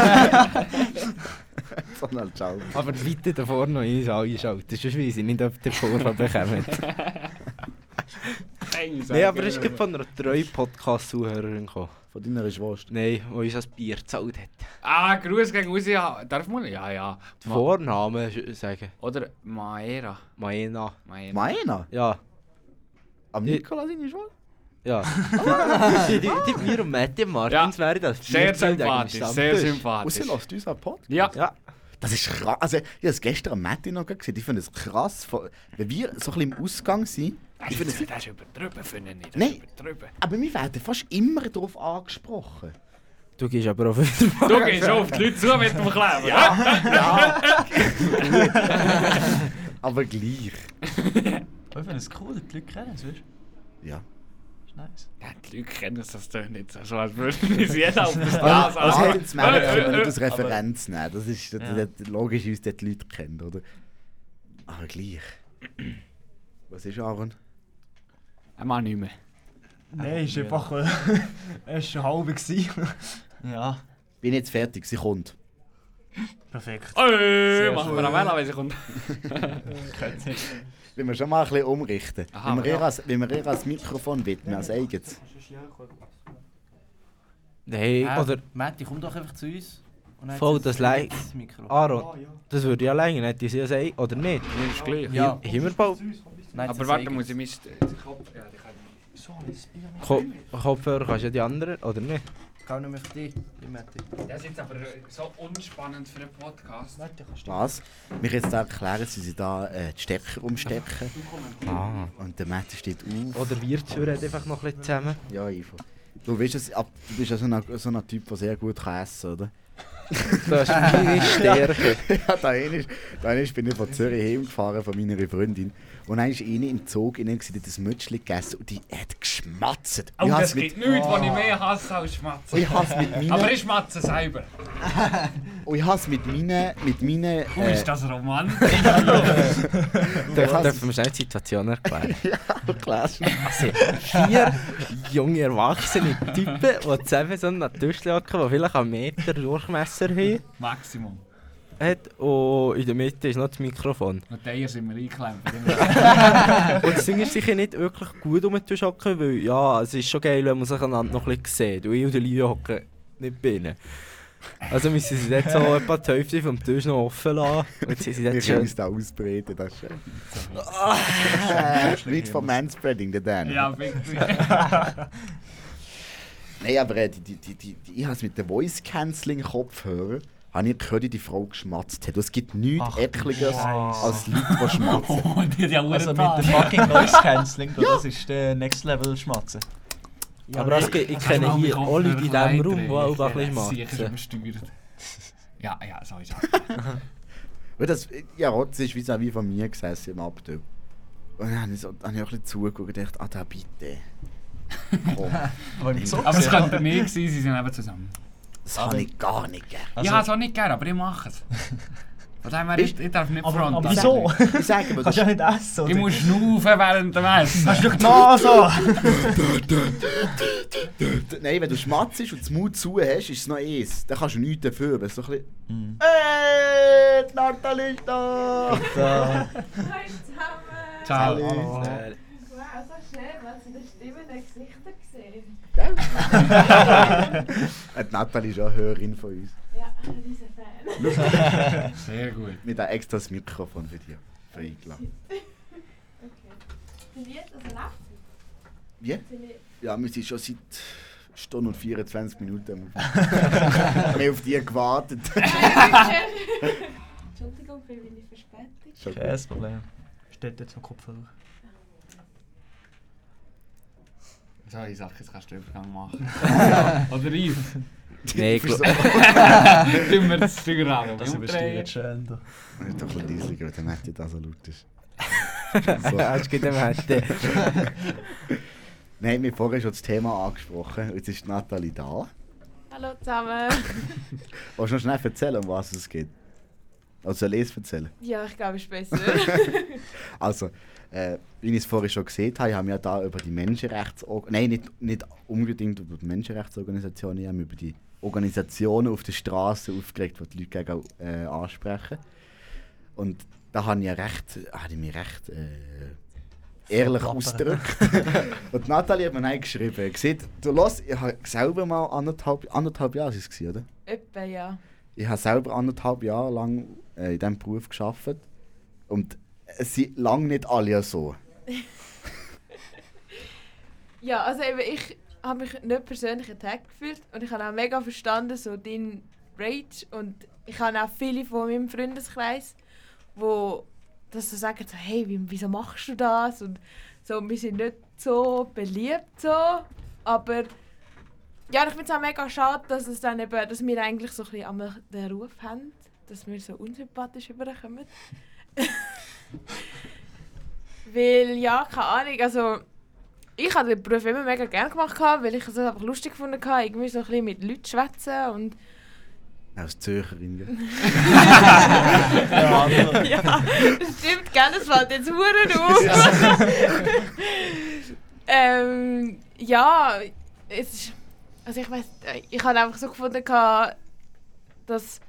Sondern, ciao.
Aber weiter davor noch eins einschalten. Sonst weiss ich nicht, ob ihr Vorfall bekommt. Nein, aber
dus
es ist gerade von einer treuen Podcast-Zuhörerin gekommen.
Von deiner ist Wurst.
Nein, die uns ein Bier gezahlt hat.
Ah, Gruß gegen uns, ja. Darf man? Ja, ja.
Die Vorname sch- sagen.
Oder Maera.
Maena.
Maera.
Meiner?
Ja,
Am
Ich-
Nikola seine Schwester?
ja. die, die, die, mir und Matti Martins
Ja.
wären das. Bier
Sehr
gezahlt wegen dem
sympathisch, sehr
Stammtisch.
Und sie
sympathisch.
lässt uns an Podcast.
Ja.
Ja.
Das ist krass. Also, ich habe es gestern am Matti noch gesehen. Ich finde es krass. von- Wenn wir so ein bisschen im Ausgang sind,
Ich finde, das ist übertrieben, finde ich. Das
Nein.
ist übertrieben.
aber wir werden fast immer darauf angesprochen.
Du gehst aber auf jeden Fall.
Du gehst auf die Leute zu mit dem Kleber. Ja.
Aber gleich.
Aber ich finde es cool, dass die Leute kennen, weißt du?
Ja.
Ist nice.
Die Leute kennen das doch nicht so, so als würden wir sie jetzt auf der
Also,
Straße
also,
anschauen.
das Männer
Äh,
können wir
äh,
nicht als Referenz nehmen. Das ist das,
Ja.
das, logisch, uns dort die Leute kennen, oder? Aber gleich. Was ist Aaron?
Ein Mann nicht mehr.
Nein, ist einfach. äh, Er ist schon halb gewesen.
Ja.
Bin jetzt fertig, sie kommt.
Perfekt.
Äh,
Sehr
machen
schön.
wir eine Welle, wenn sie kommt.
Wenn wir schon mal ein bisschen umrichten.
Aha,
wenn, wir ihr als, wenn wir ihr als Mikrofon widmen, als eigenes.
Nein,
Äh,
oder
Matti, komm doch einfach zu uns. Und dann
Voll,
jetzt-
das Leid.
das Mikro.
Ah,
Aaron. Das würde ja länger, hätte ich sie ja sagen, oder nicht?
Das ist gleich.
Ja,
Haben wir bald
nein,
Aber
das
warte,
sagen-
muss ich mich...
Ko Kopfhörer, kannst du ja die anderen, oder nicht?
Geh nicht mehr auf dich, ich Matti.
Das ist jetzt aber äh, so unspannend für einen Podcast.
Was? Wir jetzt da erklären, sie sind da äh, die Stecker umstecken. Und der Matti steht auf.
Oder wir zuhören einfach noch ein bisschen zusammen.
Ja, Ivo. Du, weißt, dass, ab, du bist ja so ein so ein Typ, der sehr gut kann essen oder?
Das ist meine Stärke.
ja, da ist, da ist bin ich von Zürich heimgefahren von meiner Freundin. Und dann ist eine im Zug in sie hat das Mützli gegessen und die hat geschmatzt.
Oh,
ich
das
hasse mit,
gibt nichts, was ich
Oh.
mehr hasse als Schmatzen.
ich hasse mit
Aber
meinen,
ich schmatze selber.
Äh.
und ich hasse mit meinen, mit meinen,
Oh,
äh,
ist das Roman?
Darf, dürfen wir schnell die Situation erklären? Also, vier junge erwachsene Typen, die zusammen so einen Tisch hocken, die vielleicht einen Meter Durchmesser haben.
Maximum.
hat. Und in der Mitte ist noch das Mikrofon.
Und die Eier sind wir eingeklemmt.
Und das Ding ist sicher nicht wirklich gut um den Tisch hocken, weil ja, es ist schon geil, wenn man sich einander noch ein bisschen sieht. Und ich und der Leo hocken nicht binnen. Also müssen sie dort so etwa die Hälfte vom Tisch noch offen lassen. Und sie sind
wir
dort
können
schön...
uns äh, da ausbreiten, das ist schön. Nicht vom Manspreading, der Dan.
ja, wirklich.
Nein, aber äh, die, die, die, die, die, ich habe es mit den Voice-Canceling-Kopfhörern habe ich gehört, wie die Frau geschmatzt hat. Und es gibt nichts
Ach,
Ekligeres
Scheiße.
als Leute, die schmatzen.
Und die haben ja
Also
also
mit dem fucking Noise Cancelling, das ist der Next Level Schmatzen.
Ja,
Aber das, ge- ich kenne
Also,
hier
ich hoffe,
alle in
wir
diesem
können
Raum, die auch ein bisschen
eintreten. Ich
schmatzen.
bin sicher übersteuert. Ja, ja, so ist es.
Weil das, ja, Rotz ist wie wie von mir gesessen im Abteil. Und dann habe ich, so, habe ich auch ein bisschen zugeguckt und gedacht, ah, da bitte. Komm,
Aber ich so
Aber es
gesehen
könnte bei mir gewesen sein, sie sind eben zusammen.
das habe ich gar nicht gern.
Also-
ich habe es auch nicht gern, aber ich mache es. Von dem her, ich, ich darf nicht
Aber,
fronten.
aber wieso?
Ich sage mir, das
Also,
Kannst du ja nicht essen, oder?
Ich muss schnaufen während dem Essen.
Hast du die Nase?
Nein, wenn du schmatzt und den Mund zu hast, ist es noch eins. Dann kannst du nichts dafür. Aber so ein bisschen. Hey, die Nathalie ist da!
da.
Hallo zusammen!
Ciao.
Wow, so schnell, man hat in den Stimmen den Gesichter gesehen.
Äh, Die Nathalie ist auch eine Hörerin von uns.
Ja, riesen Fan.
Sehr gut.
Mit einem extra Mikrofon für dich. Freigelassen.
Wie wird das erlebt?
Wie?
Wie-
Ja, wir sind schon seit Stunde und 24 Minuten. Wir haben auf dich gewartet.
Entschuldigung für meine Verspätung.
Kein Problem.
Steht jetzt noch Kopfhörer.
Sorry, Sache, jetzt kannst du den Übergang machen. Oder Yves,
Nein, ich glaube,
tun wir das Steuer an.
Das übersteuert Gender.
Das ist doch ein bisschen leisiger, weil der Matti da so laut ist.
hast du gedacht,
Nein, wir haben vorher schon das Thema angesprochen. Jetzt ist die Nathalie da.
Hallo zusammen!
Willst du noch schnell erzählen, um was es geht? Also soll ich es erzählen?
Ja, ich glaube, es ist besser.
Also, äh, wie ich es vorher schon gesehen habe, haben wir ja da über die Menschenrechtsorganisationen, nein, nicht, nicht unbedingt über die Menschenrechtsorganisationen, wir haben über die Organisationen auf der Straße aufgeregt, die die Leute gegen, äh, ansprechen. Und da habe ich, ja recht, habe ich mich recht äh, ehrlich ausgedrückt. Und Nathalie hat mir dann geschrieben, gesagt, du lass, ich habe selber mal anderthalb, anderthalb Jahre, ist es gewesen, oder?
Etwa ja.
ich habe selber anderthalb Jahre lang äh, in diesem Beruf geschafft und äh, es sind lange nicht alle so.
Ja, also eben, ich habe mich nicht persönlich attackt gefühlt und ich habe auch mega verstanden, so deinen Rage und ich habe auch viele von meinem Freundeskreis, wo das so sagen, so, hey, wie- wieso machst du das? Und so, wir sind nicht so beliebt so, aber ja, ich finde es auch mega schade, dass es dann eben, dass wir eigentlich so ein bisschen einmal den Ruf haben, dass wir so unsympathisch überkommen. Weil, ja, keine Ahnung, also ich habe den Beruf immer mega gerne gemacht, gehabt, weil ich es einfach lustig gefunden habe, irgendwie so ein bisschen mit Leuten zu schwätzen und
Aus Zürcherin. ja.
Stimmt, gell, das fällt jetzt Huren auf. ähm, ja, es ist, also ich weiß, ich habe einfach so gefunden, gehabt, dass,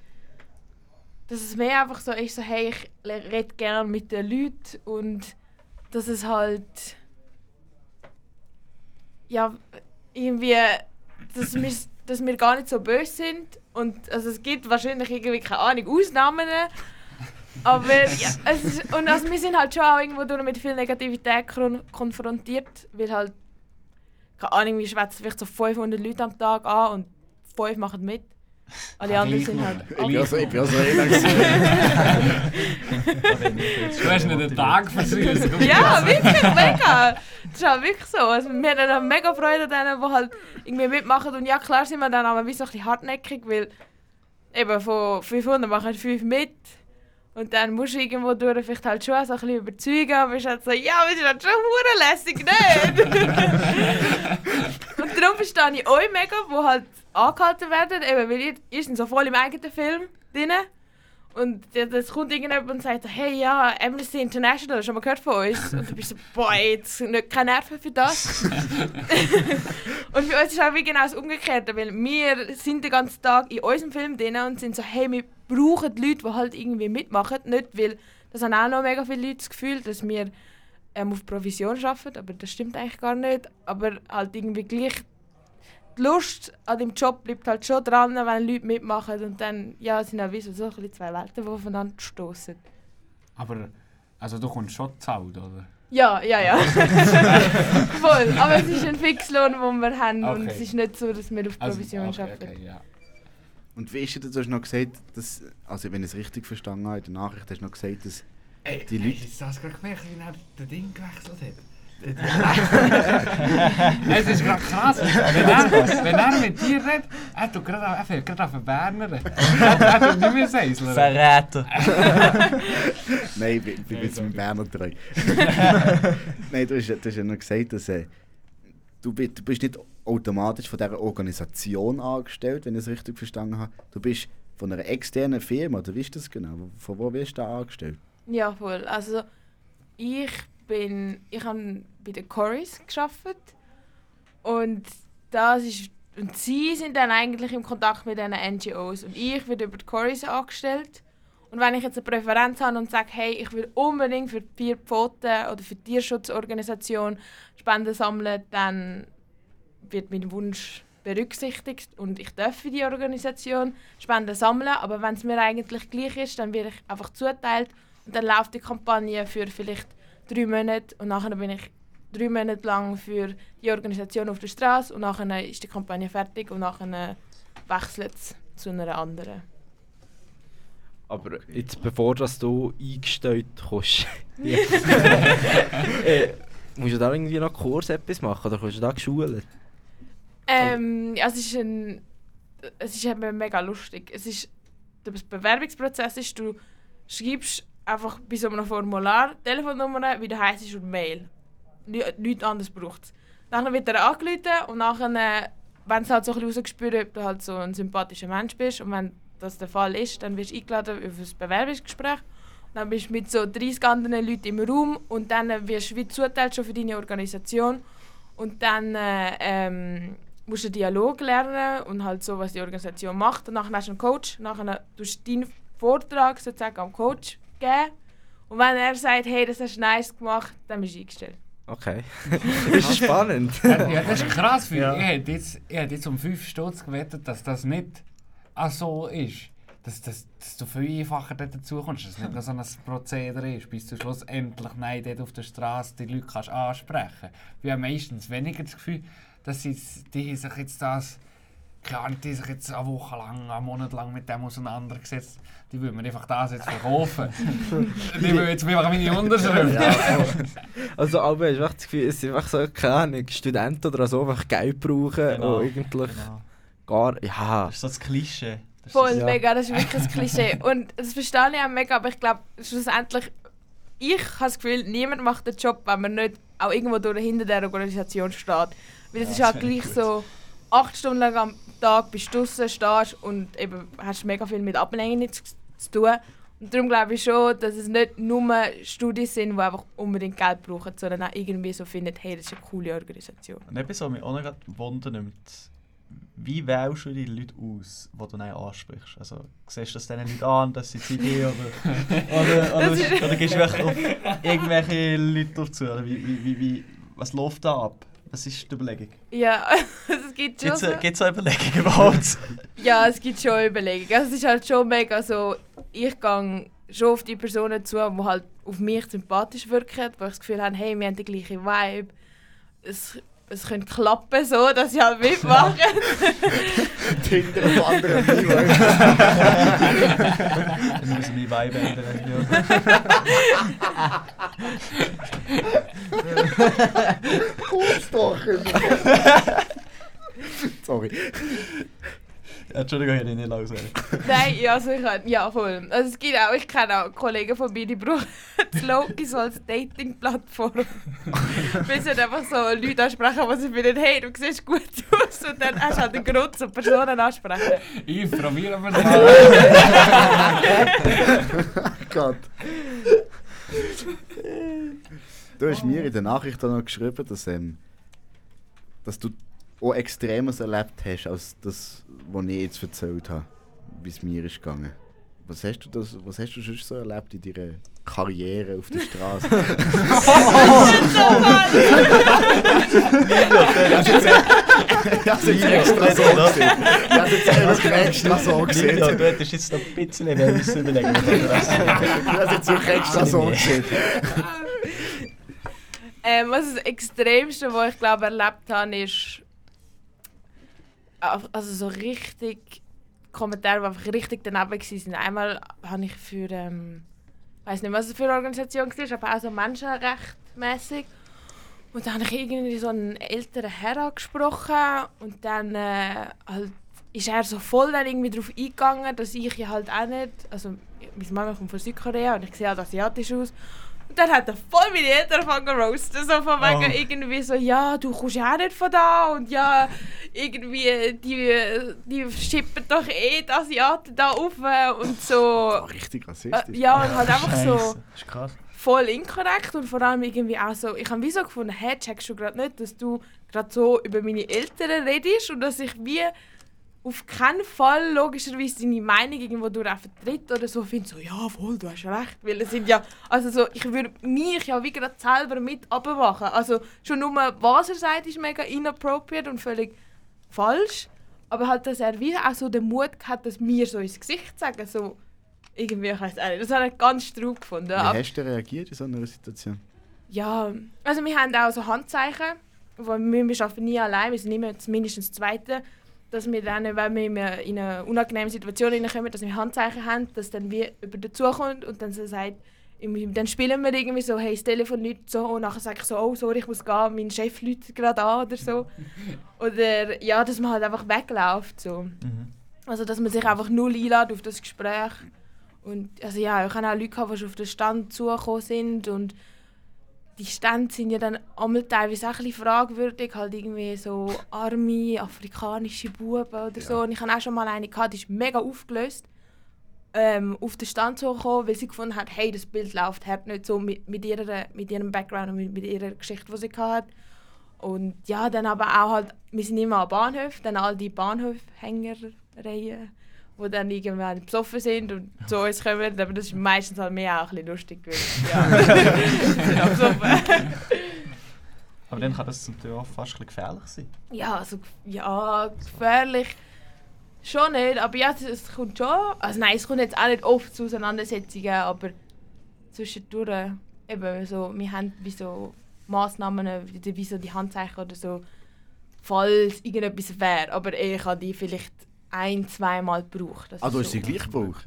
dass es mehr einfach so ist, so, hey, ich le- rede gerne mit den Leuten und dass es halt, ja, irgendwie, dass wir, dass wir gar nicht so böse sind und also es gibt wahrscheinlich irgendwie, keine Ahnung, Ausnahmen, aber ja, es ist, und also wir sind halt schon auch irgendwo durch mit viel Negativität kron- konfrontiert, weil halt, keine Ahnung, wir schwätzen vielleicht so 500 Leute am Tag an und 5 machen mit. Alle anderen
gleich
sind
noch.
halt...
Ich bin auch so, ich bin auch so einer gewesen.
Du hast nicht den Tag versüßt.
Ja, wirklich, mega. Das ist halt wirklich so. Also, wir haben dann mega Freude an denen, die halt irgendwie mitmachen. Und ja, klar sind wir dann aber wie so ein bisschen hartnäckig, weil eben von 500 machen 5 mit. Und dann musst du irgendwo durch vielleicht halt schon so ein bisschen überzeugen. Aber es ist halt so, ja, wir sind halt schon verdammt lässig, nicht? und darum verstehe ich euch mega, die halt angehalten werden, eben, weil ihr, ihr seid so voll im eigenen Film drinnen. Und dann dann kommt irgendjemand und sagt, hey ja, Amnesty International, schon mal gehört von uns? Und du bist so, boah, jetzt nicht, keine Nerven für das. und für uns ist auch wie genau das Umgekehrte, weil wir sind den ganzen Tag in unserem Film drin und sind so, hey, wir brauchen Leute, die halt irgendwie mitmachen. Nicht, weil, das haben auch noch mega viele Leute das Gefühl, dass wir ähm, auf Provision arbeiten, aber das stimmt eigentlich gar nicht. Aber halt irgendwie gleich die Lust an dem Job bleibt halt schon dran, wenn Leute mitmachen und dann ja, es sind halt wie so so ein bisschen zwei Welten, die aufeinander stoßen.
Aber, also du kommst schon zahlt, oder?
Ja, ja, ja. Voll. Aber es ist ein Fixlohn, den wir haben
Okay.
und
Also,
es ist nicht so, dass wir auf Provision
okay,
arbeiten.
okay, ja.
Und wie ist dir das, du hast noch gesagt, dass, also wenn ich es richtig verstanden habe, in der Nachricht hast du noch gesagt, dass
Ey, die
Die Leute-
Leute... Hast du das gerade gemerkt, wie er den Ding gewechselt hat?
es ist gerade krass. Wenn er, wenn er mit dir redet,
eh,
er tut gerade auf- er fährt gerade auf den Berner. Er er tut nicht mehr Seiseln.
Verräter.
Nein, ich bin, bin jetzt mit Berner treu. Nein, du hast, ja- du hast ja noch gesagt, dass äh, du, bi- du bist nicht automatisch von dieser Organisation angestellt, wenn ich es richtig verstanden habe. Du bist von einer externen Firma, oder wie ist das genau? Von wo wirst du da angestellt?
Ja, voll. Also ich bin, ich habe bei den Corys geschafft und das ist und sie sind dann eigentlich im Kontakt mit diesen NGOs und ich werde über die Corys angestellt. Und wenn ich jetzt eine Präferenz habe und sage, hey, ich will unbedingt für die vier Pfoten oder für die Tierschutzorganisation Spenden sammeln, dann wird mein Wunsch berücksichtigt und ich darf für die Organisation Spenden sammeln. Aber wenn es mir eigentlich gleich ist, dann werde ich einfach zuteilt und dann läuft die Kampagne für vielleicht drei Monate und nachher bin ich drei Monate lang für die Organisation auf der Straße und nachher ist die Kampagne fertig und nachher wechselt es zu einer anderen.
Aber jetzt, bevor dass du eingestellt kommst, ja. äh, musst du da irgendwie noch Kurs etwas machen oder kommst du da geschult?
Ähm, ja, es ist ein, es ist eben mega lustig. Es ist, der Bewerbungsprozess ist, du schreibst einfach bei so einem Formular Telefonnummer, wie du heisst und Mail. Ni- Nichts anderes braucht es. Dann wird er angerufen und nachher, wenn es halt so ein bisschen rausgespürt, ob du halt so ein sympathischer Mensch bist und wenn das der Fall ist, dann wirst du eingeladen auf ein Bewerbungsgespräch. Dann bist du mit so 30 anderen Leuten im Raum und dann wirst du wie zuteilt schon für deine Organisation. Und dann äh, ähm, musst du Dialog lernen und halt so, was die Organisation macht. Und nachher hast du einen Coach. Nachher tust du deinen Vortrag sozusagen am Coach geben. Und wenn er sagt, hey, das hast du nice gemacht, dann bist du eingestellt.
Okay. das ist spannend.
Ja, das ist krass. Für
Ja.
Ich hätte jetzt, ich hätte jetzt um 5 Stutz gewettet, dass das nicht auch so ist. Dass, dass, dass du viel einfacher dort dazukommst, dass es nicht nur so ein Prozedere ist, bis du schlussendlich nein, dort auf der Straße die Leute kannst ansprechen Wir haben meistens weniger das Gefühl, dass sie s- die sich jetzt das. Keine Ahnung, die sich jetzt eine Woche lang, einen Monat lang mit dem auseinandergesetzt die will mir einfach das jetzt verkaufen. die will jetzt einfach meine Unterschrift.
Ja, voll. also, aber ich habe das Gefühl, es sind einfach so, keine Ahnung, Studenten oder so, einfach Geld brauchen
Genau,
und eigentlich gar. Ja.
Das ist so das Klischee.
Voll,
ja.
mega, das ist wirklich ein Klischee. Und das verstehe ich auch mega, aber ich glaube, schlussendlich, ich habe das Gefühl, niemand macht den Job, wenn man nicht auch irgendwo durch- hinter der Organisation steht. Weil es
Ja,
ist
das
halt
finde ich
gleich so, acht Stunden lang am Tag bist du draussen, stehst und eben hast mega viel mit Ablenkungen zu, zu tun. Und darum glaube ich schon, dass es nicht nur Studien sind, die einfach unbedingt Geld brauchen, sondern auch irgendwie so finden, hey, das ist eine coole Organisation.
Und etwas, was mich auch noch gerade wundernimmt, wie wählst du die Leute aus, die du dann ansprichst? Also, siehst du das diesen Leuten an, dass sie die Idee oder, oder, oder,
Das ist-
oder gehst du einfach auf irgendwelche Leute drauf zu? Oder wie, wie, wie, wie, was läuft da ab? Was ist die Überlegung?
Ja, es gibt schon.
Gibt es eine
also-
so-
Überlegung überhaupt?
Ja, es gibt schon Überlegungen. Also, es ist halt schon mega so, ich gehe schon auf die Personen zu, die halt auf mich sympathisch wirken, wo ich das Gefühl habe, hey, wir haben den gleichen Vibe. Es, es könnte klappen so, dass sie halt mitmachen.
Tinder auf anderen
Dann müssen wir Vibe ändern. Ja.
Kurz doch! Sorry.
Entschuldigung, ich hätte nicht langsam.
Nein, ja, also ich kann, ja voll. Also es gibt auch, ich kenne auch Kollegen von mir, die brauchen das Loki so als Dating-Plattform. Weil sie halt einfach so Leute ansprechen, die sie finden, hey, du siehst gut aus und dann hast du halt einen Grund, so Personen ansprechen.
Ich probiere mal. das.
Gott. Du hast mir in der Nachricht auch noch geschrieben, dass, ähm, dass du auch Extremes erlebt hast, als das, was ich jetzt erzählt habe, wie es mir ist gegangen. Was hast, du das, was hast du sonst so erlebt in deiner Karriere auf der Straße? Ich hab's jetzt extra so gesehen. Ich hab's jetzt extra so gesehen.
Nino, Du hättest jetzt noch ein bisschen mehr müssen überlegen
Ich hab's jetzt wirklich extra so gesehen.
Ähm, also das Extremste, was ich glaube erlebt habe, ist auf- also so richtig Kommentare, die einfach richtig daneben waren. Einmal habe ich für ähm, weiß nicht, was es für eine Organisation war, aber auch so menschenrechtmäßig. Und dann habe ich irgendwie so einen älteren Herr angesprochen und dann äh, halt ist er so voll dann irgendwie darauf eingegangen, dass ich ja halt auch nicht, also meine Mama kommt von Südkorea und ich sehe halt asiatisch aus. Und dann hat er voll meine Eltern angefangen zu roasten, so von wegen
Oh.
irgendwie so, ja, du kommst ja auch nicht von da und ja, irgendwie, die, die schippen doch eh die Asiaten da auf äh, und so.
Richtig
Äh, ja, und halt einfach so
Ah, Scheisse. Ist krass.
voll inkorrekt und vor allem irgendwie auch so, ich habe wie so gefunden, hey, checkst du gerade nicht, dass du gerade so über meine Eltern redest und dass ich wie auf keinen Fall logischerweise deine Meinung irgendwo durch auch vertritt oder so finde, so, ja, voll, du hast recht, weil es sind ja, also so, ich würde mich ja wie gerade selber mit abmachen, also schon nur, was er sagt, ist mega inappropriate und völlig falsch, aber halt, dass er wie auch so den Mut hat, dass mir so ins Gesicht zu sagen, so, irgendwie, ich weiß auch nicht, das habe ich ganz strub gefunden.
Wie
aber-
hast du reagiert in so einer Situation?
ja, also wir haben auch so Handzeichen, weil wir, wir arbeiten nie allein, wir sind immer mindestens Zweite, dass wir dann, wenn wir in eine- in eine unangenehme Situation hineinkommen, dass wir Handzeichen haben, dass dann wir über dazukommt und dann so sagt, im- dann spielen wir irgendwie so, hey, das Telefon läutet so und nachher sage ich so, oh, sorry, ich muss gehen, mein Chef läutet gerade an oder so. Oder ja, dass man halt einfach wegläuft so. Also, dass man sich einfach null einlädt auf das Gespräch. Und also ja, ich habe auch Leute gehabt, die schon auf den Stand zugekommen sind und die Stände sind ja dann einmal teilweise auch ein bisschen fragwürdig, halt irgendwie so arme afrikanische Buben oder so. Und ich habe auch schon mal eine gehabt, die ist mega aufgelöst ähm, auf den Stand zu kommen, weil sie gefunden hat, hey, das Bild läuft hart nicht so mit, mit, ihrer, mit ihrem Background und mit, mit ihrer Geschichte, die sie gehabt hat. Und ja, dann aber auch halt, wir sind immer am Bahnhof, dann all die Bahnhofhängerreihen, die dann irgendwann besoffen sind und zu uns kommen. Aber das ist meistens halt mir auch ein bisschen lustig gewesen. Ja, Ja, besoffen.
Aber dann kann das zum Teil auch fast ein bisschen gefährlich sein.
ja, also, ja, gefährlich. Schon nicht, aber ja, es- es kommt schon. Also nein, es kommt jetzt auch nicht oft zu Auseinandersetzungen, aber zwischendurch äh, eben so, wir haben wie so Massnahmen, äh, wie wie so die Handzeichen oder so, falls irgendetwas wäre. Aber ich habe die vielleicht ein, zweimal gebraucht. Das
Also
ist
ist
so.
sie gleich gebraucht?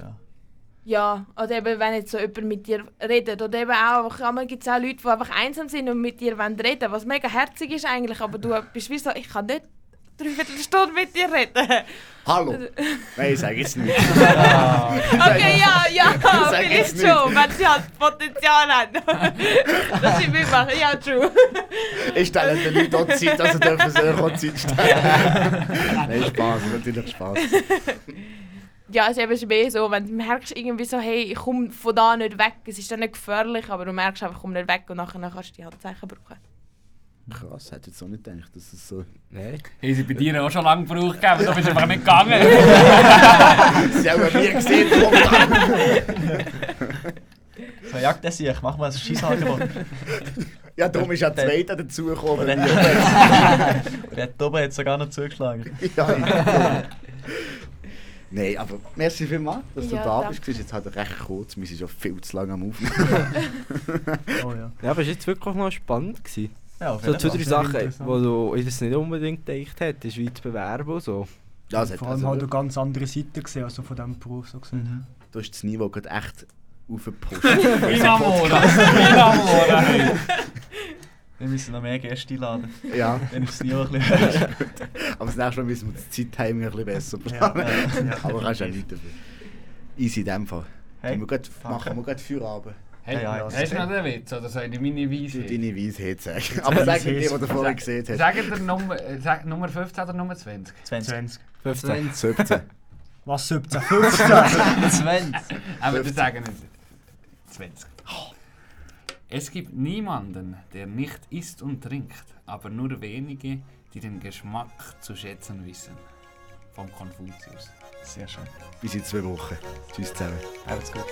Ja, oder eben, wenn jetzt so jemand mit dir redet. Oder eben auch, manchmal gibt es auch Leute, die einfach einsam sind und mit dir wollen reden was mega herzig ist eigentlich, aber du bist wie so, ich kann nicht dreiviertel Stunde mit dir reden.
Hallo.
Also-
Nein, sag jetzt nicht.
Okay, ja, ja,
Sag jetzt
vielleicht
nicht.
schon, wenn sie halt Potenzial haben. Dass sie mitmachen, ja, true.
Ich stelle den Leuten auch die Zeit, also dürfen sie euch auch die Zeit stellen. Nein, Spaß, natürlich Spaß.
Ja, also eben es ist mehr so, wenn du merkst irgendwie so, hey, ich komme von da nicht weg, es ist dann nicht gefährlich, aber du merkst einfach, ich komme nicht weg und nachher kannst du die halt Handzeichen brauchen.
Krass, hätte ich jetzt auch nicht gedacht, dass es so...
Nein.
Haben sie bei dir auch schon lange gebraucht, aber du bist einfach nicht gegangen.
Sie haben mir gesehen, komm
So, jag das hier, ich mach mal ein Scheissangebot.
Ja, darum ist ja der Zweite dazugekommen.
Und der- Der Tobi hat sogar noch zugeschlagen.
Ja, ja. Nein, aber merci vielmals, dass
Ja,
du da
danke.
bist. Jetzt halt recht kurz, wir sind schon viel zu lange am Aufnehmen.
oh ja.
Ja, aber es war jetzt wirklich noch spannend. Gewesen.
Ja, auf
so
jeden
zwei,
Fall.
drei
Sehr
Sachen,
interessant.
wo du das nicht unbedingt gedacht hättest, wie zu bewerben und so.
Ja, es hat- also
Vor allem
Also,
halt
äh,
eine ganz andere Seite gesehen, also von diesem Beruf so gesehen.
Mhm.
Du hast das Niveau gerade echt aufgepusht.
Dinamora, Dinamora. Wir müssen noch mehr Gäste einladen.
Ja.
Dann ist es nie ein bisschen höher.
Aber das nächste Mal müssen wir das Zeittiming ein bisschen besser planen.
Ja, ja, ja.
Aber kannst ja nichts dafür. Easy in dem Fall.
Hey,
Tun wir gleich-
danke.
machen wir gleich Feierabend.
Hey, hast du noch den Witz oder soll ich dir meine Weisheit?
Du deine Weisheit sagen. Aber sag mir die, die du vorher gesehen hast.
Sag dir Nummer, äh, sag, Nummer 15 oder Nummer 20?
20.
15.
17.
Was 17?
20. Aber wir sagen es. 20. Es gibt niemanden, der nicht isst und trinkt, aber nur wenige, die den Geschmack zu schätzen wissen. Vom Konfuzius.
Sehr schön.
Bis in zwei Wochen. Tschüss zusammen.
Habt's gut.